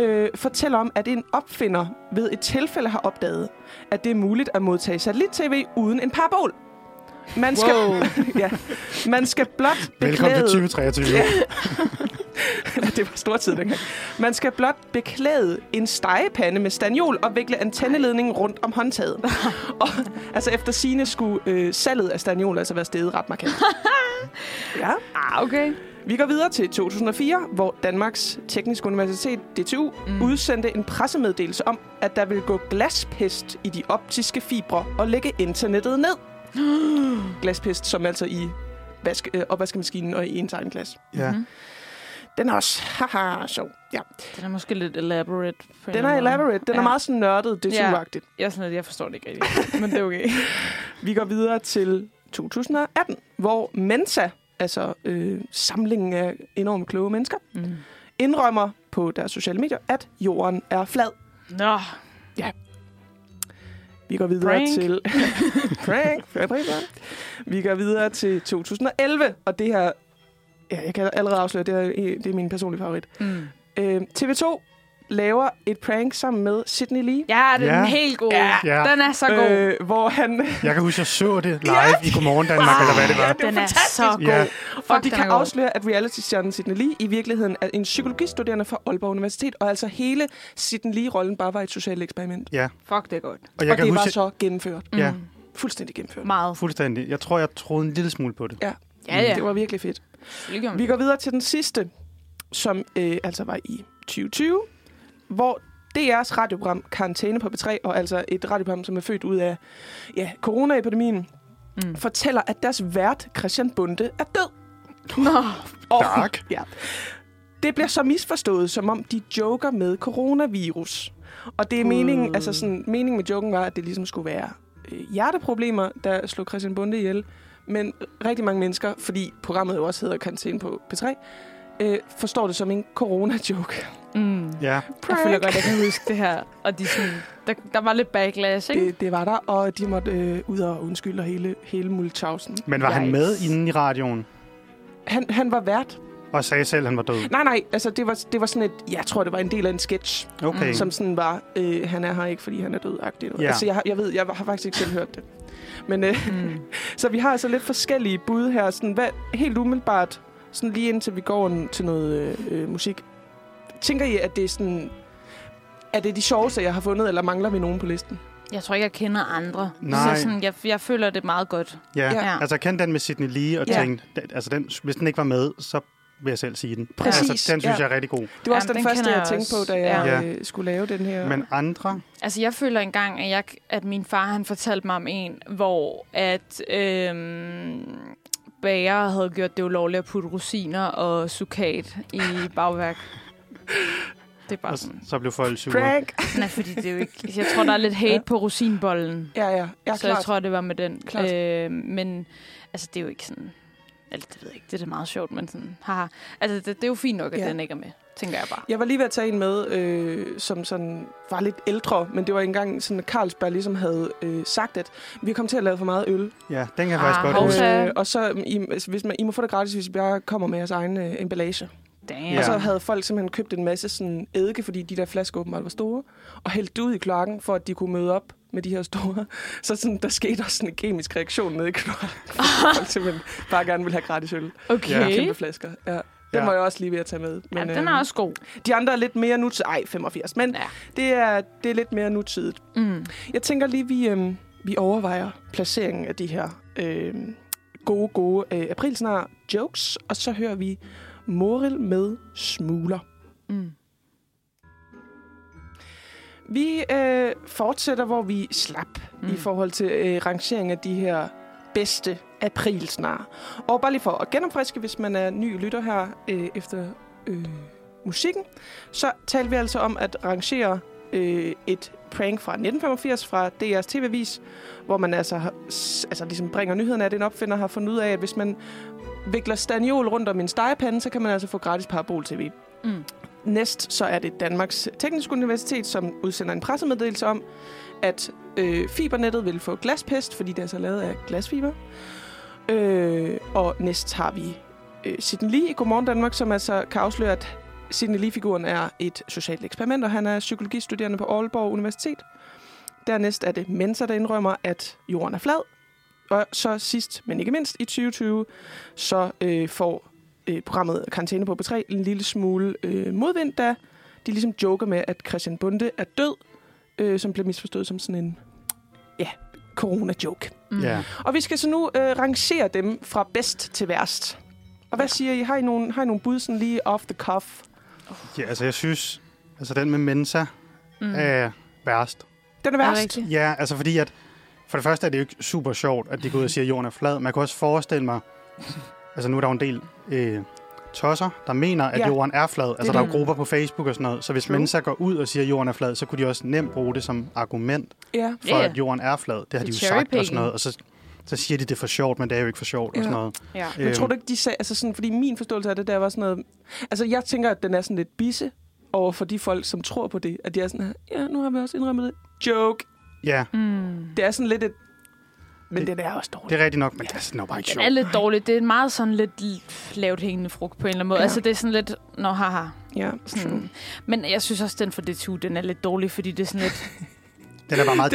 Speaker 2: øh, fortæller om, at en opfinder ved et tilfælde har opdaget, at det er muligt at modtage satellit-TV uden en parabol. Man skal,
Speaker 1: Wow.
Speaker 2: ja, man skal blot
Speaker 3: Velkommen
Speaker 2: beklæde...
Speaker 3: til 2023.
Speaker 2: Ja. det var stor tid dengang. Man skal blot beklæde en stegepande med stagnol og vikle antenneledningen rundt om håndtaget. og, altså efter sine skulle øh, salget af stagnol altså være steget ret markant. ja.
Speaker 1: Ah, okay.
Speaker 2: Vi går videre til 2004, hvor Danmarks Tekniske Universitet, DTU, mm. udsendte en pressemeddelelse om, at der ville gå glaspest i de optiske fibre og lægge internettet ned. glaspest, som altså i vask, øh, opvaskemaskinen og i ens egen glas.
Speaker 3: Ja.
Speaker 2: Den er også, haha, sjov. Ja.
Speaker 1: Den er måske lidt elaborate. på en
Speaker 2: Den
Speaker 1: eller
Speaker 2: er
Speaker 1: anden måde.
Speaker 2: elaborate. Den ja.
Speaker 1: Ja.
Speaker 2: er meget sådan nørdet, det
Speaker 1: Ja.
Speaker 2: er ja.
Speaker 1: Jeg, er sådan, lidt, jeg forstår det ikke rigtigt, men det er okay.
Speaker 2: Vi går videre til 2018, hvor Mensa, altså øh, samlingen af enormt kloge mennesker,
Speaker 1: Mm.
Speaker 2: indrømmer på deres sociale medier, at jorden er flad.
Speaker 1: Nå,
Speaker 2: Vi går videre
Speaker 1: Prank.
Speaker 2: til... prank. Prank, prank, prank. Vi går videre til 2011, og det her... Ja, jeg kan allerede afsløre, det er, det er min personlige favorit.
Speaker 1: mm.
Speaker 2: Øh, TV2 laver et prank sammen med Sydney Lee.
Speaker 1: ja, den er
Speaker 3: Ja.
Speaker 1: helt god.
Speaker 2: Ja.
Speaker 3: Ja.
Speaker 1: Den er så god. Øh,
Speaker 2: Øh, hvor han...
Speaker 3: Jeg kan huske, jeg så det live i Godmorgen Danmark, eller hvad det var.
Speaker 2: det er
Speaker 1: den er
Speaker 2: fantastisk.
Speaker 1: så god.
Speaker 3: Ja.
Speaker 1: Fuck,
Speaker 2: Og
Speaker 1: den
Speaker 2: de kan
Speaker 1: er god.
Speaker 2: afsløre, at reality-stjernen Sydney Lee i virkeligheden er en psykologistuderende fra Aalborg Universitet, og altså hele Sydney Lee-rollen bare var et socialt eksperiment.
Speaker 3: Ja,
Speaker 1: Fuck, det er godt. Mm.
Speaker 3: og jeg
Speaker 2: og
Speaker 3: kan
Speaker 2: det var
Speaker 3: huske,
Speaker 2: så gennemført.
Speaker 3: ja,
Speaker 2: Fuldstændig gennemført.
Speaker 1: Meget.
Speaker 3: fuldstændig. Jeg tror, jeg troede en lille smule på det.
Speaker 2: Ja,
Speaker 1: Ja, ja.
Speaker 2: det var virkelig fedt.
Speaker 1: Lykke om
Speaker 2: Vi går videre til den sidste, som øh, altså var i 2020, hvor DR's radioprogram Karantæne på B3, og altså et radioprogram, som er født ud af ja, coronaepidemien,
Speaker 1: Mm.
Speaker 2: mm. fortæller, at deres vært, Christian Bunde, er død.
Speaker 1: Nå,
Speaker 2: Og,
Speaker 3: Tak.
Speaker 2: ja. Det bliver så misforstået, som om de joker med coronavirus. Og det er meningen, altså sådan, meningen med joken var, at det ligesom skulle være øh, hjerteproblemer, der slog Christian Bunde ihjel. Men rigtig mange mennesker, fordi programmet jo også hedder Karantæne på P3, øh, forstår det som en corona-joke.
Speaker 1: mm.
Speaker 3: Ja,
Speaker 1: jeg føler godt, jeg kan huske det her. Og de sådan, der, der var lidt backlash, ikke?
Speaker 2: Det, det var der, og de måtte øh, ud og undskylde og hele, hele Mulchausen.
Speaker 3: men var han
Speaker 1: Yikes.
Speaker 3: med inden i radioen
Speaker 2: Han, han var vært.
Speaker 3: og sagde selv, at han var død?
Speaker 2: Nej, nej, altså det var, det var sådan et, jeg tror, det var en del af en sketch,
Speaker 3: Okay.
Speaker 1: Mm.
Speaker 2: som sådan var, øh, han er her ikke, fordi han er dødagtig. Ja.
Speaker 3: Ja.
Speaker 2: Altså, jeg, har- jeg ved, jeg har faktisk ikke selv hørt det. Men, øh,
Speaker 1: Mm.
Speaker 2: så vi har altså lidt forskellige bud her, sådan, hvad, helt umiddelbart, sådan lige indtil vi går en- til noget øh, øh, musik. Tænker I, at det er sådan... Er det de sjoveste, jeg har fundet, eller mangler vi nogen på listen?
Speaker 1: Jeg tror ikke, jeg kender andre.
Speaker 3: Nej.
Speaker 1: Så sådan, jeg, jeg føler det meget godt.
Speaker 3: Ja.
Speaker 1: Ja.
Speaker 3: ja, altså jeg kendte den med Sydney Lee og
Speaker 2: Ja.
Speaker 3: ja. tænkte, den- altså den, hvis den ikke var med, så vil jeg selv sige den.
Speaker 2: Præcis,
Speaker 3: Altså, den synes
Speaker 2: ja.
Speaker 3: jeg er rigtig god.
Speaker 2: Det var
Speaker 1: Jamen,
Speaker 2: også den,
Speaker 1: den
Speaker 2: første,
Speaker 1: kender
Speaker 2: jeg
Speaker 1: jeg
Speaker 2: tænkte
Speaker 1: også.
Speaker 2: på, da jeg
Speaker 3: Ja.
Speaker 2: øh, skulle lave den her.
Speaker 3: Men andre,
Speaker 1: Altså, jeg føler engang, at, jeg, at min far han fortalte mig om en, hvor at øhm, bager havde gjort det ulovligt at putte rosiner og sukat i bagværk. Det er bare
Speaker 3: Og
Speaker 1: sådan.
Speaker 3: altså, så blev folk sure.
Speaker 2: Prank!
Speaker 1: Nej, fordi det er jo ikke... Jeg tror, der er lidt hate
Speaker 2: Ja.
Speaker 1: ja. på rosinbollen.
Speaker 2: Ja, ja. Ja,
Speaker 1: så
Speaker 2: klart.
Speaker 1: jeg tror, det var med den.
Speaker 2: Klart.
Speaker 1: Øh, men altså, det er jo ikke sådan... Altså, det ved jeg ikke. Det er da meget sjovt, men sådan... Haha. Altså, det, det er jo fint nok, at
Speaker 2: Ja.
Speaker 1: ja. den ikke er med, tænker jeg bare.
Speaker 2: Jeg var lige ved at tage en med, øh, som sådan var lidt ældre, men det var engang sådan, at Carlsberg ligesom havde øh, sagt, at vi kom til at lave for meget øl.
Speaker 3: Ja, den kan jeg
Speaker 1: Ah,
Speaker 3: faktisk godt
Speaker 1: hov,
Speaker 3: huske.
Speaker 1: så-
Speaker 2: Øh, og så, mm, I, altså, hvis man, I må få det gratis, hvis I bare kommer med jeres egen øh, emballage.
Speaker 1: Damn.
Speaker 2: Ja. Altså, Og
Speaker 1: Ja.
Speaker 2: så havde folk simpelthen købt en masse sådan eddike, fordi de der flasker åbenbart var store, og hældt det ud i kloakken, for at de kunne møde op med de her store. Så sådan, der skete også sådan en kemisk reaktion nede i kloakken, fordi folk simpelthen bare gerne ville have gratis øl.
Speaker 1: Okay.
Speaker 3: Ja.
Speaker 2: Okay.
Speaker 1: Ja.
Speaker 2: Kæmpe flasker, ja. Den
Speaker 3: Ja.
Speaker 2: var jeg også lige ved at tage med.
Speaker 1: Men, øhm, ja, den
Speaker 2: øhm,
Speaker 1: er også god.
Speaker 2: De andre er lidt mere nutidigt. Ej, 85. Men
Speaker 1: Ja.
Speaker 2: det er, det er lidt mere nutidigt.
Speaker 1: Mm.
Speaker 2: Jeg tænker lige, vi, øhm, vi overvejer placeringen af de her øhm, gode, gode øh, aprilsnar jokes. Og så hører vi Moril med smugler.
Speaker 1: Mm.
Speaker 2: Vi øh, fortsætter, hvor vi slap mm. i forhold til øh, rangering af de her bedste aprilsnar. Og bare lige for at genopfriske, hvis man er ny lytter her øh, efter øh, musikken, så talte vi altså om at rangere øh, et prank fra 1985 fra DR's TV-vis, hvor man altså, har- s- altså ligesom bringer nyheden af, at en opfinder har fundet ud af, at hvis man vikler staniol rundt om en stegepande, så kan man altså få gratis parabol-tv.
Speaker 1: Mm.
Speaker 2: Næst så er det Danmarks Tekniske Universitet, som udsender en pressemeddelelse om, at øh, fibernettet vil få glaspest, fordi det altså er så lavet af glasfiber. Øh, og næst har vi øh, Sidney Lee i Godmorgen Danmark, som altså kan afsløre, at Sidney Lee-figuren er et socialt eksperiment, og han er psykologistuderende på Aalborg Universitet. Dernæst er det Mensa, der indrømmer, at jorden er flad. Og så sidst, men ikke mindst, i 2020, så øh, får øh, programmet Karantæne på B3 en lille smule øh, modvind, da de ligesom joker med, at Christian Bunde er død, øh, som blev misforstået som sådan en ja, corona-joke.
Speaker 1: Mm.
Speaker 3: Ja.
Speaker 2: Og vi skal så nu øh, rangere dem fra bedst til værst. Og hvad siger I? Har I nogle, har I nogle bud sådan lige off the cuff?
Speaker 3: ja, altså jeg synes, altså den med Mensa
Speaker 1: Mm.
Speaker 3: er værst.
Speaker 2: Den er
Speaker 1: Er det
Speaker 2: værst.
Speaker 1: rigtigt?
Speaker 3: Ja, altså fordi at, for det første er det jo ikke super sjovt, at de går ud og siger, at jorden er flad. Man kan også forestille mig, altså nu er der jo en del øh, tosser, der mener,
Speaker 2: Ja.
Speaker 3: at ja. jorden er flad. Altså
Speaker 2: Det
Speaker 3: der
Speaker 2: er
Speaker 3: er jo grupper på Facebook og sådan noget. Så hvis
Speaker 2: True.
Speaker 3: True. mennesker går ud og siger, at jorden er flad, så kunne de også nemt bruge det som argument
Speaker 2: Ja.
Speaker 3: for,
Speaker 1: Ja, ja.
Speaker 3: at jorden er flad. Det har
Speaker 1: Det er
Speaker 3: de jo sagt og
Speaker 1: cherrypicking.
Speaker 3: sådan noget. Og så, så siger de det er for sjovt, men det er jo ikke for sjovt
Speaker 2: Ja.
Speaker 3: og sådan noget.
Speaker 1: Ja.
Speaker 2: Men
Speaker 3: Øhm,
Speaker 2: tror du ikke, de sagde, altså sådan, fordi min forståelse af det der var sådan noget, altså jeg tænker, at den er sådan lidt bisse over for de folk, som tror på det, at de er sådan her, ja, nu har vi også indrømmet det. Joke.
Speaker 3: Øhm, Ja,
Speaker 1: Mm.
Speaker 2: Det er sådan lidt et, men det,
Speaker 3: Det-
Speaker 2: den er også
Speaker 3: det
Speaker 2: dårlig.
Speaker 3: er rigtigt nok, men det er sådan noget bare ikke
Speaker 1: Den
Speaker 3: sjovt.
Speaker 1: er lidt dårlig. Det er meget sådan lidt l- lavt hængende frugt på en eller anden måde.
Speaker 2: Ja.
Speaker 1: Ja. Altså, det er sådan lidt... Nå, haha.
Speaker 2: Ja,
Speaker 1: Sådan. Men jeg synes også, den for DTU, den er lidt dårlig, fordi det er sådan lidt...
Speaker 3: Den er bare meget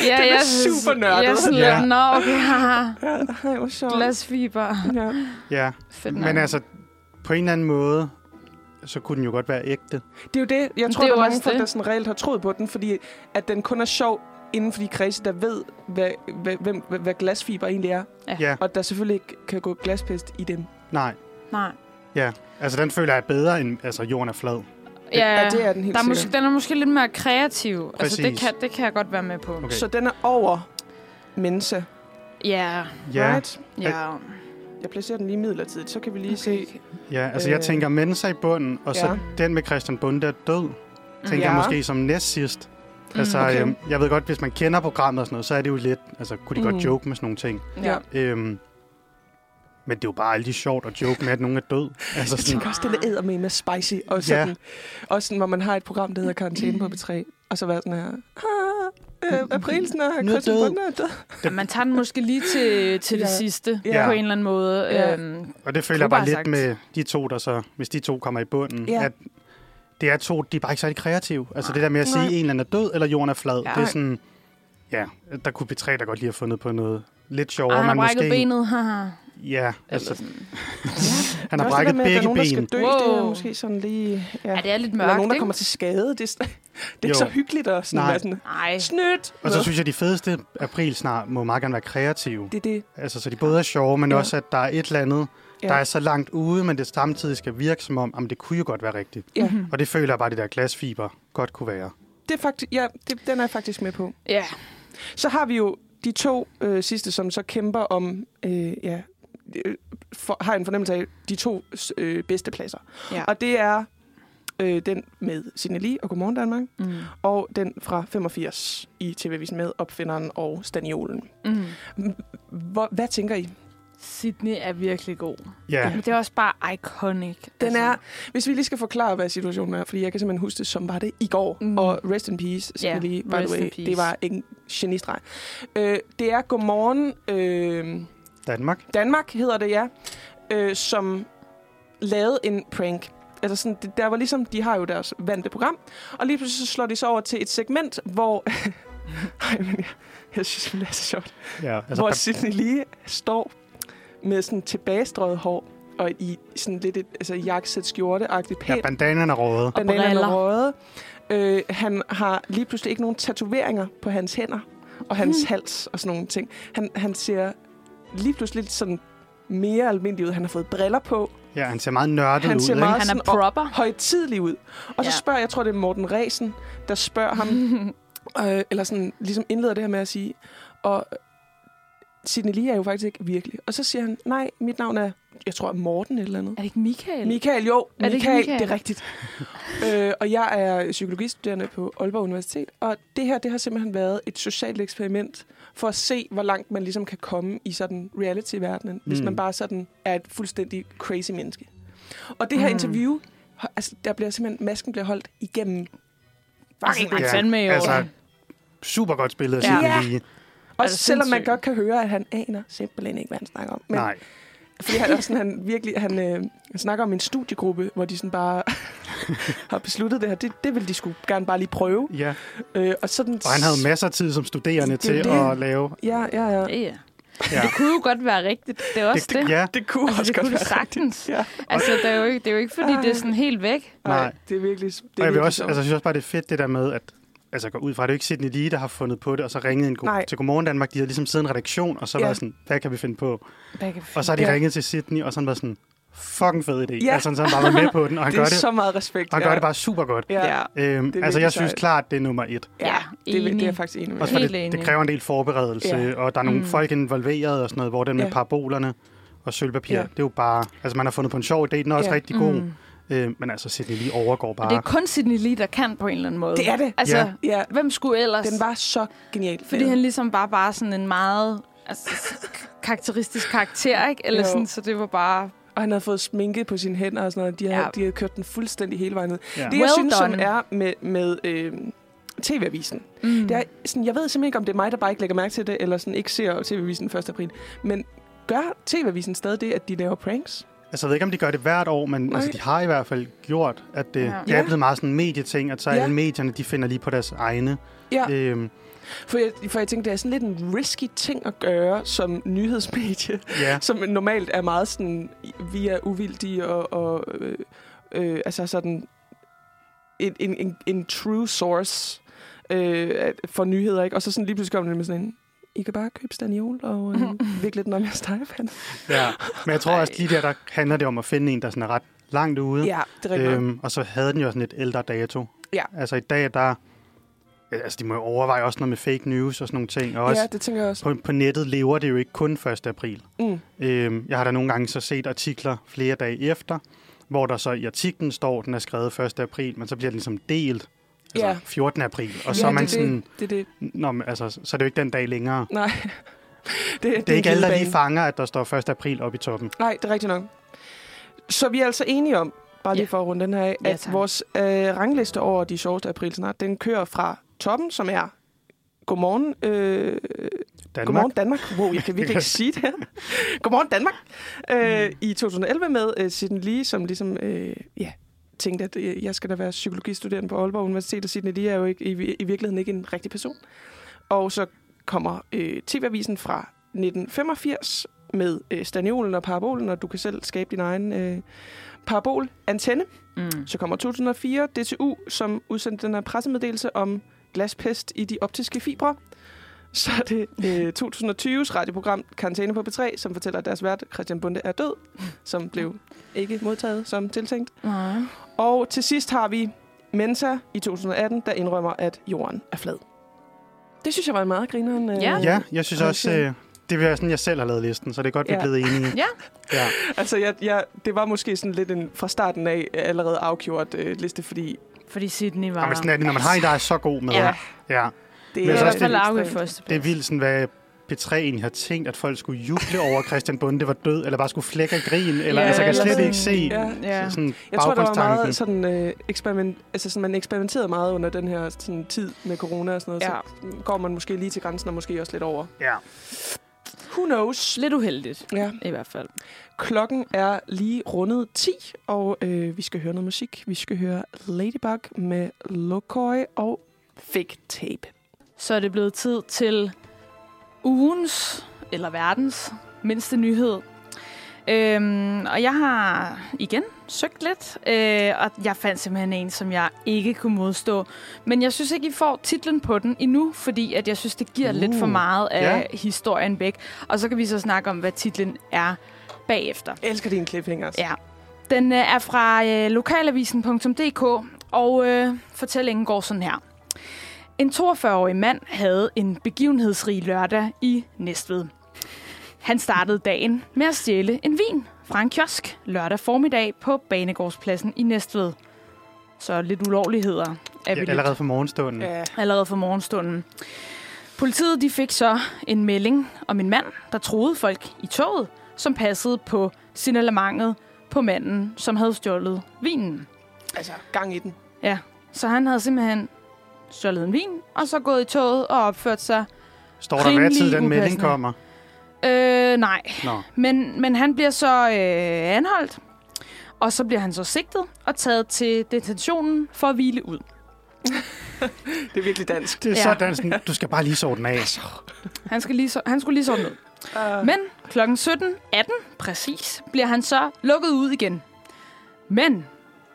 Speaker 1: Ja,
Speaker 2: Den er
Speaker 1: jeg synes-
Speaker 2: super nørdet.
Speaker 1: Jeg er sådan
Speaker 3: Ja.
Speaker 1: lidt, nå, okay, haha.
Speaker 2: Ja, ej, hvor sjovt.
Speaker 1: Glasfiber.
Speaker 2: Ja.
Speaker 3: Ja,
Speaker 1: Fedt nok.
Speaker 3: men altså, på en eller anden måde, så kunne den jo godt være ægte.
Speaker 2: Det er jo det, jeg
Speaker 1: det
Speaker 2: tror,
Speaker 1: er
Speaker 2: det er
Speaker 1: jo
Speaker 2: mange
Speaker 1: også
Speaker 2: folk,
Speaker 1: det.
Speaker 2: der sådan reelt har troet på den, fordi at den kun er sjov inden for de kredse, der ved, hvad, hvad, hvem, hvad, hvad glasfiber egentlig er.
Speaker 1: Ja.
Speaker 3: Ja.
Speaker 2: Og at der selvfølgelig ikke kan gå glaspest i dem.
Speaker 3: Nej,
Speaker 1: Nej.
Speaker 3: ja. Altså, den føler jeg er bedre end, altså, jorden er flad.
Speaker 1: Ja,
Speaker 2: Ja, det er den helt
Speaker 1: der er
Speaker 2: sikkert.
Speaker 1: måske, den er måske lidt mere kreativ. Altså, det
Speaker 3: Præcis.
Speaker 1: kan, det kan jeg godt være med på.
Speaker 3: Okay.
Speaker 2: Okay. Så den er over Mensa,
Speaker 1: Ja,
Speaker 3: Ja,
Speaker 2: right?
Speaker 1: ja.
Speaker 2: Jeg placerer den lige midlertidigt, så kan vi lige okay. se.
Speaker 3: ja altså, jeg
Speaker 2: Øh.
Speaker 3: tænker Mensa i bunden, og så
Speaker 2: Ja.
Speaker 3: den med Christian Bunde er død,
Speaker 2: Ja.
Speaker 3: tænker
Speaker 2: Mm,
Speaker 3: jeg måske som næst sidst. Altså,
Speaker 2: okay.
Speaker 3: okay. øhm, jeg ved godt, hvis man kender programmet og sådan noget, så er det jo lidt, altså, kunne de mm.
Speaker 2: Mm.
Speaker 3: godt joke med sådan nogle ting.
Speaker 1: ja.
Speaker 3: Øhm, men det er jo bare aldrig sjovt at joke med, at nogen er død. Altså,
Speaker 2: Jeg
Speaker 3: sådan,
Speaker 2: tænker også, den er eddermame med spicy. Og sådan, også sådan, hvor man har et program, der hedder Karantæne på B3. Og så være sådan her... Ah, øh, aprilsnak,
Speaker 3: Nu er
Speaker 2: Christian
Speaker 3: død.
Speaker 2: Bunde er død.
Speaker 1: Og Man tager den måske lige til, til det
Speaker 2: Ja.
Speaker 1: sidste
Speaker 2: Ja.
Speaker 1: på en eller anden måde.
Speaker 2: Ja.
Speaker 1: Ja. Øhm,
Speaker 3: og det føler
Speaker 1: kunne
Speaker 3: jeg bare
Speaker 1: bare
Speaker 3: lidt
Speaker 1: sagt.
Speaker 3: med de to, der så, hvis de to kommer i bunden,
Speaker 2: Ja.
Speaker 3: ja. at det er to, de er bare ikke særlig kreative. Altså, det der med at sige,
Speaker 2: Nej.
Speaker 3: at en eller anden er død, eller jorden er flad,
Speaker 1: Ja.
Speaker 3: det er sådan, ja, der kunne B3 da godt lige have fundet på noget lidt sjovere.
Speaker 2: Ah,
Speaker 1: Ej, Ah, han har
Speaker 3: man
Speaker 1: brækket
Speaker 3: måske,
Speaker 1: benet, haha.
Speaker 3: Ja,
Speaker 1: Eller
Speaker 3: altså,
Speaker 1: sådan.
Speaker 3: han har brækket
Speaker 2: Det er
Speaker 3: begge
Speaker 2: også det der med, at der er nogen, der skal dø.
Speaker 3: ben.
Speaker 2: Det er
Speaker 1: Wow.
Speaker 2: måske sådan lige...
Speaker 1: Ja, det er lidt
Speaker 2: Eller
Speaker 1: mørkt,
Speaker 2: nogen, der
Speaker 1: ikke?
Speaker 2: kommer til skade. Det er, sådan- det er ikke
Speaker 3: Jo.
Speaker 2: så hyggeligt at sådan
Speaker 3: Nej.
Speaker 2: være sådan...
Speaker 1: Nej.
Speaker 2: Snydt!
Speaker 3: Og så synes jeg, at de fedeste april snart må meget gerne være kreative.
Speaker 2: det er det.
Speaker 3: Altså, så de både er sjove, men
Speaker 2: Ja.
Speaker 3: ja. også, at der er et eller andet,
Speaker 2: Ja.
Speaker 3: ja. der er så langt ude, men det samtidig skal virke som om, jamen, det kunne jo godt være rigtigt.
Speaker 2: Ja,
Speaker 1: Mhm.
Speaker 3: Og det føler jeg bare, at det der glasfiber godt kunne være.
Speaker 2: det er faktisk, ja det, den er jeg faktisk med på.
Speaker 1: Ja.
Speaker 2: Så har vi jo de to øh, sidste, som så kæmper om øh, ja, øh, for, har en fornemmelse af de to øh, bedste pladser.
Speaker 1: Ja.
Speaker 2: Og det er øh, den med Signe Lee og Godmorgen Danmark,
Speaker 1: Mm.
Speaker 2: og den fra 85 i TV-avisen med Opfinderen og Staniolen.
Speaker 1: Mm.
Speaker 2: Hvor, hvad tænker I?
Speaker 1: Sydney er virkelig god.
Speaker 3: Ja,
Speaker 1: Men det er også bare iconic. Altså,
Speaker 2: Den er, Altså, hvis vi lige skal forklare, hvad situationen er, fordi jeg kan simpelthen huske det, som var det i går.
Speaker 1: Mm.
Speaker 2: Mm. Og rest in peace, Signe
Speaker 1: Ja,
Speaker 2: yeah, Lee, by
Speaker 1: rest
Speaker 2: the
Speaker 1: in
Speaker 2: way.
Speaker 1: peace.
Speaker 2: Det var en genistreg. Øh, det er Godmorgen øh,
Speaker 3: Danmark.
Speaker 2: Danmark, hedder det, ja, øh, som lavede en prank. Altså sådan, det, der var ligesom, de har jo deres vante program, og lige pludselig så slår de så over til et segment, hvor... Ej, men jeg, jeg synes, det er så sjovt
Speaker 3: Ja,
Speaker 2: altså, hvor
Speaker 3: der-
Speaker 2: Sydney lige står med sådan tilbagestrøget hår, og i sådan lidt et altså, jakkesæt skjorte-agtigt
Speaker 3: Ja,
Speaker 2: pænt,
Speaker 3: bandanaen er røget.
Speaker 1: og
Speaker 2: bananer med
Speaker 1: briller.
Speaker 2: røde. Øh, han har lige pludselig ikke nogen tatoveringer på hans hænder og hans
Speaker 1: Hmm.
Speaker 2: hals og sådan nogle ting. Han, han ser lige pludselig lidt sådan mere almindelig ud. Han har fået briller på,
Speaker 3: Ja, han ser meget nørdet
Speaker 2: Han
Speaker 3: ud,
Speaker 2: ser
Speaker 3: ikke?
Speaker 2: meget-
Speaker 1: Han er
Speaker 2: sådan- og-
Speaker 1: proper.
Speaker 2: højtidlig ud. Og så
Speaker 1: Ja.
Speaker 2: spørger, jeg tror det er Morten Resen, der spørger ham,
Speaker 1: Hmm.
Speaker 2: øh, eller sådan ligesom indleder det her med at sige, og Sidney Lee er jo faktisk ikke virkelig. Og så siger han, nej, mit navn er, jeg tror, Morten et eller andet.
Speaker 1: er det ikke Michael?
Speaker 2: Michael, jo.
Speaker 1: Er det ikke
Speaker 2: Michael,
Speaker 1: Michael?
Speaker 2: det er rigtigt. øh, og jeg er psykologistuderende på Aalborg Universitet, og det her, det har simpelthen været et socialt eksperiment for at se, hvor langt man ligesom kan komme i sådan reality-verdenen, mm. hvis
Speaker 3: Mm.
Speaker 2: man bare sådan er et fuldstændig crazy menneske. Og det her
Speaker 1: Mm.
Speaker 2: mm. interview, ho- altså, der bliver simpelthen, masken bliver holdt igennem.
Speaker 1: Fucking
Speaker 2: Altså,
Speaker 1: nej,
Speaker 3: Ja,
Speaker 1: fandme i
Speaker 3: altså,
Speaker 1: orden.
Speaker 3: Super godt spillet af
Speaker 1: Ja.
Speaker 3: Signe
Speaker 2: Ja.
Speaker 3: Lee.
Speaker 2: Også selvom man
Speaker 1: sindssygt.
Speaker 2: godt kan høre, at han aner simpelthen ikke, hvad han snakker om. Men
Speaker 3: Nej.
Speaker 2: Fordi han, er sådan, han virkelig han, øh, han snakker om en studiegruppe, hvor de sådan bare har besluttet det her. Det, det vil de skulle gerne bare lige prøve.
Speaker 3: Ja.
Speaker 2: Øh, og, sådan,
Speaker 3: Og han havde masser af tid som studerende
Speaker 2: Det er
Speaker 3: til
Speaker 2: det.
Speaker 3: at lave...
Speaker 2: Ja, ja, ja.
Speaker 1: Ja.
Speaker 3: Ja.
Speaker 1: Det kunne jo godt være rigtigt. Det er også det. det.
Speaker 3: Ja,
Speaker 2: Det kunne
Speaker 1: Altså, det kunne det sagtens.
Speaker 2: Ja.
Speaker 1: Altså, det er, jo ikke, det er jo ikke, fordi det er sådan helt væk.
Speaker 3: Nej.
Speaker 2: Nej, det er virkelig... Det
Speaker 3: og
Speaker 2: er
Speaker 3: jeg, vil
Speaker 2: virkelig
Speaker 3: også,
Speaker 2: sjovt.
Speaker 3: altså, jeg synes også bare, det er fedt det der med, at altså jeg går ud fra, at det er jo ikke Sidney Lee, der har fundet på det, og så ringet en go-
Speaker 2: Nej.
Speaker 3: til Godmorgen Danmark. De havde ligesom siddet i en redaktion, og så ja.
Speaker 2: Ja.
Speaker 3: var sådan, hvad kan vi finde på?
Speaker 1: Hvad kan
Speaker 3: Og så har de ja.
Speaker 2: Ja.
Speaker 3: ringet til Sidney, og sådan var sådan, fucking fed idé. Ja.
Speaker 2: Ja.
Speaker 3: Altså, så han bare var med på den, og han,
Speaker 2: det
Speaker 3: gør
Speaker 2: er
Speaker 3: det,
Speaker 2: så meget respekt.
Speaker 3: og han gør det bare super godt.
Speaker 2: Ja, ja.
Speaker 3: Øhm,
Speaker 2: Det er
Speaker 3: altså, jeg
Speaker 2: virkelig
Speaker 3: synes
Speaker 2: sejt.
Speaker 3: klart, det er nummer et.
Speaker 1: Ja,
Speaker 2: det, er- det er
Speaker 1: enig.
Speaker 2: jeg faktisk enig med.
Speaker 3: Også fordi
Speaker 1: Helt
Speaker 3: det, det
Speaker 1: enig.
Speaker 3: kræver en del forberedelse, ja.
Speaker 2: Ja.
Speaker 3: og der er nogle mm.
Speaker 1: Mm.
Speaker 3: folk involveret og sådan noget, hvor den med ja.
Speaker 2: Ja.
Speaker 3: parabolerne og sølvpapir, ja.
Speaker 2: Ja.
Speaker 3: det er jo bare... Altså, man har fundet på en sjov idé, den er også ja.
Speaker 2: Ja.
Speaker 3: rigtig god, mm. øh, men altså, Sidney Lee overgår
Speaker 1: Og
Speaker 3: bare...
Speaker 1: det er kun Sidney Lee, der kan på en eller anden måde.
Speaker 2: Det er det.
Speaker 1: Altså,
Speaker 3: Ja.
Speaker 2: Ja,
Speaker 1: hvem skulle ellers?
Speaker 2: den var så genial.
Speaker 1: Fordi han ligesom bare bare sådan en meget altså, karakteristisk karakter, ikke? Eller
Speaker 2: Jo.
Speaker 1: sådan, så det var bare...
Speaker 2: Og han havde fået sminke på sine hænder og sådan noget. De havde,
Speaker 1: Ja.
Speaker 2: ja. de havde kørt den fuldstændig hele vejen ned.
Speaker 3: Ja.
Speaker 2: Det, jeg
Speaker 1: Well
Speaker 2: synes,
Speaker 1: done.
Speaker 2: som er med, med øh, TV-avisen,
Speaker 1: Mm.
Speaker 2: Det er sådan, jeg ved simpelthen ikke, om det er mig, der bare ikke lægger mærke til det, eller sådan ikke ser TV-avisen 1. april. Men gør TV-avisen stadig det, at de laver pranks?
Speaker 3: Altså, jeg ved ikke, om de gør det hvert år, men
Speaker 2: Nej.
Speaker 3: altså, de har i hvert fald gjort, at det,
Speaker 1: Ja.
Speaker 3: ja. det er
Speaker 2: Ja.
Speaker 3: blevet meget sådan en medieting, at så ja.
Speaker 2: Ja.
Speaker 3: alle medierne, de finder lige på deres egne.
Speaker 2: Ja,
Speaker 3: Øhm,
Speaker 2: for jeg, for jeg tænkte, det er sådan lidt en risky ting at gøre som nyhedsmedie,
Speaker 3: ja.
Speaker 2: som normalt er meget sådan, vi er uvildige og, og øh, øh, altså sådan en, en, en, en true source øh, at- for nyheder, ikke? Og så sådan lige pludselig kommer det med sådan en, I kan bare købe Staniol og øh, vikle den om jeres tegepande.
Speaker 3: ja. Men jeg tror også, lige der, der handler det om at finde en, der sådan er ret langt ude.
Speaker 2: Ja, det er rigtigt. Øhm,
Speaker 3: og så havde den jo sådan et ældre dato.
Speaker 2: Ja.
Speaker 3: Altså, i dag, der... Altså, de må jo overveje også noget med fake news og sådan nogle ting. Og også
Speaker 2: ja, det tænker jeg også.
Speaker 3: på, på nettet lever det jo ikke kun 1. april.
Speaker 2: Mm.
Speaker 3: Øhm, jeg har da nogle gange så set artikler flere dage efter, hvor der så i artiklen står, den er skrevet 1. april, men så bliver den ligesom delt altså
Speaker 2: Ja.
Speaker 3: 14. april. Og så er
Speaker 2: ja,
Speaker 3: man
Speaker 2: det, er
Speaker 3: sådan,
Speaker 2: Det, det, er det.
Speaker 3: nå, men, altså, så er det jo ikke den dag længere.
Speaker 2: Nej. Det,
Speaker 3: Det er ikke alle, der
Speaker 2: glidebane.
Speaker 3: lige fanger, at der står 1. april oppe i toppen.
Speaker 2: Nej, det er rigtigt nok. Så vi er altså enige om, bare lige
Speaker 1: Ja.
Speaker 2: for at runde den her af,
Speaker 1: Ja,
Speaker 2: at
Speaker 1: tak.
Speaker 2: vores øh, rangliste over de sjoveste april snart, den kører fra toppen, som er Godmorgen, øh,
Speaker 3: Danmark.
Speaker 2: Godmorgen Danmark. Wow, jeg kan virkelig ikke sige det her. Godmorgen Danmark. Øh, I 2011 med øh, Sidney Lee, som ligesom øh, ja, tænkte, at øh, jeg skal da være psykologistuderende på Aalborg Universitet, og Sidney Lee er jo ikke, i, vi- i virkeligheden ikke en rigtig person. Og så kommer øh, TV-avisen fra 1985 med øh, staniolen og parabolen, og du kan selv skabe din egen øh, parabol antenne.
Speaker 1: Mm.
Speaker 2: Så kommer 2004 DTU, som udsendte den her pressemeddelelse om glaspest i de optiske fibre. Så er det øh, 2020's radioprogram Karantæne på B3, som fortæller, at deres vært Christian Bunde er død, som blev ikke modtaget som tiltænkt.
Speaker 1: Nej.
Speaker 2: Og til sidst har vi Mensa i 2018, der indrømmer, at jorden er flad. Det synes jeg var en meget grineren. Øh,
Speaker 1: Ja.
Speaker 3: Ja, jeg synes også,
Speaker 2: Okay.
Speaker 3: øh, det er sådan, jeg selv har lavet listen, så det er godt, vi er
Speaker 2: Ja.
Speaker 3: blevet enige.
Speaker 1: Ja.
Speaker 3: ja.
Speaker 2: Altså, jeg, jeg, det var måske sådan lidt en fra starten af allerede afgjort øh, liste, fordi
Speaker 1: Fordi Sydney var...
Speaker 3: Nå, men sådan er det, når man har en, der er så god med.
Speaker 1: Ja.
Speaker 3: ja.
Speaker 2: det
Speaker 3: Men
Speaker 1: Det
Speaker 3: jeg
Speaker 1: var i
Speaker 3: synes,
Speaker 1: hvert fald
Speaker 3: det-
Speaker 1: Lauke i
Speaker 2: ekstremt.
Speaker 1: første
Speaker 3: Det er vildt, sådan, hvad P3 egentlig har tænkt, at folk skulle juble over, at Christian Bunde var død, eller bare skulle flække og grine, eller
Speaker 1: Ja,
Speaker 3: ja, altså, jeg kan
Speaker 1: eller
Speaker 3: slet ikke
Speaker 1: sådan-
Speaker 3: se
Speaker 2: ja.
Speaker 1: Ja.
Speaker 3: ja. sådan
Speaker 2: Jeg tror, der var meget
Speaker 3: baggrundstanken.
Speaker 2: sådan, øh, eksperiment, altså sådan, man eksperimenterede meget under den her sådan, tid med corona og sådan noget.
Speaker 1: Ja.
Speaker 2: Så går man måske lige til grænsen og måske også lidt over.
Speaker 3: Ja.
Speaker 2: Who knows?
Speaker 1: Lidt uheldigt,
Speaker 2: Ja.
Speaker 1: i hvert fald.
Speaker 2: Klokken er lige rundet 10, og øh, vi skal høre noget musik. Vi skal høre Ladybug med Lokoi og Fake Tape.
Speaker 1: Så er det blevet tid til ugens, eller verdens, mindste nyhed. Øhm, og jeg har igen søgt lidt, øh, og jeg fandt simpelthen en, som jeg ikke kunne modstå. Men jeg synes ikke, I får titlen på den endnu, fordi at jeg synes, det giver uh,
Speaker 3: Uh,
Speaker 1: lidt for meget af
Speaker 3: ja.
Speaker 1: historien væk. Og så kan vi så snakke om, hvad titlen er bagefter.
Speaker 2: Jeg elsker dine cliffhangers.
Speaker 1: Ja. Den øh, er fra øh, lokalavisen.dk, og øh, fortællingen går sådan her. En 42-årig mand havde en begivenhedsrig lørdag i Næstved. Han startede dagen med at stjæle en vin fra en kiosk lørdag formiddag på Banegårdspladsen i Næstved. Så lidt ulovligheder er vi
Speaker 3: Ja,
Speaker 1: lidt
Speaker 3: allerede fra morgenstunden. Ja.
Speaker 2: Mm. Ja.
Speaker 1: allerede fra morgenstunden. Politiet de fik så en melding om en mand, der troede folk i toget, som passede på signalementet på manden, som havde stjålet vinen.
Speaker 2: Altså, gang i den.
Speaker 1: Så han havde simpelthen stjålet en vin, og så gået i toget og opført sig.
Speaker 3: Står der hvad
Speaker 1: Rimelig
Speaker 3: tid den melding
Speaker 1: upassende.
Speaker 3: kommer?
Speaker 1: Øh, nej,
Speaker 3: Nå.
Speaker 1: Men, men han bliver så øh, anholdt, og så bliver han så sigtet og taget til detentionen for at hvile ud.
Speaker 2: Det er virkelig dansk.
Speaker 3: Det er
Speaker 1: Ja.
Speaker 3: ja. sådan, sådan, du skal bare lige sove den af.
Speaker 1: Han, skal lige så, han skulle lige sådan ud.
Speaker 2: Uh,
Speaker 1: Men kl. 17.18 præcis bliver han så lukket ud igen. Men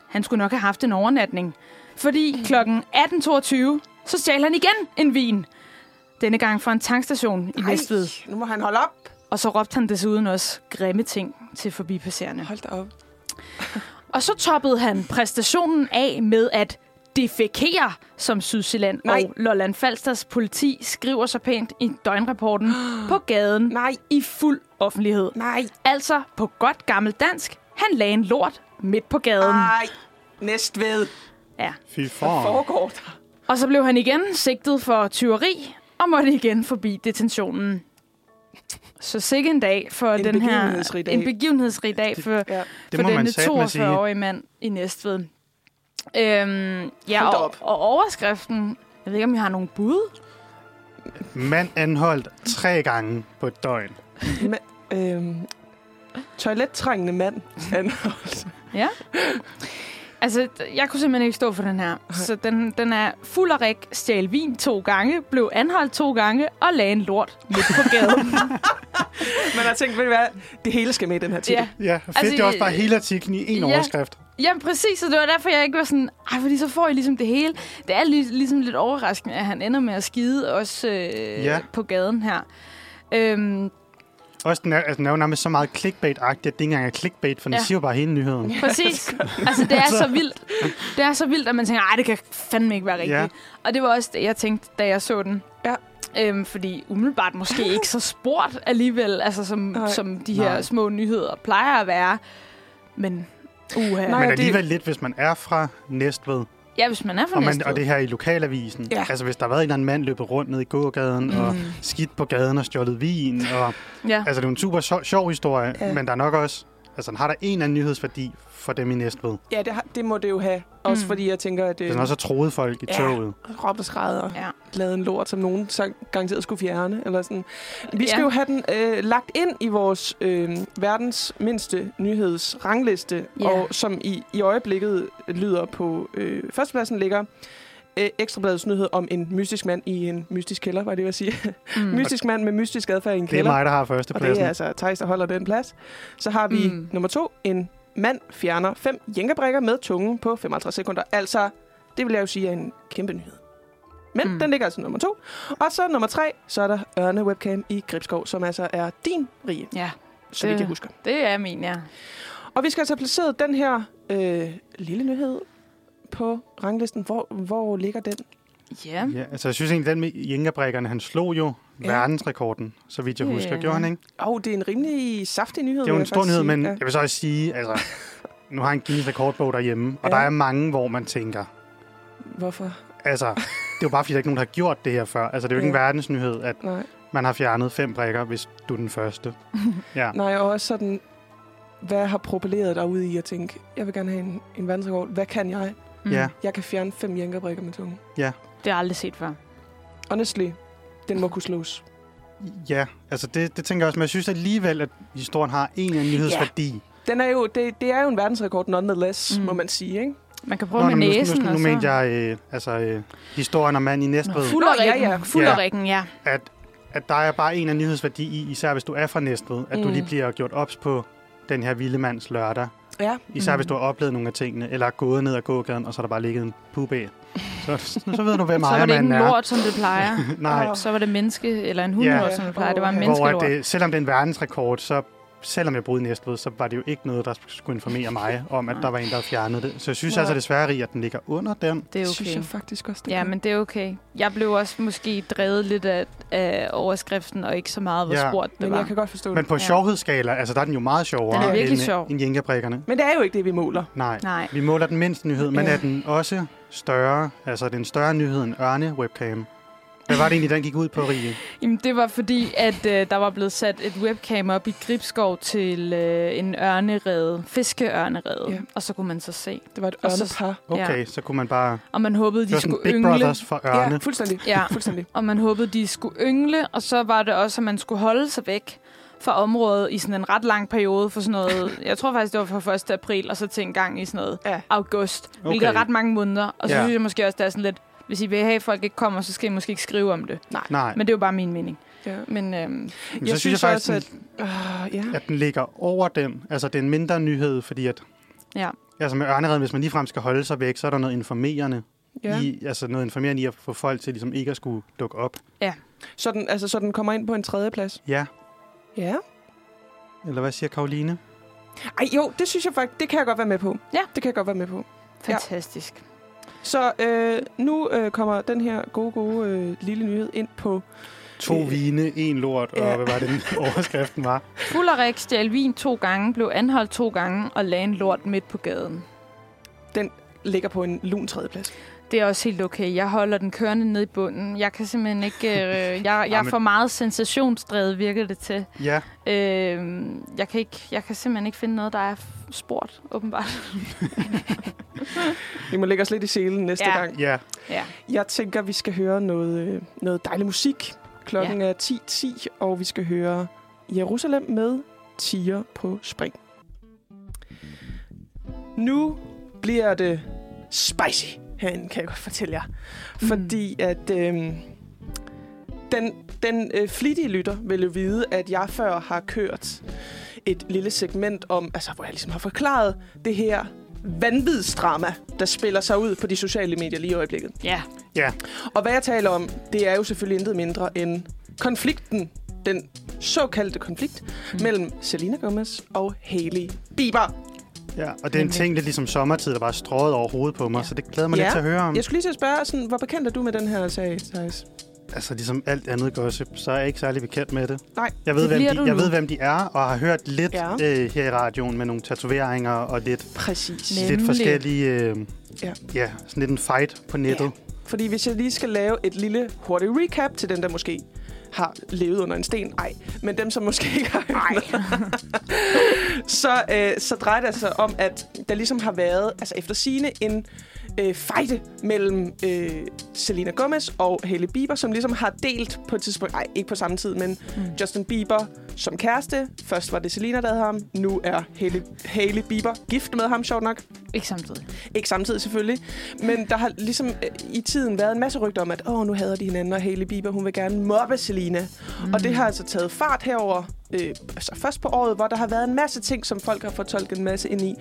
Speaker 1: han skulle nok have haft en overnatning, fordi kl. 18.22 så stjal han igen en vin. Denne gang fra en tankstation i Næstved.
Speaker 2: nu må han holde op.
Speaker 1: Og så råbte han desuden også grimme ting til forbipasserende.
Speaker 2: Hold da op.
Speaker 1: Og så toppede han præstationen af med at defekere, som Sydsjælland
Speaker 2: Nej.
Speaker 1: og Lolland Falsters politi skriver så pænt i døgnrapporten på gaden
Speaker 2: Nej,
Speaker 1: i fuld offentlighed.
Speaker 2: nej,
Speaker 1: Altså på godt gammelt dansk, han lagde en lort midt på gaden.
Speaker 2: nej. Næstved.
Speaker 1: Ja.
Speaker 3: Fy
Speaker 2: Hvad
Speaker 3: for.
Speaker 2: foregår der?
Speaker 1: Og så blev han igen sigtet for tyveri og måtte igen forbi detentionen. Så sikke en dag for
Speaker 2: En
Speaker 1: den her...
Speaker 2: begivenhedsrig dag.
Speaker 1: En begivenhedsrig dag for,
Speaker 2: Ja.
Speaker 1: det for
Speaker 3: må man
Speaker 1: denne
Speaker 3: satme sige.
Speaker 1: 42-årige mand i Næstved. Øhm,
Speaker 2: Hold
Speaker 1: ja,
Speaker 2: da
Speaker 1: og,
Speaker 2: op.
Speaker 1: og overskriften... Jeg ved ikke, om I har nogen bud?
Speaker 3: Mand anholdt tre gange på et døgn.
Speaker 2: Ma- øhm, toilettrængende mand. Han-
Speaker 1: Ja. Altså, d- jeg kunne simpelthen ikke stå for den her. Så den, den er fuld af rik, stjal vin to gange, blev anholdt to gange og lagde en lort midt på gaden.
Speaker 2: Man har tænkt, ved du hvad, det hele skal med i den her titel.
Speaker 1: ja.
Speaker 2: Ja.
Speaker 3: Ja, fedt.
Speaker 1: Altså,
Speaker 3: Altså, det er også bare
Speaker 1: øh,
Speaker 3: hele artiklen i én
Speaker 1: ja.
Speaker 3: ja. overskrift.
Speaker 1: Jamen præcis, og det var derfor, jeg ikke var sådan, ej, fordi så får I ligesom det hele. Det er lig- ligesom lidt overraskende, at han ender med at skide også øh, ja.
Speaker 3: Ja.
Speaker 1: på gaden her. Øhm,
Speaker 3: Også den er, altså, den er jo nærmest så meget clickbait-agtig, at det ikke engang er clickbait, for den
Speaker 1: Ja.
Speaker 3: ja. siger jo bare hele nyheden.
Speaker 1: præcis. altså, det er så vildt. Det er så vildt, at man tænker, ej, det kan fandme ikke være rigtigt.
Speaker 3: Ja.
Speaker 1: Og det var også det, jeg tænkte, da jeg så den.
Speaker 2: Ja.
Speaker 1: Øhm, fordi umiddelbart måske ikke så sport alligevel, altså som,
Speaker 2: Nej.
Speaker 1: som de her
Speaker 3: Nej.
Speaker 1: små nyheder plejer at være. Men uha.
Speaker 2: Nej.
Speaker 1: Nej.
Speaker 3: Men
Speaker 2: det-
Speaker 3: alligevel lidt, hvis man er fra Næstved,
Speaker 1: Ja, hvis man er fra
Speaker 3: og, man,
Speaker 1: Næstved.
Speaker 3: og det her i lokalavisen.
Speaker 2: Ja.
Speaker 3: Ja. Altså, hvis der har været en eller anden mand løbet rundt ned i gågaden, mm. og skidt på gaden og stjålet vin, og
Speaker 1: ja.
Speaker 3: Altså, det er jo en super sjov, sjov historie,
Speaker 2: Ja.
Speaker 3: ja. men der er nok også... Altså, den har der en eller anden nyhedsværdi for dem i Næstved. Det
Speaker 2: ja, det, har, det må det jo have. Også
Speaker 1: Mm.
Speaker 2: fordi jeg tænker, at
Speaker 3: er
Speaker 2: det
Speaker 3: sådan også at troede folk i
Speaker 2: Ja.
Speaker 3: ja. toget.
Speaker 2: råb og skræd og
Speaker 1: Ja.
Speaker 2: lavede en lort, som nogen så garanteret skulle fjerne. Eller sådan. Vi
Speaker 1: Ja.
Speaker 2: skal ja. jo have den øh, lagt ind i vores øh, verdens mindste nyhedsrangliste,
Speaker 1: Ja.
Speaker 2: og som i, i øjeblikket lyder på øh, førstepladsen ligger øh, Ekstrabladets nyhed om en mystisk mand i en mystisk kælder, var det, jeg ville sige.
Speaker 3: Altså,
Speaker 2: Mm.
Speaker 1: Mm.
Speaker 2: mystisk mand med mystisk adfærd i en
Speaker 3: Det er
Speaker 2: kælder.
Speaker 3: mig, der har
Speaker 2: Og det
Speaker 3: førstepladsen.
Speaker 2: er altså Thijs, der holder den plads. Så har vi
Speaker 1: Mm.
Speaker 2: mm. nummer to. En mand fjerner fem jænkebrikker med tungen på 55 sekunder. Altså, det vil jeg jo sige er en kæmpe nyhed. Men
Speaker 1: Mm.
Speaker 2: mm. den ligger altså nummer to. Og så nummer tre, så er der Ørne Webcam i Gribskov, som altså er din rige,
Speaker 1: ja,
Speaker 2: så vidt
Speaker 1: Det-
Speaker 2: jeg husker.
Speaker 1: det er min, ja.
Speaker 2: Og vi skal altså have placeret den her øh, lille nyhed på ranglisten. Hvor, hvor ligger den?
Speaker 1: Ja,
Speaker 3: Ja, altså, jeg synes egentlig, den med jænkerbrækkerne, han slog jo
Speaker 2: Ja.
Speaker 3: verdensrekorden, så vidt jeg husker.
Speaker 1: Ja.
Speaker 3: Gjorde han ikke?
Speaker 2: Åh, oh, det er en rimelig saftig nyhed.
Speaker 3: Det er jo
Speaker 2: vil
Speaker 3: en
Speaker 2: jeg
Speaker 3: stor
Speaker 2: faktisk
Speaker 3: nyhed,
Speaker 2: sige.
Speaker 3: men
Speaker 2: Ja.
Speaker 3: jeg vil så også sige, altså, nu har jeg en Guinness rekordbog derhjemme, og
Speaker 2: Ja.
Speaker 3: der er mange, hvor man tænker,
Speaker 2: Hvorfor?
Speaker 3: altså, det er jo bare, fordi der ikke er nogen, der har gjort det her før. Altså, det er jo ikke en
Speaker 2: Ja.
Speaker 3: verdensnyhed, at
Speaker 2: Nej.
Speaker 3: man har fjernet fem brækker, hvis du er den første. Ja.
Speaker 2: Nej, og også sådan, hvad har propelleret dig ud i at tænke, jeg vil gerne have en, en verdensrekord. Hvad kan jeg?
Speaker 1: Mm.
Speaker 3: Ja.
Speaker 2: Jeg kan fjerne fem jænkerbrikker med tungen.
Speaker 1: Det har jeg aldrig set før.
Speaker 2: Honestly, den må kunne slås.
Speaker 3: Ja, altså det, det tænker jeg også, men jeg synes alligevel, at historien har en eller anden nyhedsværdi. Ja.
Speaker 2: Den er jo, det, det er jo en verdensrekord nonetheless,
Speaker 1: Mm.
Speaker 2: mm. må man sige, ikke?
Speaker 1: Man kan prøve Nå, med
Speaker 3: nu,
Speaker 1: næsen.
Speaker 3: nu, nu,
Speaker 1: og
Speaker 3: nu
Speaker 1: så-
Speaker 3: mente jeg øh, altså, øh, historien om mand i
Speaker 1: Nå,
Speaker 3: Næstved,
Speaker 1: fuld
Speaker 2: Nå,
Speaker 1: og
Speaker 2: ja,
Speaker 1: rækken. Ja,
Speaker 2: ja.
Speaker 1: ja. Fuld
Speaker 3: Ja.
Speaker 1: og rækken, ja.
Speaker 3: at, at der er bare en eller anden nyhedsværdi i, især hvis du er fra Næstved, at mm. du
Speaker 2: Mm.
Speaker 3: lige bliver gjort ops på den her vilde mands lørdag.
Speaker 2: Ja.
Speaker 3: Især
Speaker 1: Mm.
Speaker 3: mm. hvis du har oplevet nogle af tingene, eller er gået ned ad gågaden, og så er der bare ligget en pub af. Så, så ved du, hvem
Speaker 1: Så var det ikke
Speaker 3: ejermanden
Speaker 1: en
Speaker 3: er.
Speaker 1: lort, som det plejer.
Speaker 3: Nej,
Speaker 2: Åh.
Speaker 1: Så var det menneske, eller en hund,
Speaker 3: Ja.
Speaker 1: yeah. som det plejer. Det var en
Speaker 2: Hvor
Speaker 3: hvor
Speaker 1: menneskelort.
Speaker 3: at, øh, selvom det er en verdensrekord, så selvom jeg boede i Næstved, så var det jo ikke noget, der skulle informere mig om, at
Speaker 1: Nej.
Speaker 3: der var en, der havde fjernet det. Så jeg synes
Speaker 2: Nej.
Speaker 3: altså desværre, Rie, at den ligger under den.
Speaker 1: Det er
Speaker 2: Synes
Speaker 1: okay.
Speaker 2: jeg faktisk også, det
Speaker 1: Ja,
Speaker 2: gør.
Speaker 1: men det er okay. Jeg blev også måske drevet lidt af, af overskriften, og ikke så meget, hvor
Speaker 3: Ja.
Speaker 1: ja. spurgt det
Speaker 2: men
Speaker 1: var.
Speaker 2: jeg kan godt forstå
Speaker 3: Men
Speaker 2: det.
Speaker 3: på
Speaker 1: Ja.
Speaker 3: sjovhedsskala, altså der er den jo meget sjovere
Speaker 1: Den er virkelig
Speaker 3: end, øh,
Speaker 1: sjov.
Speaker 3: end jænkerbrikkerne.
Speaker 2: Men det er jo ikke det, vi måler.
Speaker 3: Nej.
Speaker 1: Nej.
Speaker 3: Vi måler den mindste nyhed, men
Speaker 2: Ja.
Speaker 3: er den også større? Altså er det en større nyhed end ørne-webcam? Hvad var det egentlig, den gik ud på, Rie?
Speaker 1: Jamen, det var fordi, at øh, der var blevet sat et webcam op i Gribskov til øh, en ørnerede, fiskeørnerede,
Speaker 2: Ja.
Speaker 1: ja. og så kunne man så se.
Speaker 2: Det var et
Speaker 1: Og så-
Speaker 2: ørnepar.
Speaker 3: Okay, så kunne man bare...
Speaker 1: Og man håbede,
Speaker 3: Det var
Speaker 1: de
Speaker 3: sådan
Speaker 1: skulle
Speaker 3: Big
Speaker 1: yngle.
Speaker 3: Brothers for ørne.
Speaker 2: Ja, fuldstændig.
Speaker 1: Ja,
Speaker 2: Fuldstændig.
Speaker 1: og man håbede, de skulle yngle, og så var det også, at man skulle holde sig væk fra området i sådan en ret lang periode for sådan noget, jeg tror faktisk, det var fra 1. april, og så til en gang i sådan noget
Speaker 2: Ja.
Speaker 1: august, okay. hvilket er
Speaker 3: Okay.
Speaker 1: ret mange måneder. Og så
Speaker 3: Ja.
Speaker 1: ja. synes jeg måske også, det er sådan lidt, hvis I vil have, at folk ikke kommer, så skal I måske ikke skrive om det.
Speaker 3: Nej, men,
Speaker 1: Men det er jo bare min mening.
Speaker 2: Ja.
Speaker 1: Men øhm,
Speaker 3: men så synes jeg faktisk, at,
Speaker 2: Uh, ja.
Speaker 3: at den ligger over den. Altså, det er en mindre nyhed, fordi at...
Speaker 1: Ja.
Speaker 3: Altså med ørnereden, hvis man ligefrem skal holde sig væk, så er der noget informerende, ja.
Speaker 2: ja.
Speaker 3: i, altså noget informerende i at få folk til ligesom ikke at skulle dukke op.
Speaker 2: Så, den, altså, så den kommer ind på en tredjeplads.
Speaker 3: Ja,
Speaker 2: Ja.
Speaker 3: eller hvad siger Karoline?
Speaker 2: Ej, jo, det synes jeg faktisk, det kan jeg godt være med på.
Speaker 1: Ja.
Speaker 2: Det kan jeg godt være med på.
Speaker 1: fantastisk.
Speaker 2: Så øh, nu øh, kommer den her gode, gode øh, lille nyhed ind på...
Speaker 3: To
Speaker 2: Øh.
Speaker 3: vine, en lort, og
Speaker 2: Ja.
Speaker 3: hvad var det, den overskriften var?
Speaker 1: Fullerik stjal vin to gange, blev anholdt to gange og lagde en lort midt på gaden.
Speaker 2: Ligger på en lun tredjeplads.
Speaker 1: Det er også helt okay. Jeg holder den kørende ned i bunden. Jeg kan simpelthen ikke... Øh, jeg, jeg er
Speaker 3: men-
Speaker 1: for meget sensationsdrevet, virker det til.
Speaker 3: Ja,
Speaker 1: Øh, jeg, kan ikke, jeg kan simpelthen ikke finde noget, der er f- sport, åbenbart.
Speaker 2: Vi må lægge os lidt i selen næste
Speaker 1: Ja.
Speaker 2: gang.
Speaker 3: ja.
Speaker 1: Ja.
Speaker 2: Jeg tænker, vi skal høre noget, øh, noget dejlig musik. Klokken ja. er 10.10, og vi skal høre Jerusalem med Tiger på spring. Nu bliver det spicy herinde, kan jeg godt fortælle jer.
Speaker 1: Mm.
Speaker 2: Fordi at øh, den, den øh, flittige lytter vil jo vide, at jeg før har kørt et lille segment om, altså hvor jeg ligesom har forklaret det her vanvidsdrama, der spiller sig ud på de sociale medier lige i øjeblikket.
Speaker 1: Ja.
Speaker 2: Og hvad jeg taler om, det er jo selvfølgelig intet mindre end konflikten, den såkaldte konflikt mm. mellem Selena Gomez og Hailey Bieber.
Speaker 3: ja. Og det er en
Speaker 1: Nemlig.
Speaker 3: ting lidt ligesom sommertid, der bare er strøget over hovedet på mig, ja.
Speaker 1: Ja.
Speaker 3: så det glæder mig
Speaker 2: Ja.
Speaker 3: lidt til at høre om.
Speaker 2: Jeg skulle lige til at spørge, sådan, hvor bekendt er du med den her sag, Thijs?
Speaker 3: Altså ligesom alt andet gossip, så er jeg ikke særlig bekendt med det.
Speaker 2: Nej,
Speaker 3: Jeg ved,
Speaker 1: det
Speaker 3: hvem
Speaker 1: bliver
Speaker 3: de,
Speaker 1: du
Speaker 3: jeg
Speaker 1: nu.
Speaker 3: ved, hvem de er, og har hørt lidt
Speaker 2: Ja.
Speaker 3: ja. øh, her i radioen med nogle tatoveringer og lidt,
Speaker 2: præcis.
Speaker 1: Nej.
Speaker 3: lidt
Speaker 1: Nemlig.
Speaker 3: forskellige... Øh,
Speaker 2: Ja.
Speaker 3: ja. ja, sådan lidt en fight på nettet.
Speaker 2: Fordi hvis jeg lige skal lave et lille hurtigt recap til den, der måske har levet under en sten. Ej, men dem, som måske ikke har Ej. så, øh, så drejer det sig om, at der ligesom har været, altså efter sine en øh, fejde mellem øh, Selena Gomez og Hailey Bieber, som ligesom har delt på et tidspunkt, nej, ikke på samme tid, men mm. Justin Bieber som kæreste. Først var det Selena, der havde ham. Nu er Hailey, Hailey Bieber gift med ham, sjovt nok.
Speaker 1: Ikke samtidig.
Speaker 2: Ikke samtidig selvfølgelig, men der har ligesom øh, i tiden været en masse rygter om, at åh, nu hader de hinanden, og Hailey Bieber, hun vil gerne mobbe Selena. Mm. Og det har altså taget fart herover øh, altså først på året, hvor der har været en masse ting, som folk har fortolket en masse ind i.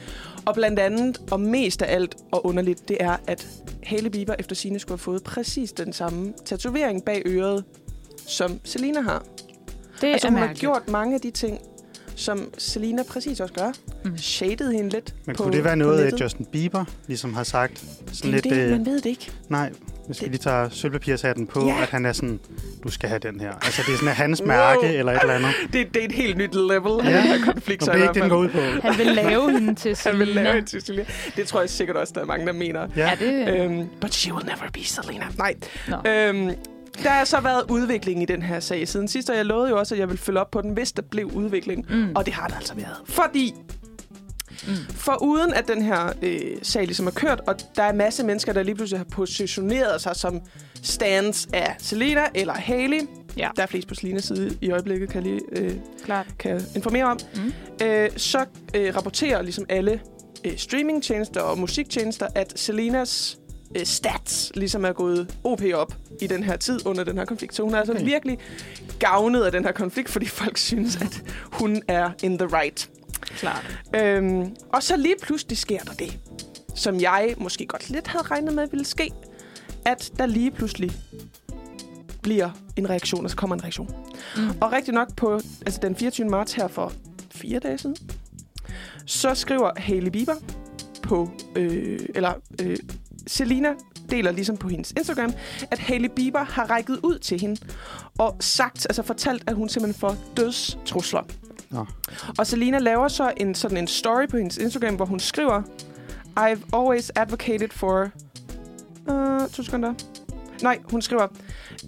Speaker 2: Og blandt andet, og mest af alt og underligt, det er, at Hailey Bieber efter sine skulle have fået præcis den samme tatovering bag øret, som Selena har.
Speaker 1: Det
Speaker 2: altså
Speaker 1: er
Speaker 2: hun har
Speaker 1: mærkeligt.
Speaker 2: gjort mange af de ting, som Selena præcis også gør. Mm.
Speaker 1: Mm.
Speaker 2: Shaded hende lidt
Speaker 3: Men
Speaker 2: på
Speaker 3: kunne det være
Speaker 2: på
Speaker 3: noget,
Speaker 2: nettet.
Speaker 3: at Justin Bieber ligesom har sagt?
Speaker 2: Det er
Speaker 3: Sådan
Speaker 2: jo
Speaker 3: lidt,
Speaker 2: det,
Speaker 3: øh,
Speaker 2: man ved det ikke.
Speaker 3: nej, Hvis vi lige tager sølvpapirshatten på,
Speaker 2: Ja.
Speaker 3: yeah. at han er sådan, du skal have den her. Altså, det er sådan at hans mærke wow. eller et eller andet.
Speaker 2: Det, det er et helt nyt level af
Speaker 3: Ja.
Speaker 2: den her konflikt.
Speaker 3: Nå,
Speaker 2: så
Speaker 3: det
Speaker 2: i hvert
Speaker 3: er ikke det, den
Speaker 2: fald.
Speaker 3: går ud på.
Speaker 1: Han vil lave hende til Selina.
Speaker 2: Han vil lave en til Selena. Det tror jeg sikkert også, der er mange, der mener.
Speaker 1: Ja,
Speaker 3: Ja.
Speaker 1: det...
Speaker 2: Øhm, but she will never be Selena. Nej.
Speaker 1: Nå.
Speaker 2: Øhm, der har så været udvikling i den her sag siden sidst, og jeg lovede jo også, at jeg ville følge op på den, hvis der blev udvikling.
Speaker 1: Mm.
Speaker 2: Og det har der altså været. Fordi for uden at den her øh, sag ligesom er kørt, og der er en masse mennesker, der lige pludselig har positioneret sig som stands af Selena eller Haley.
Speaker 1: Ja.
Speaker 2: Der er flest på Selenas side i øjeblikket, kan jeg lige øh,
Speaker 1: Klart.
Speaker 2: kan jeg informere om.
Speaker 1: Mm.
Speaker 2: Øh, så øh, rapporterer ligesom alle øh, streamingtjenester og musiktjenester, at Selenas øh, stats ligesom er gået OP op i den her tid under den her konflikt. Så hun er altså
Speaker 3: Okay.
Speaker 2: virkelig gavnet af den her konflikt, fordi folk synes, at hun er in the right.
Speaker 1: Klart.
Speaker 2: Øhm, og så lige pludselig sker der det, som jeg måske godt lidt havde regnet med ville ske, at der lige pludselig bliver en reaktion, og så kommer en reaktion.
Speaker 1: Mm.
Speaker 2: Og rigtig nok på altså den 24. marts her for fire dage siden, så skriver Hailey Bieber på, øh, eller øh, Selina deler ligesom på hendes Instagram, at Hailey Bieber har rækket ud til hende og sagt, altså fortalt, at hun simpelthen får dødstrusler.
Speaker 3: Nå.
Speaker 2: Og Selina laver så en, sådan en story på hendes Instagram, hvor hun skriver, I've always advocated for... Uh, to sekunder. Nej, hun skriver,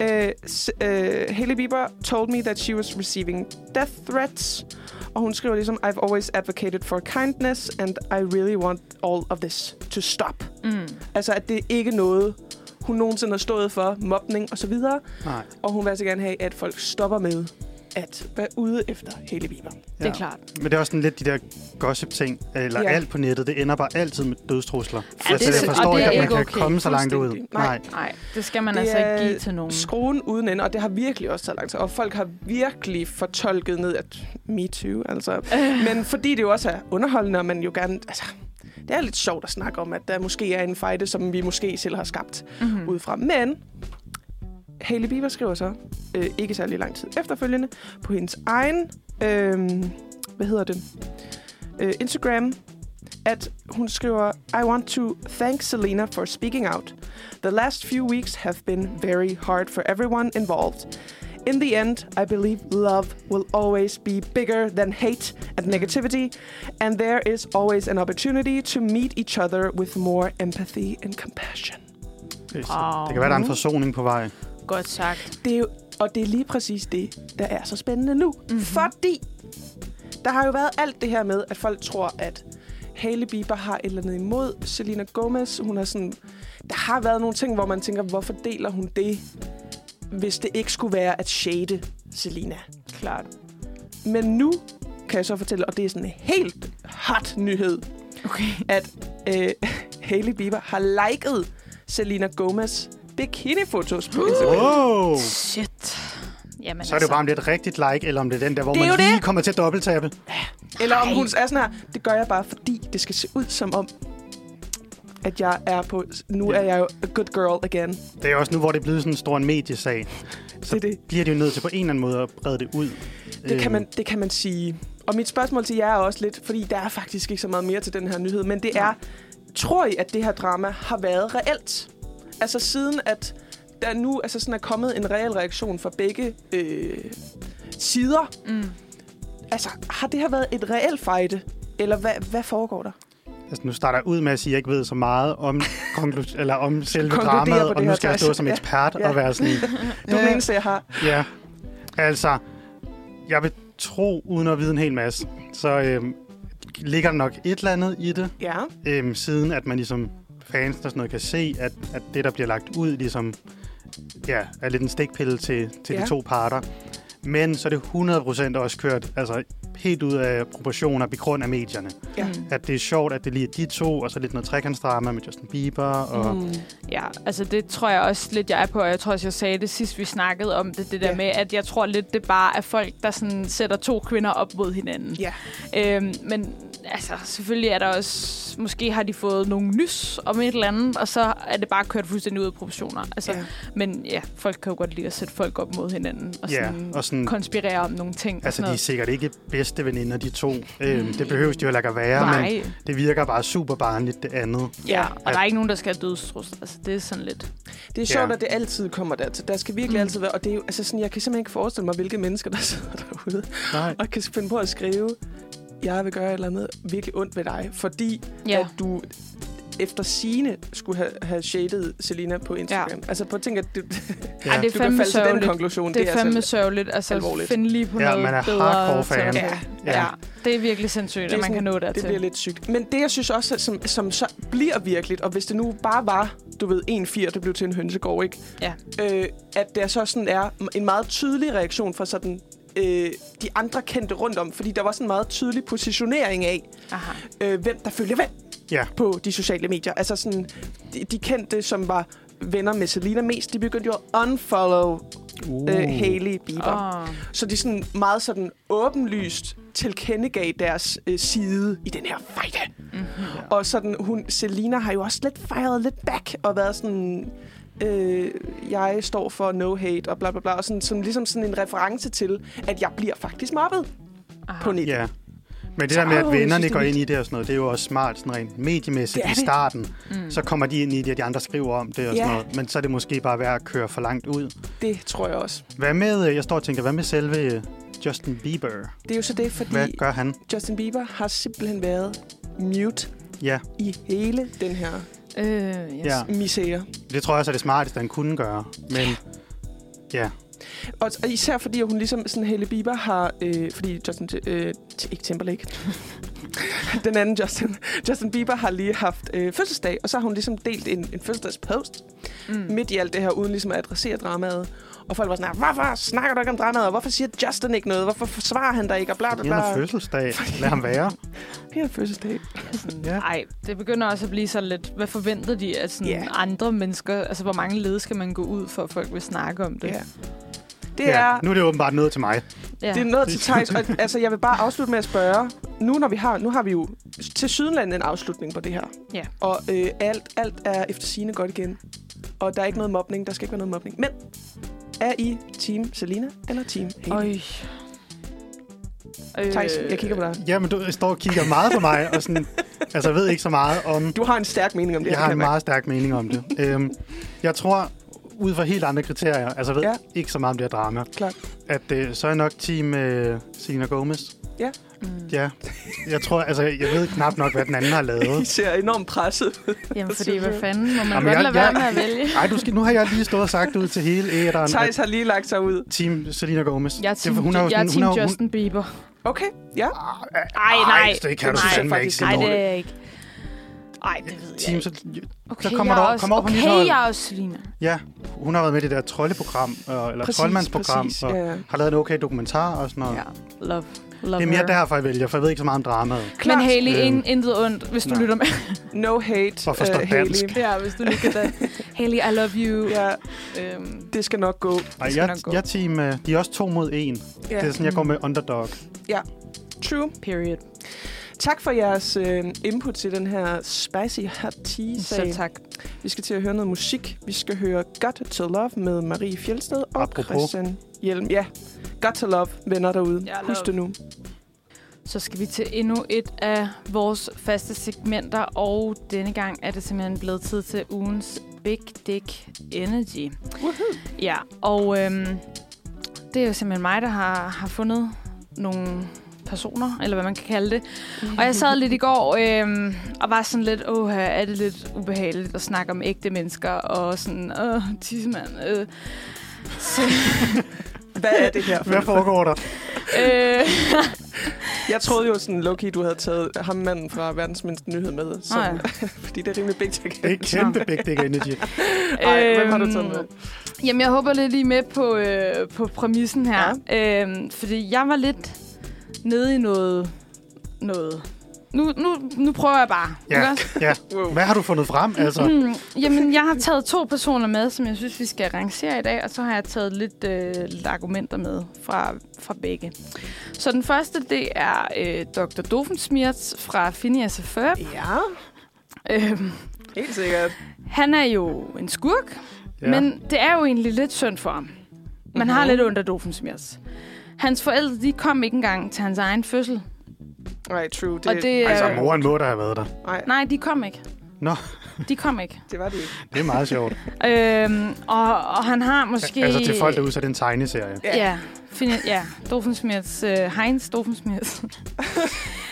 Speaker 2: øh, s- øh, Hailey Bieber told me that she was receiving death threats. Og hun skriver ligesom, I've always advocated for kindness, and I really want all of this to stop.
Speaker 1: Mm.
Speaker 2: Altså, at det er ikke noget, hun nogensinde har stået for, mobning og så videre.
Speaker 3: Nej.
Speaker 2: Og hun vil altså gerne have, at folk stopper med at være ude efter Hailey Bieber.
Speaker 1: Det er klart.
Speaker 3: Men det er også sådan lidt de der gossip-ting, eller
Speaker 2: Ja.
Speaker 3: ja. alt på nettet, det ender bare altid med dødstrusler.
Speaker 1: det er
Speaker 3: altså, jeg
Speaker 1: sind-
Speaker 3: forstår
Speaker 1: og det
Speaker 3: ikke,
Speaker 1: er
Speaker 3: at man
Speaker 1: ikke
Speaker 3: kan
Speaker 1: okay.
Speaker 3: komme så langt ud.
Speaker 2: Fuldstændig. Nej.
Speaker 1: Nej, det skal man
Speaker 2: Det
Speaker 1: det altså ikke
Speaker 2: er
Speaker 1: give til nogen.
Speaker 2: skruen uden ende, og det har virkelig også taget lang tid. Og folk har virkelig fortolket ned, at me too, altså. Men fordi det jo også er underholdende, og man jo gerne... Altså, det er lidt sjovt at snakke om, at der måske er en fejde, som vi måske selv har skabt
Speaker 1: Mm-hmm.
Speaker 2: udefra. Men Hailey Bieber skriver så, øh, ikke særlig lang tid efterfølgende, på hendes egen, øh, hvad hedder det, øh, Instagram, at hun skriver, I want to thank Selena for speaking out. The last few weeks have been very hard for everyone involved. In the end, I believe love will always be bigger than hate and negativity, and there is always an opportunity to meet each other with more empathy and compassion.
Speaker 3: Okay, så Det kan være, der er en forsoning på vej.
Speaker 1: Godt sagt.
Speaker 2: Det er jo, og det er lige præcis det, der er så spændende nu.
Speaker 1: Mhm.
Speaker 2: Mm-hmm. Fordi der har jo været alt det her med, at folk tror, at Hailey Bieber har et eller andet imod Selena Gomez. Hun har sådan, der har været nogle ting, hvor man tænker, hvorfor deler hun det, hvis det ikke skulle være at shade Selena.
Speaker 1: Klart.
Speaker 2: Men nu kan jeg så fortælle, og det er sådan en helt hot nyhed,
Speaker 1: Okay.
Speaker 2: at øh, Hailey Bieber har liket Selena Gomez bikini-fotos på Instagram.
Speaker 3: Wow.
Speaker 1: Shit. Jamen,
Speaker 3: Så er det jo bare, om det er et rigtigt like, eller om det er den der, hvor
Speaker 2: altså- Det er
Speaker 3: man
Speaker 2: jo
Speaker 3: lige
Speaker 2: det.
Speaker 3: kommer til at dobbelttappe.
Speaker 2: Eller om
Speaker 1: Ej.
Speaker 2: hun er sådan her, det gør jeg bare, fordi det skal se ud som om, at jeg er på... Nu er jeg jo a good girl again.
Speaker 3: Det er også nu, hvor det er blevet sådan en stor mediesag. Så
Speaker 2: Det er det.
Speaker 3: bliver det jo nødt til på en eller anden måde at brede det ud.
Speaker 2: Det,
Speaker 3: Øh.
Speaker 2: kan man, det kan man sige. Og mit spørgsmål til jer er også lidt, fordi der er faktisk ikke så meget mere til den her nyhed, men det er, tror I, at det her drama har været reelt? Altså siden, at der nu altså sådan er kommet en reel reaktion fra begge øh, sider.
Speaker 1: Mm.
Speaker 2: Altså, har det her været et reelt fejde? Eller hvad, hvad foregår der?
Speaker 3: Altså, nu starter jeg ud med at sige, at jeg ikke ved så meget om, konklu- eller om selve
Speaker 2: Konkludere på
Speaker 3: dramaet,
Speaker 2: det
Speaker 3: og nu
Speaker 2: her,
Speaker 3: skal jeg
Speaker 2: Thijs.
Speaker 3: stå som
Speaker 2: Ja.
Speaker 3: ekspert
Speaker 2: Ja.
Speaker 3: og være sådan...
Speaker 2: Du er den
Speaker 3: "Ja,
Speaker 2: eneste, jeg har.
Speaker 3: Ja, altså, jeg vil tro, uden at vide en hel masse, så øhm, ligger der nok et eller andet i det,
Speaker 2: Ja.
Speaker 3: øhm, siden at man ligesom fans og sådan noget kan se, at, at det, der bliver lagt ud, ligesom ja, er lidt en stikpille til, til ja.
Speaker 2: Ja.
Speaker 3: de to parter. Men så er det 100% også kørt altså, helt ud af proportioner på grund af medierne.
Speaker 2: Ja.
Speaker 3: At det er sjovt, at det lige er de to, og så lidt noget trekantsdrama med Justin Bieber. Og, mm.
Speaker 1: Ja, altså det tror jeg også lidt, jeg er på, og jeg tror også, jeg sagde det sidst, vi snakkede om det, det der
Speaker 2: Ja.
Speaker 1: ja. med, at jeg tror lidt, det bare er folk, der sådan sætter to kvinder op mod hinanden.
Speaker 2: Ja.
Speaker 1: Øhm, men altså, selvfølgelig er der også... Måske har de fået nogle nys om et eller andet, og så er det bare kørt fuldstændig ud af proportioner. Altså,
Speaker 2: Ja.
Speaker 1: ja. Men ja, folk kan jo godt lide at sætte folk op mod hinanden og,
Speaker 3: Ja,
Speaker 1: sådan,
Speaker 3: og sådan-
Speaker 1: konspirere om nogle ting. og
Speaker 3: Altså, de er
Speaker 1: sådan
Speaker 3: sikkert ikke bedste veninder, de to. Øhm, det behøves de jo heller ikke at være,
Speaker 1: noget.
Speaker 3: men
Speaker 1: Nej.
Speaker 3: det virker bare super barnligt, det andet.
Speaker 1: Ja,
Speaker 2: Ja.
Speaker 1: og der er ikke nogen, der skal have dødstrusler. Altså, det er sådan lidt...
Speaker 2: Det er sjovt,
Speaker 3: Ja.
Speaker 2: at det altid kommer der. Der skal virkelig
Speaker 1: Mm.
Speaker 2: altid være... Og det er jo, altså sådan, jeg kan simpelthen ikke forestille mig, hvilke mennesker, der sidder derude
Speaker 3: Nej.
Speaker 2: og kan finde på at skrive, jeg vil gøre et eller andet virkelig ondt ved dig, fordi ja.
Speaker 1: Ja.
Speaker 2: at du efter sine skulle have, have shadet Selina på Instagram. Ja. Altså prøv at tænke, at du,
Speaker 1: Ja. Ej, det
Speaker 2: du
Speaker 1: er
Speaker 2: kan
Speaker 1: fandme
Speaker 2: falde til den
Speaker 1: sørgeligt.
Speaker 2: konklusion.
Speaker 1: Det er fandme
Speaker 2: altså,
Speaker 1: sørgeligt. Altså,
Speaker 2: alvorligt.
Speaker 1: find lige på
Speaker 3: Ja,
Speaker 1: noget
Speaker 3: man er
Speaker 1: bedre.
Speaker 3: hardcore fan.
Speaker 1: til-
Speaker 2: Ja,
Speaker 1: Ja. ja, det er virkelig sindssygt,
Speaker 2: Det er
Speaker 1: at man
Speaker 2: sådan-
Speaker 1: kan nå dertil.
Speaker 2: det bliver lidt sygt. Men det, jeg synes også, at som, som så bliver virkeligt, og hvis det nu bare var, du ved, en fir, det blev til en hønsegård, ikke?
Speaker 1: Ja.
Speaker 2: Øh, at der så sådan er en meget tydelig reaktion fra sådan øh, de andre kendte rundt om, fordi der var sådan en meget tydelig positionering af,
Speaker 1: Aha.
Speaker 2: øh, hvem der følger hvem
Speaker 3: Ja.
Speaker 2: på de sociale medier. Altså sådan, de, de kendte, som var venner med Selena mest, de begyndte jo at unfollow
Speaker 3: Uh.
Speaker 2: øh, Hailey Bieber.
Speaker 1: Oh.
Speaker 2: Så de sådan meget sådan åbenlyst tilkendegav deres øh, side i den her fight. Mm-hmm. Og sådan, hun, Selina har jo også lidt fejret lidt back og været sådan... Øh, jeg står for no hate og bla bla bla, og sådan, som ligesom sådan en reference til, at jeg bliver faktisk mobbet
Speaker 1: Aha.
Speaker 2: på nettet.
Speaker 3: Ja. Men det
Speaker 2: Så-
Speaker 3: der med,
Speaker 2: Åh, jeg
Speaker 3: at
Speaker 2: synes,
Speaker 3: vennerne
Speaker 2: det er
Speaker 3: går ind i det og sådan noget, det er jo også smart sådan rent
Speaker 2: Det
Speaker 3: mediemæssigt
Speaker 2: er
Speaker 3: i
Speaker 2: det.
Speaker 3: starten. Mm. Så kommer de ind i det, og de andre skriver om det og sådan
Speaker 2: Ja.
Speaker 3: noget. Men så er det måske bare værd at køre for langt ud.
Speaker 2: Det tror jeg også.
Speaker 3: Hvad med, øh, jeg står og tænker, hvad med selve øh, Justin Bieber?
Speaker 2: Det er jo så det, fordi
Speaker 3: Hvad gør han?
Speaker 2: Justin Bieber har simpelthen været mute
Speaker 3: Ja,
Speaker 2: i hele den her
Speaker 1: Øh, yes.
Speaker 3: ja.
Speaker 1: ja.
Speaker 2: misære.
Speaker 3: det tror jeg også er det smarteste, han kunne gøre. Men ja,
Speaker 2: Og, og især fordi hun ligesom sådan Hailey Bieber har, øh, fordi Justin, øh, t- ikke Timberlake, den anden Justin, Justin Bieber har lige haft øh, fødselsdag, og så har hun ligesom delt en, en fødselsdagspost mm. midt i alt det her, uden ligesom at adressere dramaet. Og folk var sådan her, hvorfor snakker du ikke om dramaet, og hvorfor siger Justin ikke noget, hvorfor forsvarer han dig ikke, og bla bla
Speaker 3: fordi han
Speaker 2: bla.
Speaker 3: har fødselsdag. Lad ham være.
Speaker 2: Det er fødselsdag.
Speaker 3: Ja.
Speaker 1: Ej, det begynder også at blive sådan lidt, hvad forventer de af sådan
Speaker 2: Ja.
Speaker 1: yeah. andre mennesker? Altså, hvor mange led skal man gå ud for, at folk vil snakke om det?
Speaker 2: Ja. Det er,
Speaker 3: Ja, nu er det åbenbart noget til mig.
Speaker 1: ja.
Speaker 2: Det er noget til Thijs, og altså, jeg vil bare afslutte med at spørge. Nu, når vi har, nu har vi jo til Sydland en afslutning på det her.
Speaker 1: Ja.
Speaker 2: Og øh, alt, alt er efter sine godt igen. Og der er ikke noget mobning, der skal ikke være noget mobning. Men er I team Selina eller team Haley?
Speaker 1: Øj. Øh,
Speaker 2: Thijs, jeg kigger på dig.
Speaker 3: Jamen, du står og kigger meget på mig, og sådan, altså, jeg ved ikke så meget om
Speaker 2: Du har en stærk mening om det.
Speaker 3: Jeg
Speaker 2: her,
Speaker 3: har en
Speaker 2: kan jeg
Speaker 3: meget stærk mening om det. øhm, jeg tror, ud fra helt andre kriterier, altså jeg ved
Speaker 2: Ja.
Speaker 3: ja. ikke så meget om det her drama,
Speaker 2: mærke. Klart.
Speaker 3: at øh, så er jeg nok team øh, Selena Gomez.
Speaker 2: Ja.
Speaker 1: Mm.
Speaker 3: Ja. Jeg tror, altså jeg ved knap nok, hvad den anden har
Speaker 2: I
Speaker 3: lavet.
Speaker 2: ser enormt presset. ud.
Speaker 1: Jamen,
Speaker 2: synes
Speaker 1: fordi
Speaker 2: jeg.
Speaker 1: hvad fanden må man
Speaker 3: Jamen,
Speaker 1: godt
Speaker 3: jeg-
Speaker 1: lade være
Speaker 3: jeg-
Speaker 1: med at vælge?
Speaker 3: Ej, du skal, nu har jeg lige stået og sagt ud til hele æderen,
Speaker 2: Thijs
Speaker 3: at
Speaker 2: har lige lagt sig ud.
Speaker 3: team Selena Gomez.
Speaker 1: Jeg er team,
Speaker 3: for
Speaker 1: hun er,
Speaker 3: jo
Speaker 1: jeg er
Speaker 3: sådan-
Speaker 1: team
Speaker 3: hun er jo-
Speaker 1: Justin Bieber.
Speaker 2: Okay, ja.
Speaker 1: Ej, nej.
Speaker 3: det kan du
Speaker 2: Nej,
Speaker 3: fandme ikke
Speaker 2: faktisk.
Speaker 3: sige
Speaker 1: Nej, det
Speaker 3: noget.
Speaker 1: er jeg ikke. Ej, det ved jeg
Speaker 3: Team,
Speaker 1: ikke.
Speaker 3: så,
Speaker 1: Okay,
Speaker 3: så kommer
Speaker 1: jeg
Speaker 3: du
Speaker 1: er
Speaker 3: over-
Speaker 1: også,
Speaker 3: kom over på mit
Speaker 1: okay,
Speaker 3: hold.
Speaker 1: jeg er også Selina.
Speaker 3: ja, hun har været med i det der troldeprogram, øh, eller troldmandsprogram,
Speaker 2: præcis.
Speaker 3: og
Speaker 2: Ja.
Speaker 3: har lavet en okay dokumentar og sådan noget.
Speaker 1: Ja, love. Love
Speaker 3: Det er mere
Speaker 1: her.
Speaker 3: derfor, jeg vælger, for jeg ved ikke så meget om dramaet.
Speaker 1: Men
Speaker 2: Klart.
Speaker 1: Haley,
Speaker 3: Øhm.
Speaker 1: in, intet ondt, hvis du
Speaker 3: Nej.
Speaker 1: lytter med.
Speaker 2: No hate,
Speaker 3: Hvorfor står
Speaker 2: øh,
Speaker 3: dansk?
Speaker 2: Hailey.
Speaker 1: ja, hvis du lytter med. Haley, I love you.
Speaker 2: Ja,
Speaker 1: Øhm,
Speaker 2: det skal nok gå.
Speaker 3: Ej,
Speaker 1: Det skal
Speaker 3: jeg,
Speaker 1: nok gå.
Speaker 3: jeg team, øh, de er også to mod en.
Speaker 2: Ja.
Speaker 3: Det er sådan, jeg går med underdog.
Speaker 2: True.
Speaker 1: period.
Speaker 2: Tak for jeres øh, input til den her spicy hot tea
Speaker 1: Selv
Speaker 2: sag.
Speaker 1: tak.
Speaker 2: Vi skal til at høre noget musik. Vi skal høre Got to Love med Marie Fjelsted og
Speaker 3: Apropos.
Speaker 2: Christian Hjelm. Ja, Got to Love, venner derude.
Speaker 1: Ja, love.
Speaker 2: Husk det nu.
Speaker 1: Så skal vi til endnu et af vores faste segmenter, og denne gang er det simpelthen blevet tid til ugens Big Dick Energy. Ja, og øhm, det er jo simpelthen mig, der har, har fundet nogle personer, eller hvad man kan kalde det. Og jeg sad lidt i går øhm, og var sådan lidt, åh, er det lidt ubehageligt at snakke om ægte mennesker, og sådan, åh, tissemand. Øh. Så,
Speaker 2: Hvad er det her?
Speaker 3: Hvad foregår der?
Speaker 1: øh,
Speaker 2: Jeg troede jo sådan, Loki, du havde taget ham manden fra verdens mindste nyhed med. Så,
Speaker 1: Nå ja.
Speaker 2: fordi det er rimelig big tech.
Speaker 3: Det er kæmpe big dick energy.
Speaker 2: Ej, hvem har du taget med?
Speaker 1: Øhm, Jamen, jeg håber lidt lige med på, øh, på præmissen her. Ja. Øhm, fordi jeg var lidt nede i noget, noget Nu, nu, nu prøver jeg bare.
Speaker 3: Ja,
Speaker 1: Ikke også?
Speaker 3: ja.
Speaker 2: Wow.
Speaker 3: Hvad har du fundet frem? Altså,
Speaker 1: Mm, jamen, jeg har taget to personer med, som jeg synes, vi skal rangere i dag, og så har jeg taget lidt øh, lidt argumenter med fra, fra begge. Så den første, det er øh, Dr. Doofensmirts fra Phineas og Ferb.
Speaker 2: Ja,
Speaker 1: Øhm,
Speaker 2: helt sikkert.
Speaker 1: han er jo en skurk,
Speaker 3: ja. Mhm.
Speaker 1: ja. men det er jo egentlig lidt synd for ham. Man mm-hmm. har lidt ondt af Doofensmirts. Hans forældre, de kom ikke engang til hans egen fødsel.
Speaker 2: Nej, true. Det,
Speaker 1: Og det er-
Speaker 3: altså,
Speaker 2: altså,
Speaker 3: moren må der have været der.
Speaker 2: nej,
Speaker 1: Nej, de kom ikke.
Speaker 3: Nå.
Speaker 1: De kom ikke.
Speaker 2: det var det ikke.
Speaker 3: Det er meget sjovt.
Speaker 1: Øhm, og, og han har måske...
Speaker 3: Altså, til folk derude, så er det en tegneserie.
Speaker 1: Ja, ja. Fin- ja. Doofensmirts. Øh, Heinz Doofensmirts.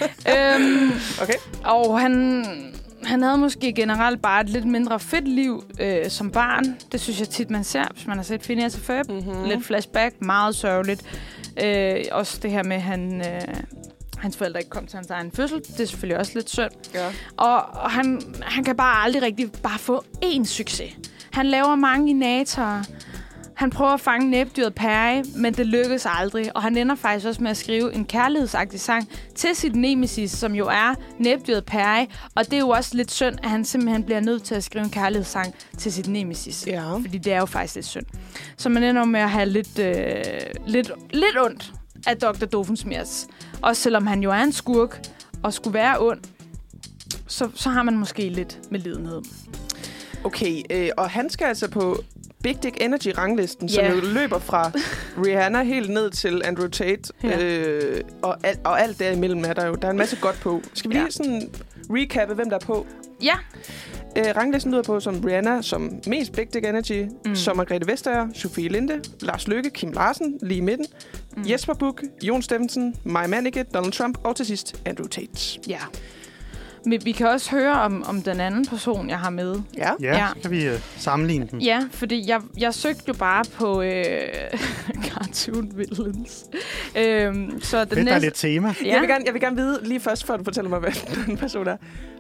Speaker 1: øhm,
Speaker 2: Okay.
Speaker 1: og han, han havde måske generelt bare et lidt mindre fedt liv øh, som barn. Det synes jeg tit, man ser, hvis man har set Phineas og Ferb.
Speaker 2: Mm-hmm.
Speaker 1: Lidt flashback, meget sørgeligt. Øh, også det her med, at han, øh, hans forældre ikke kom til hans egen fødsel. Det er selvfølgelig også lidt synd.
Speaker 2: Ja.
Speaker 1: Og, og han, han kan bare aldrig rigtig bare få én succes. Han laver mange inatorer. Han prøver at fange næbdyret Perry, men det lykkes aldrig. Og han ender faktisk også med at skrive en kærlighedsagtig sang til sit nemesis, som jo er næbdyret Perry. Og det er jo også lidt synd, at han simpelthen bliver nødt til at skrive en kærlighedssang til sit nemesis.
Speaker 2: Ja.
Speaker 1: Fordi det er jo faktisk lidt synd. Så man ender med at have lidt, øh, lidt, lidt ondt af Dr. Doofensmirs. Også selvom han jo er en skurk og skulle være ond, så, så har man måske lidt med lidenhed.
Speaker 2: Okay, øh, og han skal altså på Big Dick Energy ranglisten,
Speaker 1: Ja.
Speaker 2: som jo løber fra Rihanna helt ned til Andrew Tate,
Speaker 1: Ja.
Speaker 2: øh, og, al, og alt derimellem er der jo. Der er en masse godt på. Skal vi lige
Speaker 1: Ja.
Speaker 2: sådan recappe, hvem der er på?
Speaker 1: Ja,
Speaker 2: Øh, ranglisten lyder på som Rihanna, som mest Big Dick Energy, mm. som Margrethe Vestager, Sofie Linde, Lars Lykke, Kim Larsen, lige i midten, mm. Jesper Buch, Jon Steffensen, Maja Mannicke, Donald Trump, og til sidst Andrew Tate.
Speaker 1: ja. Men vi kan også høre om, om den anden person, jeg har med.
Speaker 2: Ja.
Speaker 3: Ja,
Speaker 1: Ja.
Speaker 3: ja. så kan vi uh, sammenligne dem.
Speaker 1: Ja, fordi jeg, jeg søgte jo bare på øh, cartoon villains. Øhm, så den
Speaker 3: Fedt, der
Speaker 1: næste...
Speaker 3: er lidt tema.
Speaker 1: Ja.
Speaker 2: Jeg, vil gerne, jeg vil gerne vide lige først, før du fortæller mig, hvad den person er.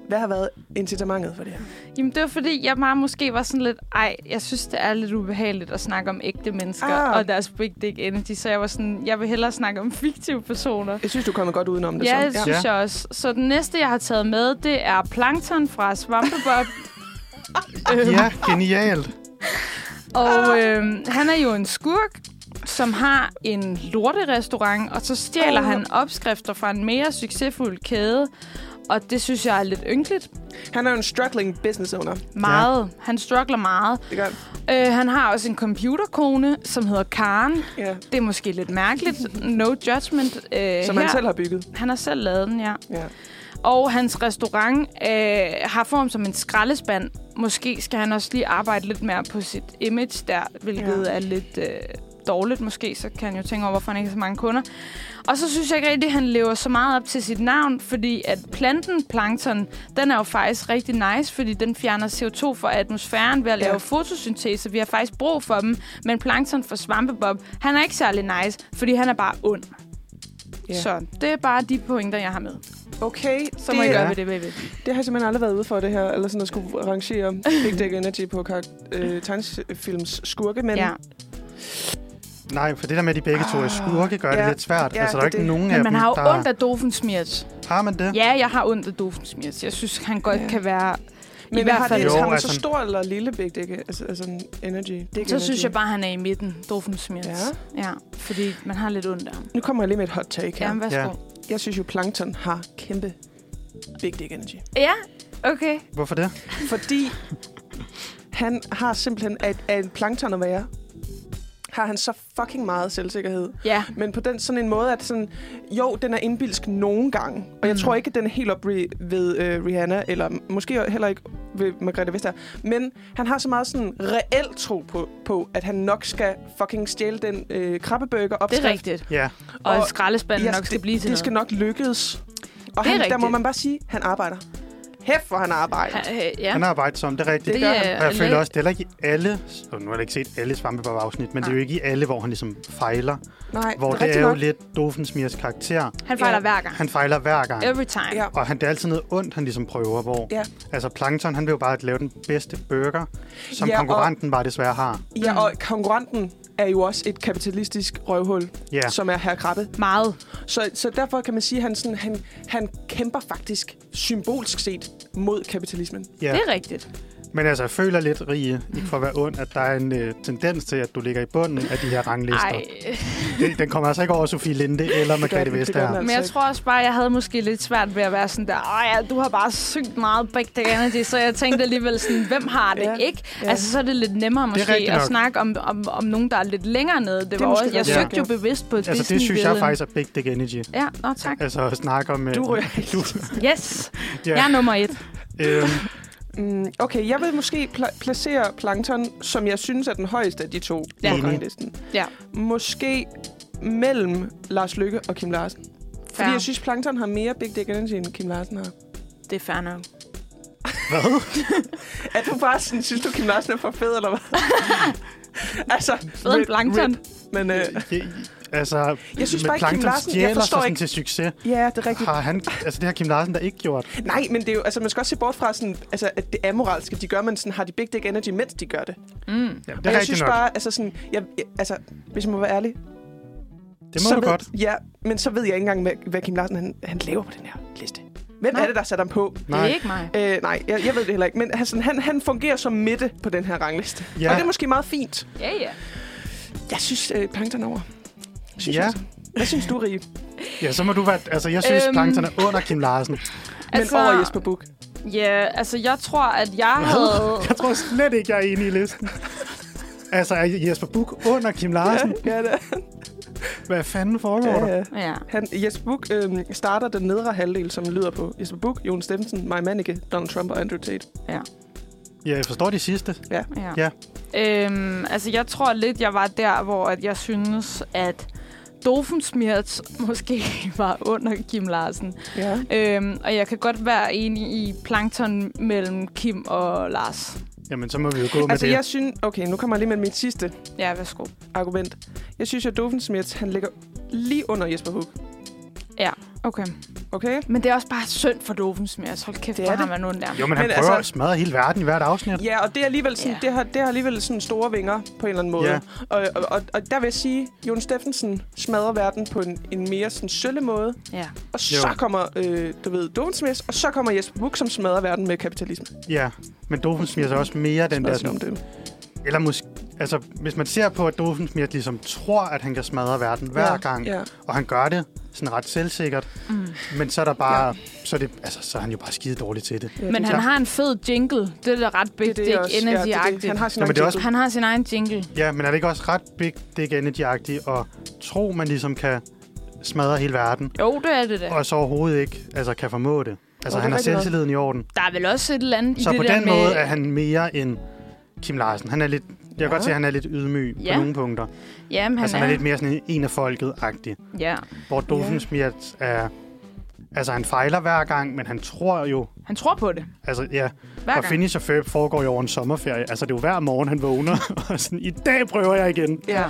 Speaker 2: Hvad har været incitamentet for det her?
Speaker 1: Jamen, det var fordi, jeg bare måske var sådan lidt, ej, jeg synes, det er lidt ubehageligt at snakke om ægte mennesker
Speaker 2: Ah.
Speaker 1: ah. og deres big dick energy, så jeg var sådan, jeg vil hellere snakke om fiktive personer.
Speaker 2: Jeg synes, du er kommet godt udenom det.
Speaker 1: Ja, det
Speaker 2: så.
Speaker 1: synes jeg også. Så den næste, jeg har taget med, det er Plankton fra Svampebob. Øhm,
Speaker 3: Ja, genialt.
Speaker 1: Og
Speaker 2: Ah.
Speaker 1: øh, han er jo en skurk, som har en lorterestaurant, og så stjæler
Speaker 2: Åh.
Speaker 1: han opskrifter fra en mere succesfuld kæde. Og det synes jeg er lidt ynkeligt.
Speaker 2: Han er jo en struggling business owner.
Speaker 1: Meget. Ja. Han struggler meget.
Speaker 2: Det gør
Speaker 1: Øh, han har også en computerkone, som hedder Karen.
Speaker 2: ja.
Speaker 1: Det er måske lidt mærkeligt. No judgment. Øh,
Speaker 2: Som
Speaker 1: her.
Speaker 2: han selv har bygget.
Speaker 1: han har selv lavet den, ja.
Speaker 2: Ja.
Speaker 1: Og hans restaurant øh, har form som en skraldespand. Måske skal han også lige arbejde lidt mere på sit image der, hvilket
Speaker 2: Ja.
Speaker 1: ja. er lidt øh, dårligt måske. Så kan han jo tænke over, hvorfor han ikke har så mange kunder. Og så synes jeg ikke rigtigt, at han lever så meget op til sit navn, fordi at planten plankton, den er jo faktisk rigtig nice, fordi den fjerner CO2 fra atmosfæren ved at
Speaker 2: Ja.
Speaker 1: lave fotosyntese. Vi har faktisk brug for dem, men plankton fra svampebob, han er ikke særlig nice, fordi han er bare ond.
Speaker 2: Ja.
Speaker 1: Så det er bare de pointer, jeg har med.
Speaker 2: Okay,
Speaker 1: Så
Speaker 2: det,
Speaker 1: må I gøre
Speaker 3: Ja.
Speaker 1: ved det, baby.
Speaker 2: det har jeg simpelthen aldrig været ude for, det her. Eller sådan at skulle rangere Big Dick Energy på kar- øh, tegnefilms skurke. Men
Speaker 1: Ja.
Speaker 2: ja.
Speaker 3: Nej, for det der med, at de begge to er
Speaker 1: Ah,
Speaker 3: skurke, gør det
Speaker 2: Ja.
Speaker 3: lidt svært.
Speaker 2: Ja,
Speaker 3: altså, der er
Speaker 2: det
Speaker 3: ikke
Speaker 2: er det.
Speaker 3: nogen af
Speaker 1: Men man
Speaker 3: dem,
Speaker 1: har jo
Speaker 3: der...
Speaker 1: ondt af Doofensmirts.
Speaker 3: Har man det?
Speaker 1: Ja, jeg har ondt af Doofensmirts. Jeg synes, han godt
Speaker 2: Ja.
Speaker 1: kan være...
Speaker 2: men
Speaker 1: I hvert
Speaker 2: har, det,
Speaker 1: fald...
Speaker 3: Jo,
Speaker 2: har man så
Speaker 3: altså-
Speaker 2: stor eller lille Big Dick altså, altså en energy? Dick
Speaker 1: Så
Speaker 2: energy.
Speaker 1: synes jeg bare, han er i midten, Doofensmirts.
Speaker 2: Ja.
Speaker 1: ja. Fordi man har lidt ondt af ham.
Speaker 2: Nu kommer jeg lige med et hot take her.
Speaker 1: Ja,
Speaker 2: Ja.
Speaker 1: værsgo.
Speaker 2: Jeg synes jo, Plankton har kæmpe Big Dick Energy.
Speaker 1: Ja, okay.
Speaker 3: Hvorfor det?
Speaker 2: Fordi han har simpelthen af, af en plankton at være, har han så fucking meget selvsikkerhed.
Speaker 1: Ja.
Speaker 2: Men på den sådan en måde, at sådan, jo, den er indbilsk nogle gange. Og jeg
Speaker 1: Mm.
Speaker 2: tror ikke, at den er helt op re- ved øh, Rihanna, eller måske heller ikke ved Margrethe Vestager. Men han har så meget sådan reelt tro på, på at han nok skal fucking stjæle den øh, krabbeburger op.
Speaker 1: Det er rigtigt.
Speaker 3: Ja,
Speaker 1: Og,
Speaker 2: Og-
Speaker 1: og skraldespanden nok skal
Speaker 2: det,
Speaker 1: blive til
Speaker 2: det skal
Speaker 1: noget.
Speaker 2: nok lykkes. Og
Speaker 1: Det er
Speaker 2: han, der må
Speaker 1: rigtigt.
Speaker 2: man bare sige, at han arbejder. Hæft, hvor han arbejder.
Speaker 1: Ha- øh, ja.
Speaker 3: han arbejder som, det er rigtigt.
Speaker 2: Det
Speaker 1: det
Speaker 2: gør
Speaker 1: er
Speaker 2: han.
Speaker 3: Og jeg
Speaker 1: lidt-
Speaker 3: føler også, det er heller ikke i alle... Og nu har jeg ikke set alle Svampebob-afsnit, men det er jo ikke i alle, hvor han ligesom fejler.
Speaker 2: Nej,
Speaker 3: Hvor
Speaker 2: det er,
Speaker 3: det,
Speaker 2: rigtigt
Speaker 3: er jo
Speaker 2: nok.
Speaker 3: lidt Dofensmirs karakter.
Speaker 1: Han fejler
Speaker 2: Ja.
Speaker 1: hver gang.
Speaker 3: Han fejler hver gang.
Speaker 1: Every time.
Speaker 2: Ja.
Speaker 3: Og han, det er altid noget ondt, han ligesom prøver, hvor...
Speaker 2: Ja.
Speaker 3: Altså, Plankton, han vil jo bare lave den bedste burger, som
Speaker 2: Ja,
Speaker 3: ja,
Speaker 2: og-
Speaker 3: konkurrenten bare desværre har.
Speaker 2: Ja, og konkurrenten er jo også et kapitalistisk røvhul,
Speaker 3: Ja.
Speaker 2: ja. som er herr Krabbe.
Speaker 1: Meget.
Speaker 2: Så, så derfor kan man sige, at han, sådan, han, han kæmper faktisk symbolsk set mod kapitalismen.
Speaker 1: Ja.
Speaker 3: Ja.
Speaker 1: Det er rigtigt.
Speaker 3: Men altså, jeg føler lidt, Rie, ikke for at være ond, at der er en øh, tendens til, at du ligger i bunden af de her ranglister.
Speaker 1: Ej,
Speaker 3: Det, den kommer altså ikke over Sofie Linde eller
Speaker 2: den-
Speaker 3: Margrethe
Speaker 2: det gør den
Speaker 3: Vestager.
Speaker 2: altså.
Speaker 1: men jeg tror også bare, jeg havde måske lidt svært ved at være sådan der, Åh ja, du har bare sygt meget Big Dick Energy, så jeg tænkte alligevel sådan, hvem har det
Speaker 2: Ja,
Speaker 1: ikke?
Speaker 2: ja.
Speaker 1: Altså, så er det lidt nemmere måske
Speaker 3: rigtigt
Speaker 1: at
Speaker 3: nok.
Speaker 1: snakke om, om, om nogen, der er lidt længere nede. Det, det var
Speaker 2: måske
Speaker 1: også, jeg
Speaker 2: rigtigt,
Speaker 1: søgte
Speaker 2: ja.
Speaker 1: jo bevidst på et
Speaker 3: Altså, det synes jeg
Speaker 1: Disney-billede.
Speaker 3: faktisk er big dick energy.
Speaker 1: Ja, nå tak.
Speaker 3: Altså, at snakke om... øh,
Speaker 2: Du ryger
Speaker 3: du,
Speaker 1: Yes, jeg
Speaker 3: ja,
Speaker 1: er nummer et.
Speaker 3: øhm,
Speaker 2: Mm, okay, jeg vil måske pla- placere Plankton, som jeg synes er den højeste af de to
Speaker 1: Ja.
Speaker 2: på ranglisten.
Speaker 1: Ja.
Speaker 2: Måske mellem Lars Lykke og Kim Larsen. Fordi
Speaker 1: Fair.
Speaker 2: jeg synes, Plankton har mere Big Dick Energy, end Kim Larsen har.
Speaker 1: Det er fair nok.
Speaker 3: hvad?
Speaker 2: Er du bare sådan, synes du, Kim Larsen er for fed, eller hvad? altså,
Speaker 1: Fed en
Speaker 2: rip,
Speaker 1: plankton.
Speaker 2: rip, Men øh,
Speaker 3: Jeg- Altså,
Speaker 2: Jeg synes
Speaker 3: men
Speaker 2: bare ikke, Kim
Speaker 3: Plankton
Speaker 2: Larsen- jeg
Speaker 3: stjæler sig
Speaker 2: forstår
Speaker 3: sådan
Speaker 2: ikke-
Speaker 3: til succes.
Speaker 2: ja, det er rigtigt.
Speaker 3: Har han, altså, det har Kim Larsen da ikke gjort.
Speaker 2: Nej, men det er jo, altså, man skal også se bort fra, sådan, altså, at det amoralske, de gør, men sådan, har de Big Dick Energy, mens de gør det.
Speaker 1: Mm.
Speaker 2: det
Speaker 3: Ja,
Speaker 2: og
Speaker 3: det er
Speaker 2: jeg
Speaker 3: rigtigt
Speaker 2: synes
Speaker 3: nok.
Speaker 2: bare, altså, sådan, jeg, jeg, altså, hvis man må være ærlig,
Speaker 3: det må
Speaker 2: så
Speaker 3: du
Speaker 2: ved,
Speaker 3: godt.
Speaker 2: Ja, men så ved jeg ikke engang, hvad, hvad Kim Larsen han, han laver på den her liste. Hvem
Speaker 1: Nej.
Speaker 2: er det, der sætter ham på?
Speaker 1: Det er
Speaker 3: Nej,
Speaker 1: ikke mig.
Speaker 2: Øh, nej, jeg, jeg ved det heller ikke. Men altså, han, han fungerer som midte på den her rangliste.
Speaker 3: Ja.
Speaker 2: Ja. Og det er måske meget fint.
Speaker 1: Ja, ja.
Speaker 2: Jeg synes, øh, Plankton er over. Synes
Speaker 3: Ja.
Speaker 2: jeg. Hvad synes du, Rie? Men
Speaker 3: ja, så må du være... Altså, jeg synes,
Speaker 1: Øhm.
Speaker 3: Plankton er under Kim Larsen.
Speaker 2: altså... over Jesper Buch.
Speaker 1: Ja, altså jeg tror, at jeg havde...
Speaker 3: Jeg tror slet ikke, jeg er enig i listen. Altså, er Jesper Buch under Kim Larsen?
Speaker 2: Ja, det,
Speaker 3: Hvad fanden foregår der?
Speaker 2: ja, ja.
Speaker 1: Ja.
Speaker 2: Han, Jesper Buch øh, starter den nedre halvdel, som lyder på Jesper Buch, Jon Steffensen, Maja Mannicke, Donald Trump og Andrew Tate.
Speaker 3: Ja, jeg forstår de sidste.
Speaker 1: Ja.
Speaker 3: Ja.
Speaker 1: Øhm, altså, jeg tror lidt, jeg var der, hvor at jeg synes, at Dofensmirts måske var under Kim Larsen.
Speaker 2: Ja.
Speaker 1: Øhm, og jeg kan godt være enig i plankton mellem Kim og Lars.
Speaker 3: Jamen, så må vi jo gå med
Speaker 2: Altså,
Speaker 3: det.
Speaker 2: jeg synes... Okay, nu kommer jeg lige med mit sidste
Speaker 1: Ja, værsgo.
Speaker 2: argument. Jeg synes, at Dovensmirts, han ligger lige under Jesper Buch.
Speaker 1: Okay.
Speaker 2: Okay?
Speaker 1: Men det er også bare synd for Dofensmirts. Hold kæft,
Speaker 2: Det
Speaker 1: det
Speaker 2: er
Speaker 1: hvor har
Speaker 2: det.
Speaker 1: man ondt der.
Speaker 3: Jo, men han
Speaker 2: Men
Speaker 3: prøver
Speaker 2: altså-
Speaker 3: at smadre hele verden i hvert afsnit.
Speaker 2: Ja, og det, er alligevel sådan,
Speaker 1: Ja.
Speaker 2: yeah. det, har, det har alligevel sådan store vinger på en eller anden måde.
Speaker 3: Ja.
Speaker 2: Yeah. Og, og, og, og der vil jeg sige, Jon Steffensen smadrer verden på en, en mere sådan sølle måde.
Speaker 1: Ja.
Speaker 2: Og så
Speaker 3: Jo.
Speaker 2: kommer, øh, du ved, Dovensmirts, og så kommer Jesper Buch, som smadrer verden med kapitalisme.
Speaker 3: Ja, men Dofen smiger sig også mere den
Speaker 2: Hvad
Speaker 3: der...
Speaker 2: siger du
Speaker 3: Sådan,
Speaker 2: om det.
Speaker 3: eller måske... Altså, hvis man ser på, at Dofen smiger ligesom tror, at han kan smadre verden hver
Speaker 2: ja.
Speaker 3: gang,
Speaker 2: Ja.
Speaker 3: og han gør det sådan ret selvsikkert,
Speaker 1: Mm.
Speaker 3: men så er der bare... Så, er det, altså, så er han jo bare skide dårlig til det.
Speaker 2: Ja,
Speaker 1: Men
Speaker 3: er
Speaker 1: han
Speaker 3: klart.
Speaker 1: har en fed jingle. Det er da ret big
Speaker 2: det er
Speaker 1: dick
Speaker 2: også-
Speaker 1: energy
Speaker 2: det er det. Han har sin
Speaker 3: Nå,
Speaker 2: egen
Speaker 3: men det er også-
Speaker 2: titel.
Speaker 1: Han har sin egen jingle.
Speaker 3: Ja, men er det ikke også ret big dick energy at tro, man ligesom kan smadre hele verden,
Speaker 1: Jo, det er det da.
Speaker 3: og så overhovedet ikke altså, kan formå det? Altså,
Speaker 2: det er
Speaker 3: han har
Speaker 2: rigtig nok.
Speaker 3: selvtilliden i orden.
Speaker 1: Der er vel også et eller andet
Speaker 3: Så
Speaker 1: i det
Speaker 3: på
Speaker 1: der
Speaker 3: den
Speaker 1: med...
Speaker 3: måde er han mere end Kim Larsen. Han er lidt, jeg kan
Speaker 2: Ja.
Speaker 3: godt se, at han er lidt ydmyg
Speaker 1: Ja.
Speaker 3: på nogle punkter. Han
Speaker 1: Jamen, han
Speaker 3: altså,
Speaker 1: er...
Speaker 3: han er lidt mere sådan en- en af folket-agtig.
Speaker 1: Ja.
Speaker 3: Hvor Doofensmiert er... Altså, han fejler hver gang, men han tror jo...
Speaker 1: Han tror på det.
Speaker 3: Altså, ja.
Speaker 1: Hver
Speaker 3: og
Speaker 1: gang.
Speaker 3: Finish og Ferb foregår jo over en sommerferie. Altså, det er jo hver morgen, han vågner. og sådan, i dag prøver jeg igen.
Speaker 1: Ja.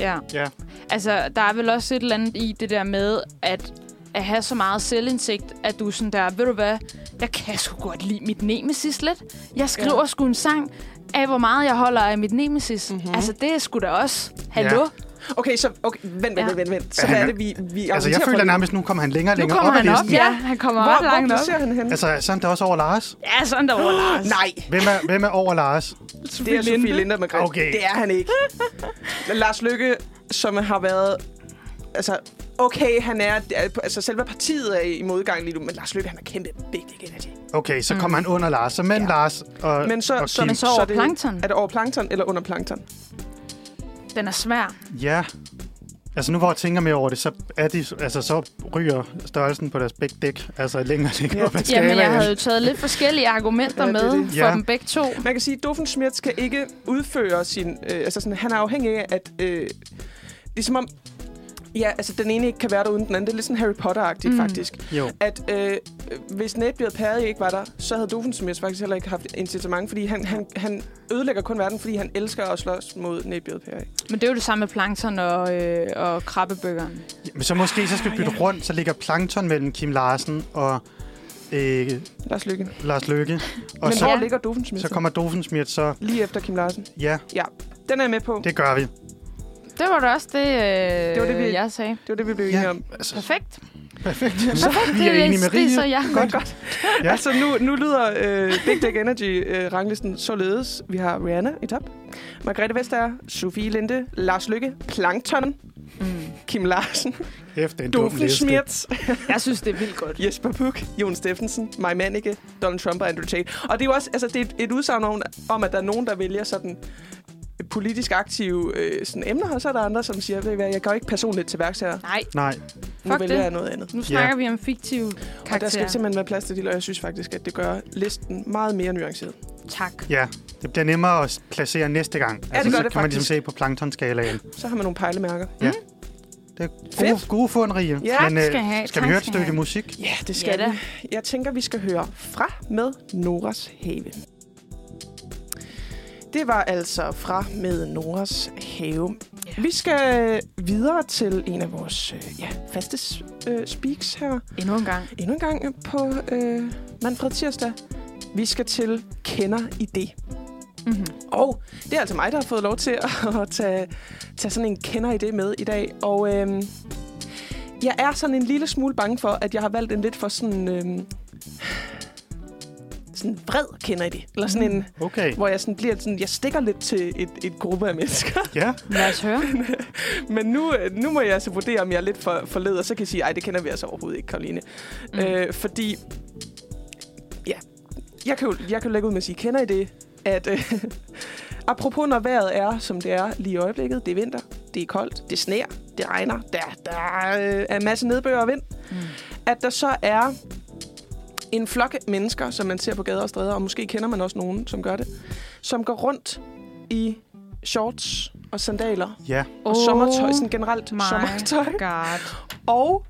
Speaker 1: ja.
Speaker 3: Ja.
Speaker 1: Altså, der er vel også et eller andet i det der med, at at have så meget selvindsigt, at du er sådan der, ved du hvad, jeg kan sgu godt lide mit nemesis lidt. Jeg skriver ja. sgu en sang af, hvor meget jeg holder af mit nemesis. Mm-hmm. Altså, det er sgu da også. Hallo? Ja.
Speaker 2: Okay, så okay, vent, vent,
Speaker 1: Ja.
Speaker 2: vent, vent, vent. Så
Speaker 3: Ja,
Speaker 2: hvad
Speaker 3: han
Speaker 2: er
Speaker 3: er-
Speaker 2: det, vi, vi
Speaker 3: Altså, jeg
Speaker 2: argumenterer
Speaker 3: føler
Speaker 2: for?
Speaker 3: nærmest, nu kommer han længere og
Speaker 1: Nu
Speaker 3: længere
Speaker 1: kommer
Speaker 3: op ad
Speaker 1: han op.
Speaker 3: listen.
Speaker 1: Ja, han kommer op
Speaker 2: Hvor, hvor
Speaker 1: langt op.
Speaker 2: placerer han henne?
Speaker 3: Altså, er han da også over Lars?
Speaker 1: Ja, sådan der over, Lars.
Speaker 2: Nej,
Speaker 3: Hvem er, hvem er over Lars?
Speaker 2: det er Sofie Linde og Margrethe.
Speaker 3: Okay.
Speaker 2: Det er han ikke. Lars Lykke, som har været... Altså, okay, han er... Altså, selve partiet er i modgang lige nu, men Lars Lykke, han er kæmpe big dick energy.
Speaker 3: Okay, så kommer han under Lars. Så mænd
Speaker 2: Ja.
Speaker 3: Lars og,
Speaker 2: Men så,
Speaker 3: og
Speaker 2: så,
Speaker 3: Kim.
Speaker 1: Men så over
Speaker 2: er det,
Speaker 1: Plankton.
Speaker 2: Er det over plankton eller under plankton?
Speaker 1: Den er svær.
Speaker 3: Ja. Altså nu hvor jeg tænker mere over det, så, er de, altså, så ryger størrelsen på deres big dick altså længere og længere
Speaker 2: Ja.
Speaker 3: op ad skalaen.
Speaker 1: Jamen, jeg havde jo taget lidt forskellige argumenter
Speaker 2: Ja, det er
Speaker 1: med
Speaker 2: det.
Speaker 1: for
Speaker 3: Ja.
Speaker 1: dem begge to.
Speaker 2: Man kan sige, at Doofenshmirtz skal ikke udføre sin... Øh, altså, sådan, han er afhængig af, at... Øh, det er som om... Ja, altså, den ene ikke kan være der uden den anden. Det er lidt sådan Harry Potter-agtigt,
Speaker 1: Mm.
Speaker 2: mm. faktisk.
Speaker 3: Jo,
Speaker 2: at øh, hvis Netbeard Perry ikke var der, så havde Doofenshmirtz faktisk heller ikke haft incitament, fordi han, han, han ødelægger kun verden, fordi han elsker at slås mod Netbeard Perry.
Speaker 1: Men det er jo det samme med plankton og, øh, og krabbebøgeren.
Speaker 3: men så måske så skal vi bytte rundt, så ligger plankton mellem Kim Larsen og øh,
Speaker 2: Lars Lykke. Og
Speaker 3: Lars Løkke. Og
Speaker 2: Men
Speaker 3: så,
Speaker 2: så, hvor
Speaker 1: Ja.
Speaker 2: ligger Doofenshmirtz?
Speaker 3: så kommer Dofensmirt, så
Speaker 2: Lige efter Kim Larsen.
Speaker 3: ja,
Speaker 2: Den er jeg med på. Det.
Speaker 3: det gør vi.
Speaker 1: Det var da også det, øh,
Speaker 2: Det var det, vi-
Speaker 1: jeg sagde.
Speaker 2: Det var det, vi blev
Speaker 3: Ja.
Speaker 2: enige om.
Speaker 3: Altså,
Speaker 1: Perfekt.
Speaker 3: perfekt. Så
Speaker 1: Perfekt.
Speaker 3: vi er enige med
Speaker 1: det er så
Speaker 3: Rie.
Speaker 1: jeg.
Speaker 2: Godt, godt.
Speaker 3: Ja.
Speaker 2: Ja. Altså, nu, nu lyder øh, Big Dick Energy øh, ranglisten således. Vi har Rihanna i top. Margrethe Vestager, Sofie Linde, Lars Lykke, Plankton,
Speaker 1: Mm.
Speaker 2: Kim Larsen,
Speaker 3: Efter en dum
Speaker 2: Dofen
Speaker 3: liste.
Speaker 2: Schmertz,
Speaker 1: Jeg synes, det er vildt godt.
Speaker 2: Jesper Puk, Jon Steffensen, Maj Manneke, Donald Trump og Andrew Tate. Og det er jo også altså, det er et, et udsagn om, om, at der er nogen, der vælger sådan politisk aktive øh, sådan emner, og så er der andre, som siger, ved I hvad, jeg går ikke personligt til værks her.
Speaker 1: Nej,
Speaker 3: Nej,
Speaker 2: Nu
Speaker 1: Fuck
Speaker 2: vælger
Speaker 1: det.
Speaker 2: jeg noget andet.
Speaker 1: nu snakker vi om fiktive
Speaker 2: Og der skal
Speaker 1: karakterer.
Speaker 2: simpelthen være plads til det, og jeg synes faktisk, at det gør listen meget mere nuanceret.
Speaker 1: Tak.
Speaker 3: ja. Det bliver nemmere at placere næste gang.
Speaker 2: det gør
Speaker 3: så
Speaker 2: det
Speaker 3: kan man
Speaker 2: faktisk.
Speaker 3: ligesom se på planktonskalaen.
Speaker 2: Så har man nogle pejlemærker.
Speaker 3: Det er gode,
Speaker 2: Fedt.
Speaker 3: gode fund, Rie.
Speaker 2: Ja,
Speaker 3: Men øh,
Speaker 1: skal I have.
Speaker 3: skal vi
Speaker 1: Tak
Speaker 3: høre et
Speaker 1: skal I
Speaker 3: stykke
Speaker 1: have.
Speaker 3: musik?
Speaker 2: Ja, det skal
Speaker 1: Ja
Speaker 2: ja,
Speaker 1: da.
Speaker 2: vi. Jeg tænker, vi skal høre fra med Noras Have. Det var altså fra med Noras Have.
Speaker 1: Ja.
Speaker 2: Vi skal videre til en af vores øh, ja, faste s- øh, speaks her.
Speaker 1: Endnu en gang.
Speaker 2: Endnu en gang på øh, Manfred Tirsdag. Vi skal til Kender i det.
Speaker 1: Mm-hmm.
Speaker 2: Og det er altså mig, der har fået lov til at tage, tage sådan en kender i det med i dag. Og øhm, jeg er sådan en lille smule bange for, at jeg har valgt en lidt for sådan... Øhm, sådan vred kender i det. Eller sådan en,
Speaker 3: Okay.
Speaker 2: hvor jeg sådan bliver sådan, jeg stikker lidt til et, et gruppe af mennesker.
Speaker 3: Ja,
Speaker 1: Lad os høre.
Speaker 2: Men nu, øh, nu må jeg altså vurdere, om jeg er lidt for, for led, og så kan jeg sige, ej, det kender vi altså overhovedet ikke, Karoline.
Speaker 1: Mm.
Speaker 2: Mm. Øh, fordi, ja, jeg kan, jo, jeg kan jo lægge ud med at sige, kender I det, at øh, apropos når vejret er, som det er lige i øjeblikket, det er vinter, det er koldt, det sner, det regner, der, der øh, er en masse nedbør og vind,
Speaker 1: Mm.
Speaker 2: mm. at der så er en flok mennesker, som man ser på gader og stræder, og måske kender man også nogen, som gør det, som går rundt i shorts og sandaler
Speaker 3: ja.
Speaker 2: og oh, sommertøj, sådan generelt
Speaker 1: my
Speaker 2: sommertøj.
Speaker 1: God.
Speaker 2: Og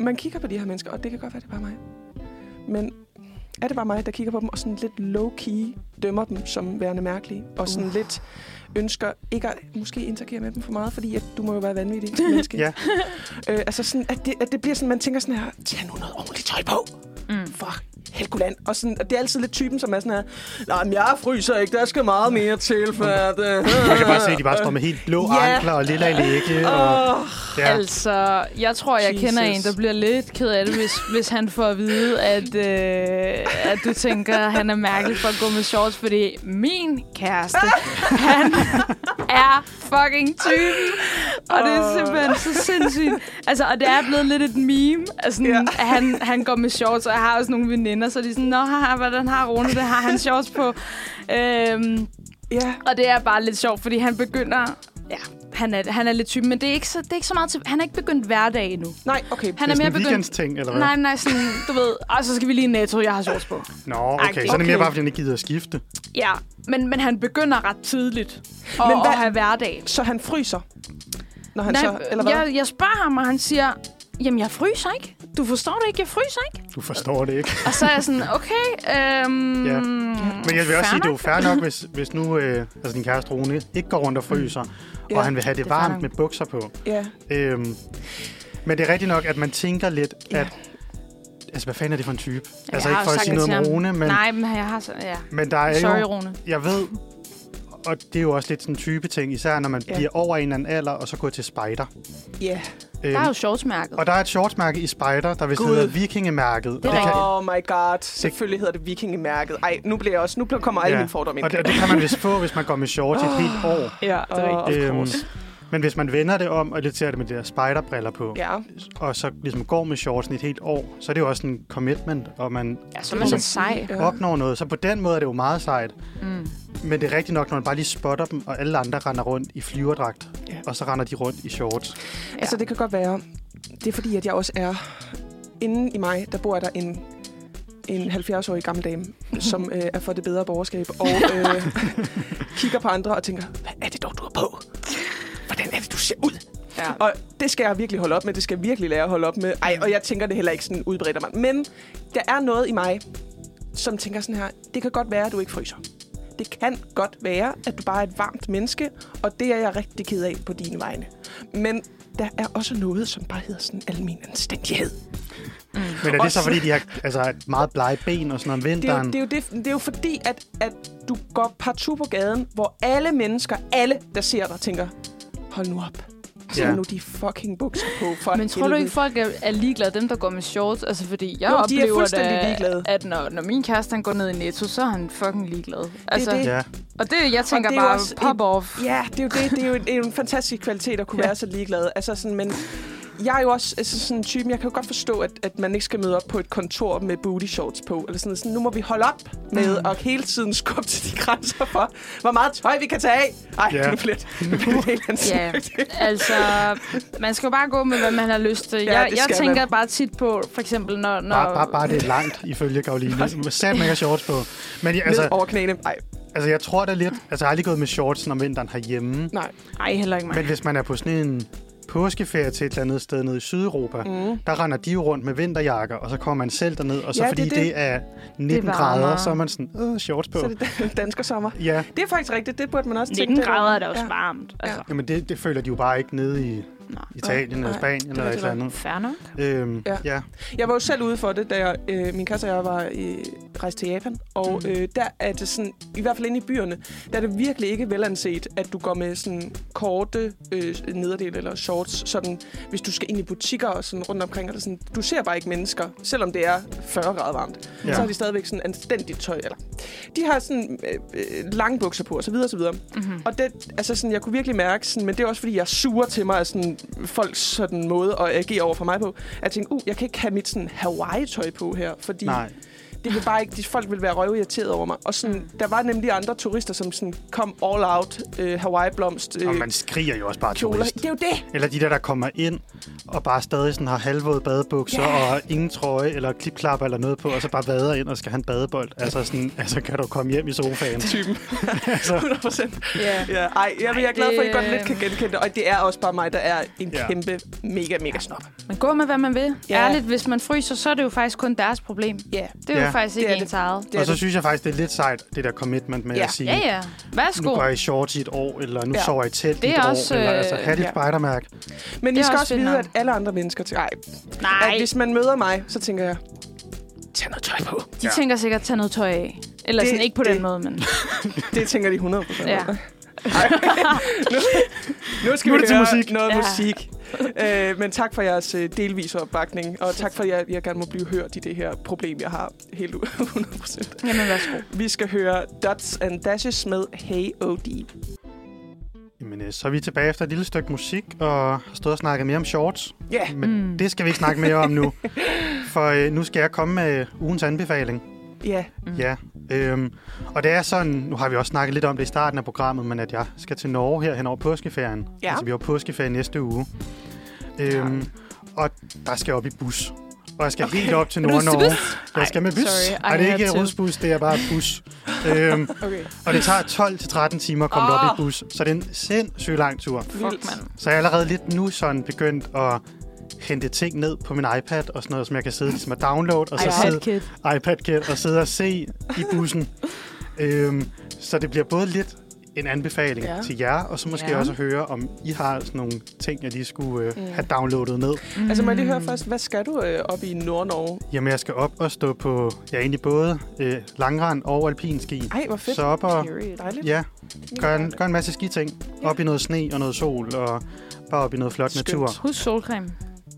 Speaker 2: man kigger på de her mennesker, og det kan godt være, det er bare mig. Men er det bare mig, der kigger på dem og sådan lidt low-key dømmer dem som værende mærkelige? Og sådan uh. lidt ønsker ikke at måske interagere med dem for meget, fordi at du må jo være vanvittig som menneske.
Speaker 3: Ja.
Speaker 2: øh, altså sådan, at det, at det bliver sådan, man tænker sådan her, tag nu noget ordentligt tøj på. Mm. For Helgoland. Og, sådan, og det er altid lidt typen, som er sådan her, nej, men jeg fryser ikke, der skal meget mere til, for at... øh."
Speaker 3: Man kan bare se, at de bare står med helt blå
Speaker 2: Ja.
Speaker 3: ankler og lilla lægge. Og,
Speaker 1: Ja.
Speaker 3: ja.
Speaker 1: Altså, jeg tror, jeg Jesus.
Speaker 2: Jesus.
Speaker 1: kender en, der bliver lidt ked af det, hvis, hvis han får at vide, at, øh, at du tænker, at han er mærkelig for at gå med shorts, fordi min kæreste, han er fucking typen. Og det er simpelthen så sindssygt. Altså, og det er blevet lidt et meme, altså,
Speaker 2: Ja.
Speaker 1: ja. at han, han går med shorts, og jeg har også nogle veninder, så de er sådan, Nå, haha, hvordan har Rune det? Har han shorts på? Øhm,
Speaker 2: Ja,
Speaker 1: og det er bare lidt sjovt, fordi han begynder... Ja, han er, han er lidt typen, men det er ikke så, det er ikke så meget til... Han er ikke begyndt hverdag endnu.
Speaker 2: nej, okay.
Speaker 1: Han
Speaker 3: Det er sådan en
Speaker 1: begyndt...
Speaker 3: weekendsting, eller hvad?
Speaker 1: Nej, nej, sådan, du ved, og så skal vi lige i netto, jeg har shorts på.
Speaker 3: Nå, okay. okay. Så er det mere
Speaker 2: Okay.
Speaker 3: bare, fordi han ikke gider at skifte.
Speaker 1: Ja, men, men han begynder ret tidligt at,
Speaker 2: Men
Speaker 1: men
Speaker 2: hvad-
Speaker 1: at have hverdag.
Speaker 2: Så han fryser? Når han så, eller hvad?
Speaker 1: jeg, jeg spørger ham, og han siger, jamen jeg fryser ikke. Du forstår det ikke, jeg fryser ikke.
Speaker 3: Du forstår det ikke.
Speaker 1: Og så er jeg sådan, okay, øhm,
Speaker 3: Ja.
Speaker 1: ja.
Speaker 3: Men jeg vil
Speaker 1: Fair
Speaker 3: også sige, det er jo
Speaker 1: nok.
Speaker 3: fair nok, hvis, hvis nu øh, altså din kæreste Rune ikke går rundt og fryser,
Speaker 2: Ja,
Speaker 3: og han vil have det,
Speaker 1: Mm. det er fair
Speaker 3: varmt
Speaker 1: nok.
Speaker 3: med bukser på.
Speaker 2: Ja.
Speaker 3: Øhm, men det er rigtigt nok, at man tænker lidt,
Speaker 2: Ja.
Speaker 3: at... Altså, hvad fanden er det for en type?
Speaker 1: Jeg
Speaker 3: altså,
Speaker 1: har
Speaker 3: ikke for
Speaker 1: jo
Speaker 3: at
Speaker 1: sagt
Speaker 3: sige
Speaker 1: det
Speaker 3: noget
Speaker 1: til
Speaker 3: om
Speaker 1: ham.
Speaker 3: Rune, men,
Speaker 1: Nej, men jeg har så, ja.
Speaker 3: men der er Øhm,
Speaker 1: Sorry,
Speaker 3: jo...
Speaker 1: Rune.
Speaker 3: Jeg ved, og det er jo også lidt sådan en type ting, især når man
Speaker 2: Ja.
Speaker 3: ja. bliver over en eller anden alder, og så går til spejder.
Speaker 2: Ja.
Speaker 1: Der
Speaker 3: Øhm,
Speaker 1: er jo shortsmærket.
Speaker 3: og der er et shortsmærke i spejder, der vist
Speaker 2: Gud.
Speaker 3: hedder vikingemærket. og
Speaker 1: er rigtigt.
Speaker 3: kan,
Speaker 2: Oh my god. Selvfølgelig hedder det vikingemærket. Ej, nu bliver jeg også... Nu bliver- kommer alle ja. mine fordomme ind.
Speaker 3: og det, og det kan man vist få, hvis man går med shorts i et helt år.
Speaker 2: Ja, det er rigtigt.
Speaker 3: Øhm, men hvis man vender det om, og lidt ser det med de der spejderbriller på, ja.
Speaker 2: Ja.
Speaker 3: og så ligesom går med shortsen i et helt år, så er det jo også en commitment, og man
Speaker 1: Ja, så er man
Speaker 3: Som-
Speaker 1: lidt sej.
Speaker 2: Ja.
Speaker 3: ja. opnår noget. Så på den måde er det jo meget sejt.
Speaker 1: Mm.
Speaker 3: Men det er rigtigt nok, når man bare lige spotter dem, og alle andre render rundt i flyverdragt,
Speaker 2: Ja.
Speaker 3: ja. og så render de rundt i shorts.
Speaker 2: Altså, det kan godt være... Det er fordi, at jeg også er... Inden i mig, der bor der en en 70-årig gammel dame, som øh, er for det bedre borgerskab, og øh, kigger på andre og tænker, hvad er det dog, du har på? Hvordan er det, du ser ud?
Speaker 1: Ja.
Speaker 2: Og det skal jeg virkelig holde op med. Det skal jeg virkelig lære at holde op med. Ej, og jeg tænker det heller ikke sådan udbredt af mig. Men der er noget i mig, som tænker sådan her. Det kan godt være, at du ikke fryser. Det kan godt være, at du bare er et varmt menneske, og det er jeg rigtig ked af på dine vegne. Men der er også noget, som bare hedder sådan almen anstændighed.
Speaker 3: Men er det så,
Speaker 2: Også-
Speaker 3: fordi de har altså, meget blege ben og sådan noget om
Speaker 2: Det er, jo,
Speaker 3: vinteren?
Speaker 2: det, er jo det, det er jo fordi, at, at du går partout på gaden, hvor alle mennesker, alle, der ser dig, tænker, hold nu op. Tag
Speaker 3: Ja.
Speaker 2: nu de fucking bukser på. For
Speaker 1: Men tror du
Speaker 2: helvede.
Speaker 1: ikke, folk er, er ligeglade, dem der går med shorts? Altså, fordi jeg
Speaker 2: Jo, de er
Speaker 1: oplever
Speaker 2: fuldstændig
Speaker 1: da,
Speaker 2: ligeglade.
Speaker 1: at når, når min kæreste han går ned i Netto, så er han fucking ligeglad. Altså,
Speaker 2: det.
Speaker 3: Ja.
Speaker 1: Og det, jeg tænker
Speaker 2: det
Speaker 1: det
Speaker 2: er jo
Speaker 1: bare,
Speaker 2: også
Speaker 1: pop off.
Speaker 2: Ja, det er jo det. Det er jo, det er jo en fantastisk kvalitet at kunne
Speaker 1: Ja.
Speaker 2: være så ligeglad. Altså sådan, men jeg er jo også altså sådan en type, jeg kan jo godt forstå, at, at man ikke skal møde op på et kontor med booty shorts på. Eller sådan, sådan nu må vi holde op med
Speaker 1: Mm.
Speaker 2: at hele tiden skubbe til de grænser for, hvor meget tøj vi kan tage af. Ej,
Speaker 3: Ja.
Speaker 2: yeah. nu bliver det, nu bliver det helt andet.
Speaker 1: Ja, altså, man skal jo bare gå med, hvad man har lyst til.
Speaker 2: Ja,
Speaker 1: Ja, jeg
Speaker 2: det
Speaker 1: jeg
Speaker 2: skal
Speaker 1: tænker
Speaker 2: man.
Speaker 1: bare tit på, for eksempel, når... når
Speaker 3: Bare, bare, bare det er langt, ifølge Karoline. Sat mega shorts på. Men jeg-
Speaker 2: Altså, Ned
Speaker 3: altså,
Speaker 2: over knæene. Ej,
Speaker 3: altså, jeg tror da lidt... Altså, jeg har aldrig gået med shorts om vinteren herhjemme.
Speaker 2: nej.
Speaker 1: Ej, heller ikke mig.
Speaker 3: Men hvis man er på sådan en påskeferie til et eller andet sted nede i Sydeuropa, mm. der render de jo rundt med vinterjakker, og så kommer man selv derned, og så
Speaker 2: Ja,
Speaker 3: ja,
Speaker 2: det
Speaker 3: fordi
Speaker 2: er
Speaker 3: det,
Speaker 2: det.
Speaker 3: det er 19
Speaker 1: Det
Speaker 3: det
Speaker 1: varmer.
Speaker 3: grader, så er man sådan, øh, shorts på.
Speaker 2: Så er det dansker sommer.
Speaker 3: Ja,
Speaker 2: Det er faktisk rigtigt. Det burde man også tænke.
Speaker 1: 19
Speaker 2: derovre.
Speaker 1: grader er da også
Speaker 2: Ja.
Speaker 1: varmt. Altså,
Speaker 3: Jamen, det, det føler de jo bare ikke nede i
Speaker 1: Nej.
Speaker 3: Italien eller
Speaker 2: Nej,
Speaker 3: Spanien eller et
Speaker 2: rigtigt
Speaker 3: eller andet.
Speaker 1: fair nok.
Speaker 3: Øhm,
Speaker 2: Ja.
Speaker 3: ja. ja.
Speaker 2: Jeg var jo selv ude for det, da jeg, øh, min kæreste og jeg var øh, rejst til Japan. Og
Speaker 1: Mhm.
Speaker 2: øh, der er det sådan, i hvert fald inde i byerne, der er det virkelig ikke velanset, at du går med sådan korte øh, nederdel eller shorts. Sådan, hvis du skal ind i butikker og sådan rundt omkring. Eller sådan, du ser bare ikke mennesker, selvom det er 40 grader varmt. Ja. Så har de stadigvæk sådan anstændigt tøj. Eller. De har sådan øh, øh, lange bukser på, og så videre, og så videre.
Speaker 1: Mm-hmm.
Speaker 2: Og det, altså sådan, jeg kunne virkelig mærke, sådan, men det er også fordi, jeg suger til mig af sådan, folks sådan måde at agere over for mig på. At tænke, uh, jeg kan ikke have mit sådan, Hawaii-tøj på her, fordi Nej.
Speaker 3: Nej.
Speaker 2: det vil bare ikke, de, folk vil være røvirriteret over mig. Og sådan, der var nemlig andre turister, som sådan, kom all out, øh, Hawaii-blomst, øh,
Speaker 3: Og man skriger jo også bare
Speaker 2: kjoler.
Speaker 3: turist.
Speaker 2: Det er jo det!
Speaker 3: Eller de der, der kommer ind og bare stadig sådan har halvvåde badebukser
Speaker 2: Ja.
Speaker 3: yeah. og ingen trøje eller klipklapper eller noget på, og så bare vader ind og skal have en badebold. Altså, sådan, altså kan du komme hjem i sofaen?
Speaker 2: Typen.
Speaker 3: altså,
Speaker 2: 100 procent.
Speaker 1: Ja.
Speaker 2: Ja, ej, jeg, jeg er
Speaker 1: Ej,
Speaker 2: glad for, at I
Speaker 1: det-
Speaker 2: godt lidt kan genkende det. Og det er også bare mig, der er en ja.
Speaker 3: Ja.
Speaker 2: kæmpe, mega, mega snop.
Speaker 1: Man går med, hvad man vil.
Speaker 2: Ja.
Speaker 1: Ja. Ærligt, hvis man fryser, så er det jo faktisk kun deres problem.
Speaker 2: Ja,
Speaker 1: Det er ja.
Speaker 3: Ja.
Speaker 1: jo faktisk
Speaker 2: Det
Speaker 1: ikke
Speaker 2: er det.
Speaker 1: ens eget.
Speaker 2: det er
Speaker 3: og så
Speaker 2: det.
Speaker 3: synes jeg faktisk, det er lidt sejt, det der commitment med
Speaker 2: Ja.
Speaker 3: at sige,
Speaker 1: Ja, ja.
Speaker 3: nu
Speaker 1: Værsgo.
Speaker 3: går jeg i shorts i et år, eller nu
Speaker 2: Ja.
Speaker 3: ja. sover jeg i telt i
Speaker 1: Det
Speaker 3: et
Speaker 1: er
Speaker 3: år,
Speaker 1: også,
Speaker 3: eller
Speaker 1: øh,
Speaker 3: altså, have dit
Speaker 2: ja.
Speaker 3: ja. spejdermærke.
Speaker 2: Men
Speaker 1: Det
Speaker 2: I
Speaker 1: er
Speaker 2: skal
Speaker 1: også
Speaker 2: også
Speaker 1: fedt
Speaker 2: vide,
Speaker 1: nok.
Speaker 2: at alle andre mennesker tænker, ej,
Speaker 1: Nej,
Speaker 2: at hvis man møder mig, så tænker jeg, tag noget tøj på.
Speaker 1: de tænker sikkert at tage noget tøj af. Eller
Speaker 2: Det-
Speaker 1: det, sådan ikke på
Speaker 2: det-
Speaker 1: den måde, men...
Speaker 2: Det tænker de 100 procent.
Speaker 1: Ja.
Speaker 2: nu, nu skal
Speaker 3: Nu
Speaker 2: vi
Speaker 3: er det til
Speaker 2: høre
Speaker 3: musik.
Speaker 2: noget
Speaker 1: Ja.
Speaker 2: musik. Øh, men tak for jeres øh, delvise opbakning, og tak for, at jeg, jeg gerne må blive hørt i det her problem, jeg har helt u- 100 procent.
Speaker 1: Jamen, værsgo.
Speaker 2: Vi skal høre Dots and Dashes med Hey O.D.
Speaker 3: Jamen, øh, så er vi tilbage efter et lille stykke musik, og har stået og snakket mere om shorts.
Speaker 2: Ja, yeah.
Speaker 3: Men
Speaker 1: Mm.
Speaker 3: mm. det skal vi ikke snakke mere om nu, for øh, nu skal jeg komme med ugens anbefaling.
Speaker 2: ja.
Speaker 1: Mm.
Speaker 3: Ja, øhm, og det er sådan, nu har vi også snakket lidt om det i starten af programmet, men at jeg skal til Norge her hen over påskeferien.
Speaker 2: Ja.
Speaker 3: Altså, vi har påskeferie næste uge. Øhm, Og der skal jeg op i bus. Og jeg skal okay. helt op til
Speaker 1: Er du til
Speaker 3: Nord-Norge.
Speaker 1: bus?
Speaker 3: Jeg skal med bus.
Speaker 1: Ej, sorry,
Speaker 3: Ej, det
Speaker 1: I
Speaker 3: er ikke
Speaker 1: had to.
Speaker 3: rusbus, det er bare bus. øhm,
Speaker 2: Okay.
Speaker 3: og det tager 12-13 timer at komme oh. op i
Speaker 1: Åh.
Speaker 3: bus, så det er en sindssygt lang tur.
Speaker 1: Fuck, mand.
Speaker 3: Så jeg er allerede lidt nu sådan begyndt at hente ting ned på min iPad og sådan noget, som jeg kan sidde ligesom at downloade, og så sidde,
Speaker 1: iPad kid.
Speaker 3: iPad kan og sidde og se i bussen. øhm, så det bliver både lidt en anbefaling
Speaker 2: Ja.
Speaker 3: ja. til jer, og så måske
Speaker 1: Ja.
Speaker 3: ja. også høre, om I har sådan nogle ting, jeg lige skulle øh,
Speaker 2: Mm.
Speaker 3: have downloadet ned.
Speaker 2: Altså, må jeg lige høre først, hvad skal du øh, op i Nord-Norge?
Speaker 3: Jamen, jeg skal op og stå på, ja, egentlig både øh, langrand og alpinski.
Speaker 2: Ej, hvor fedt.
Speaker 3: Så op og,
Speaker 1: Period.
Speaker 2: Dejligt.
Speaker 3: ja, gør en,
Speaker 2: Mega
Speaker 3: gør en masse skiting.
Speaker 2: Ja.
Speaker 3: Op i noget sne og noget sol, og bare op i noget flot
Speaker 2: Skønt.
Speaker 3: natur.
Speaker 1: Husk solcreme.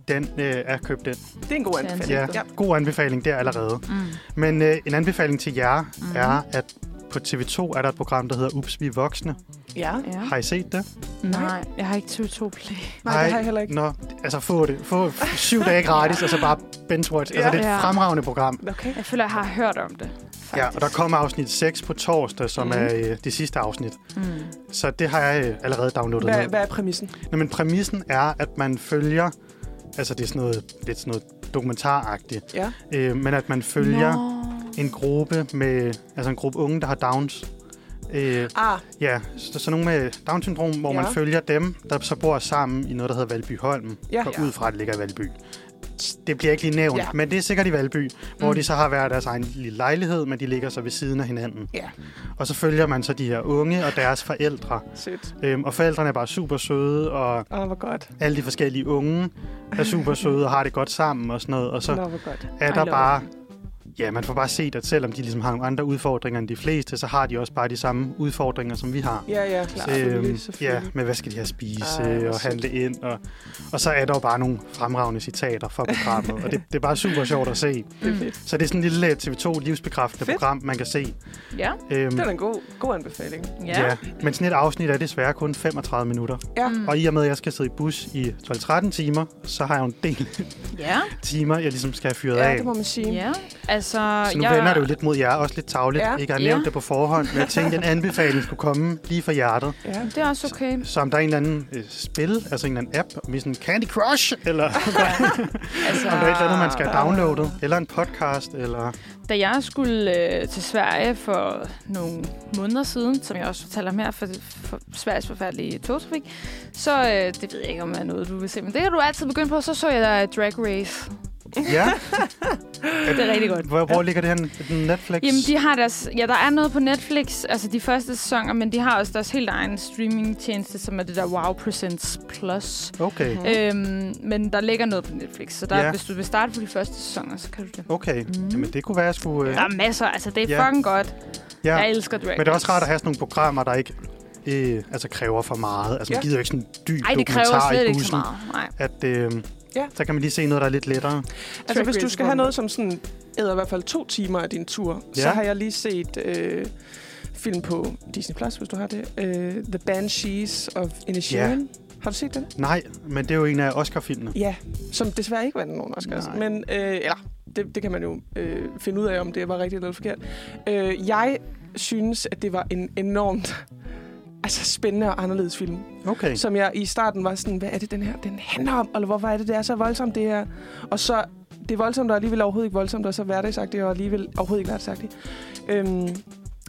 Speaker 3: Den øh, er købt den.
Speaker 2: dejligt. Det er en god anbefaling.
Speaker 3: Ja,
Speaker 2: Ja.
Speaker 3: god anbefaling der allerede.
Speaker 1: Mm.
Speaker 3: Men øh, en anbefaling til jer
Speaker 2: Mhm.
Speaker 3: mm. er, at på TV2 er der et program, der hedder Ups, vi er voksne.
Speaker 2: ja.
Speaker 1: Ja.
Speaker 3: Har I set det?
Speaker 1: Nej, jeg har ikke TV2 Play.
Speaker 2: Nej, det har jeg heller ikke.
Speaker 3: Nå, altså få det. Få syv dage gratis, og så bare binge-watch. Altså,
Speaker 2: Ja.
Speaker 3: det er
Speaker 1: Ja.
Speaker 3: et fremragende program.
Speaker 2: Okay.
Speaker 1: Jeg føler, jeg har hørt om det. Faktisk.
Speaker 3: Ja, og der kommer afsnit 6 på torsdag, som
Speaker 2: Mhm.
Speaker 3: mm. er øh, det sidste afsnit.
Speaker 1: Mm.
Speaker 3: Så det har jeg øh, allerede downloadet
Speaker 2: Hvad,
Speaker 3: ned.
Speaker 2: hvad er præmissen?
Speaker 3: Nå, men præmissen er, at man følger... Altså, det er sådan noget, lidt sådan noget dokumentaragtigt.
Speaker 2: Ja.
Speaker 3: Øh, men at man følger no. en gruppe med... Altså, en gruppe unge, der har Downs. Øh,
Speaker 2: Ah,
Speaker 3: ja, så, så nogle med Down-syndrom, hvor
Speaker 2: Ja.
Speaker 3: man følger dem, der så bor sammen i noget, der hedder Valbyholm.
Speaker 2: Ja.
Speaker 3: Ja. Og ud fra, at det ligger i Valby. Det bliver ikke lige nævnt,
Speaker 2: Ja.
Speaker 3: ja. men det er sikkert i Valby, hvor
Speaker 1: Mm.
Speaker 3: de så har hver deres egen lille lejlighed, men de ligger så ved siden af hinanden.
Speaker 2: Ja.
Speaker 3: Og så følger man så de her unge og deres forældre.
Speaker 2: sødt.
Speaker 3: Øhm, og forældrene er bare super søde, og
Speaker 2: Åh, oh, hvor godt.
Speaker 3: alle de forskellige unge er super søde og har det godt sammen og sådan noget. Og så
Speaker 2: Nå, hvor godt.
Speaker 3: er
Speaker 1: I
Speaker 3: der
Speaker 1: love
Speaker 3: bare Ja, man får bare set, at selvom de ligesom har nogle andre udfordringer end de fleste, så har de også bare de samme udfordringer, som vi har. Øhm,
Speaker 2: Ja, ja, klart. Selvfølgelig,
Speaker 3: ja,
Speaker 2: selvfølgelig.
Speaker 3: men hvad skal de have at spise
Speaker 2: Ej, hvor
Speaker 3: Ej, og handle ind? Og, og så er der jo bare nogle fremragende citater fra programmet, og det, det er bare super sjovt at se.
Speaker 2: Det er fedt.
Speaker 3: Så det er sådan en lille øh, TV2-livsbekræftende
Speaker 2: Fedt.
Speaker 3: program, man kan se.
Speaker 1: Ja.
Speaker 3: Øhm,
Speaker 2: Det er da en god, god anbefaling.
Speaker 1: Ja. ja.
Speaker 3: Men sådan et afsnit er desværre kun 35 minutter.
Speaker 2: Ja.
Speaker 1: Mm.
Speaker 3: Og i og med, at jeg skal sidde i bus i 12-13 timer, så har jeg jo en del
Speaker 1: Ja.
Speaker 3: timer, jeg ligesom skal have fyret
Speaker 2: Ja,
Speaker 3: af.
Speaker 2: det må man sige.
Speaker 1: ja. Altså,
Speaker 3: Så nu
Speaker 1: jeg...
Speaker 3: jeg... vender det jo lidt mod jer, også lidt tavligt.
Speaker 2: Ja.
Speaker 3: Ja. Ikke har
Speaker 1: Ja.
Speaker 3: nævnt det på forhånd, men jeg tænkte, at en anbefaling skulle komme lige fra hjertet.
Speaker 2: Ja.
Speaker 1: Det er også okay.
Speaker 3: Så om der er en eller anden øh, spil, altså en eller anden app, om vi sådan Candy Crush, eller
Speaker 1: Altså,
Speaker 3: om der er et eller andet, man skal have downloadet, eller en podcast, eller...
Speaker 1: Da jeg skulle øh, til Sverige for nogle måneder siden, som jeg også fortalte om her, for, for Sveriges forfærdelige togtrafik, så øh, det ved jeg ikke, om er noget, du vil se, men det kan du altid begynde på. Så så jeg øh, Drag Race.
Speaker 3: Ja,
Speaker 1: Det er rigtig godt.
Speaker 3: hvor, hvor ligger det her? Er det Netflix?
Speaker 1: Jamen, de har deres, ja, der er noget på Netflix, altså de første sæsoner, men de har også deres helt egen streamingtjeneste, som er det der Wow Presents Plus.
Speaker 3: Okay,
Speaker 1: Mm. Øhm, men der ligger noget på Netflix, så der,
Speaker 3: Ja.
Speaker 1: yeah. hvis du vil starte på de første sæsoner, så kan du det.
Speaker 3: okay. Jamen, det kunne være, at jeg skulle... Øh,
Speaker 1: Der er masser, altså det er
Speaker 3: Ja.
Speaker 1: yeah. fucking godt.
Speaker 3: ja.
Speaker 1: Jeg elsker Drag
Speaker 3: Men det er også
Speaker 1: Race.
Speaker 3: rart at have sådan nogle programmer, der ikke øh, altså kræver for meget. Altså, man
Speaker 2: Ja.
Speaker 3: gider jo ikke sådan en dyb
Speaker 1: Ej, det kræver
Speaker 3: dokumentar
Speaker 1: slet
Speaker 3: i
Speaker 1: ikke så
Speaker 3: bussen.
Speaker 1: meget. Nej.
Speaker 3: At, øh,
Speaker 2: Ja.
Speaker 3: ja. Så kan man lige se noget, der er lidt lettere.
Speaker 2: Altså, hvis
Speaker 1: Race
Speaker 2: du skal
Speaker 1: er
Speaker 2: have
Speaker 1: godt.
Speaker 2: noget som sådan, æder i hvert fald to timer af din tur, ja. så
Speaker 3: Ja.
Speaker 2: har jeg lige set øh, film på Disney+, Plus, hvis du har det. Øh, The Banshees of Inisherin. Ja. Har du set den?
Speaker 3: Nej, men det er jo en af Oscar-filmene.
Speaker 2: Ja. Som desværre ikke vandt nogen Oscars.
Speaker 3: Nej.
Speaker 2: Men, øh, eller, det, det kan man jo øh, finde ud af, om det var rigtigt eller forkert. Øh, jeg synes, at det var en enormt altså, spændende og anderledes film.
Speaker 3: Okay.
Speaker 2: som jeg i starten var sådan, hvad er det, den her den handler om? Eller hvorfor er det, det er så voldsomt, det her? Og så, det er voldsomt og alligevel overhovedet ikke voldsomt, og så hverdagsagtigt og alligevel overhovedet ikke hverdagsagtigt. Øhm,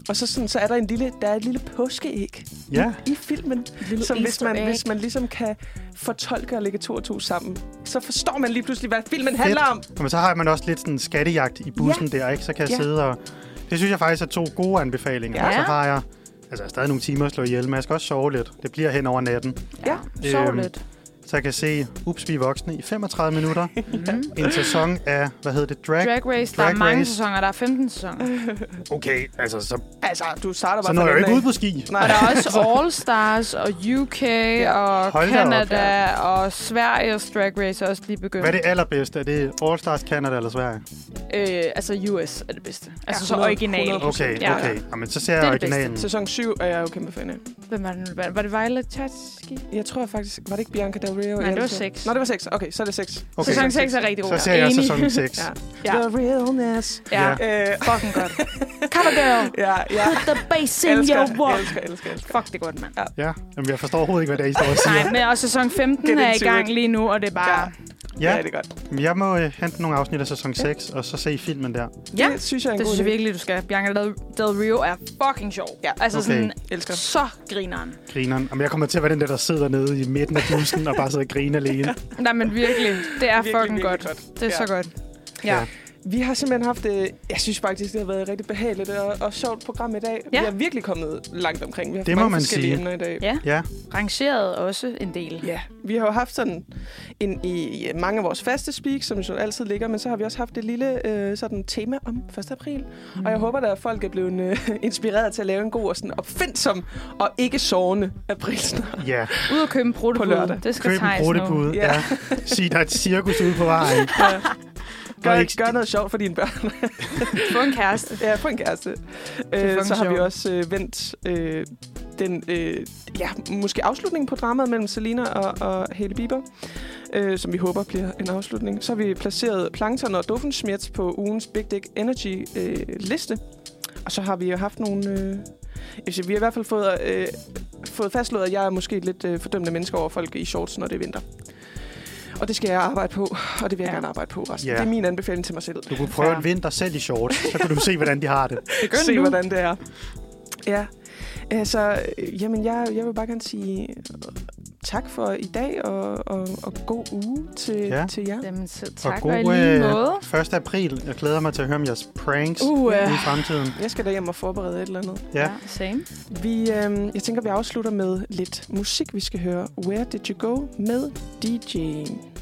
Speaker 2: og så, sådan, så er der en lille, der er et lille påskeæg
Speaker 3: Ja,
Speaker 2: i filmen,
Speaker 1: Lille
Speaker 2: som hvis
Speaker 1: Easter
Speaker 2: man,
Speaker 1: egg.
Speaker 2: hvis man ligesom kan fortolke og lægge to og to sammen, så forstår man lige pludselig, hvad filmen
Speaker 3: Fedt.
Speaker 2: handler om.
Speaker 3: men så har man også lidt sådan en skattejagt i bussen ja. der, ikke? Så kan jeg
Speaker 2: Ja.
Speaker 3: ja. sidde og... Det synes jeg faktisk er to gode anbefalinger.
Speaker 1: Ja.
Speaker 3: Og så har jeg... Altså, jeg har stadig nogle timer at slå ihjel, men jeg skal også sove lidt. Det bliver hen over natten.
Speaker 2: Ja.
Speaker 1: Sov
Speaker 3: Øhm,
Speaker 1: lidt.
Speaker 3: Så jeg kan se Ups, vi er voksne i 35 minutter. En sæson af, hvad hedder det, drag?
Speaker 1: Drag Race, der er
Speaker 3: Drag
Speaker 1: mange
Speaker 3: Race.
Speaker 1: sæsoner. Der er 15 sæsoner.
Speaker 3: Okay, altså, så,
Speaker 2: Altså, du starter bare
Speaker 3: så når jeg jo ikke
Speaker 2: af.
Speaker 3: ud på ski.
Speaker 1: Og
Speaker 2: Nej,
Speaker 1: der er også All Stars og UK og
Speaker 3: Hold da op,
Speaker 1: Canada og Sveriges Drag Race er også lige begyndt.
Speaker 3: Hvad er det allerbedste? Er det All Stars Canada eller Sverige?
Speaker 1: Øh, altså US er det bedste. Altså så
Speaker 2: 100,
Speaker 1: original.
Speaker 2: 100.
Speaker 3: Okay,
Speaker 1: Ja.
Speaker 3: okay. Jamen, så ser
Speaker 1: Det
Speaker 3: jeg
Speaker 1: er det bedste.
Speaker 3: originalen.
Speaker 2: Sæson 7 er jeg jo kæmpe fan af.
Speaker 1: Hvem var det? Var, var det Violet Chachki?
Speaker 2: Jeg tror faktisk... Var det ikke Bianca Del Rio?
Speaker 1: Nej, det var
Speaker 2: Jeg-
Speaker 1: seks.
Speaker 2: Nå, det var 6. Okay, så er det 6.
Speaker 1: Okay.
Speaker 3: Okay.
Speaker 1: Sæson 6 er rigtig god.
Speaker 3: Så ser jeg
Speaker 1: Enig.
Speaker 3: sæson 6.
Speaker 2: Ja.
Speaker 1: Ja.
Speaker 2: The realness.
Speaker 1: Ja,
Speaker 3: Ja.
Speaker 2: Øh,
Speaker 1: fucking godt. Cover girl.
Speaker 2: ja, ja.
Speaker 1: Put the bass in
Speaker 2: elsker,
Speaker 1: your walk.
Speaker 2: elsker, elsker, elsker.
Speaker 1: Fuck, det er godt, mand.
Speaker 3: Ja, Jamen, jeg forstår overhovedet ikke, hvad det er, I står og siger.
Speaker 1: Nej, men og sæson 15
Speaker 2: Get
Speaker 1: er i
Speaker 2: into
Speaker 1: gang
Speaker 2: it.
Speaker 1: lige nu, og det er bare...
Speaker 2: Ja,
Speaker 3: Ja,
Speaker 2: det er godt.
Speaker 3: men jeg må øh, hente nogle afsnit af sæson 6, og så se filmen der.
Speaker 1: Ja,
Speaker 2: Det synes jeg er en
Speaker 1: det
Speaker 2: god
Speaker 1: synes jeg
Speaker 2: idé.
Speaker 1: virkelig, du skal. Bianca Del, Del Rio er fucking sjov.
Speaker 2: Ja.
Speaker 1: Altså
Speaker 3: Okay.
Speaker 1: sådan,
Speaker 2: Elsker.
Speaker 1: så grineren.
Speaker 3: Grineren. Jamen, jeg kommer til at være den der, der sidder nede i midten af bussen og bare sidder og griner alene.
Speaker 1: Nej, men virkelig, det er
Speaker 2: Virkelig,
Speaker 1: fucking
Speaker 2: virkelig
Speaker 1: godt. Det er
Speaker 2: Ja.
Speaker 1: så godt. Ja.
Speaker 2: Vi har simpelthen haft, øh, jeg synes faktisk, det har været et rigtig behageligt og, og sjovt program i dag.
Speaker 1: Ja.
Speaker 2: Vi er virkelig kommet langt omkring. Vi har haft
Speaker 3: Det må
Speaker 2: mange
Speaker 3: man
Speaker 2: forskellige
Speaker 3: sige.
Speaker 2: emner i dag.
Speaker 1: Ja.
Speaker 3: Ja,
Speaker 1: Rangeret også en del.
Speaker 2: Ja, vi har jo haft sådan en i i mange af vores faste speak, som jo altid ligger, men så har vi også haft et lille øh, sådan tema om 1. april. Mm. Og jeg håber, da, at folk er blevet øh, inspireret til at lave en god og sådan opfindsom og ikke sårende april.
Speaker 3: ja.
Speaker 1: Ud og købe en protobud.
Speaker 2: lørdag.
Speaker 1: Det skal
Speaker 3: Køb en
Speaker 1: Thijs nu.
Speaker 3: bruttepude.
Speaker 2: Ja.
Speaker 3: Ja. ja. Sig, der er et cirkus ude på vejen.
Speaker 2: Gør,
Speaker 3: ikke-
Speaker 2: gør noget sjovt for dine børn.
Speaker 1: Få en kæreste.
Speaker 2: Ja, på en kæreste.
Speaker 1: fucking
Speaker 2: Øh, så har vi
Speaker 1: sjovt.
Speaker 2: også øh, vendt øh, den, øh, ja, måske afslutningen på dramaet mellem Selina og, og Hailey Bieber, øh, som vi håber bliver en afslutning. Så har vi placeret Plankton og Duffenschmerz på ugens Big Dick Energy øh, liste. Og så har vi jo haft nogle... Øh, jeg vil sige, vi har i hvert fald fået, øh, fået fastslået, at jeg er måske lidt øh, fordømmende menneske over folk i shorts, når det er vinter. Og det skal jeg arbejde på, og det vil jeg
Speaker 1: Ja.
Speaker 2: gerne arbejde på resten.
Speaker 3: Ja.
Speaker 2: Det er min anbefaling til mig selv.
Speaker 3: Du kunne prøve
Speaker 1: Ja.
Speaker 3: en vinter selv i shorts, så kan du se, hvordan de har det.
Speaker 1: Begynd
Speaker 2: se,
Speaker 1: nu.
Speaker 2: hvordan det er. Ja. Altså, øh, jamen, jeg, jeg vil bare gerne sige øh, tak for i dag, og, og, og god uge til, ja.
Speaker 3: Ja.
Speaker 2: til jer.
Speaker 1: Jamen, så
Speaker 3: Og
Speaker 1: tak og,
Speaker 3: god
Speaker 1: i lige måde.
Speaker 3: øh, 1. april. Jeg glæder mig til at høre om jeres pranks uh,
Speaker 1: Uh,
Speaker 3: i fremtiden.
Speaker 2: Jeg skal derhjem og forberede et eller andet.
Speaker 3: Ja.
Speaker 1: same.
Speaker 2: Vi, øh, jeg tænker, vi afslutter med lidt musik, vi skal høre. Where Did You Go med DJ'en.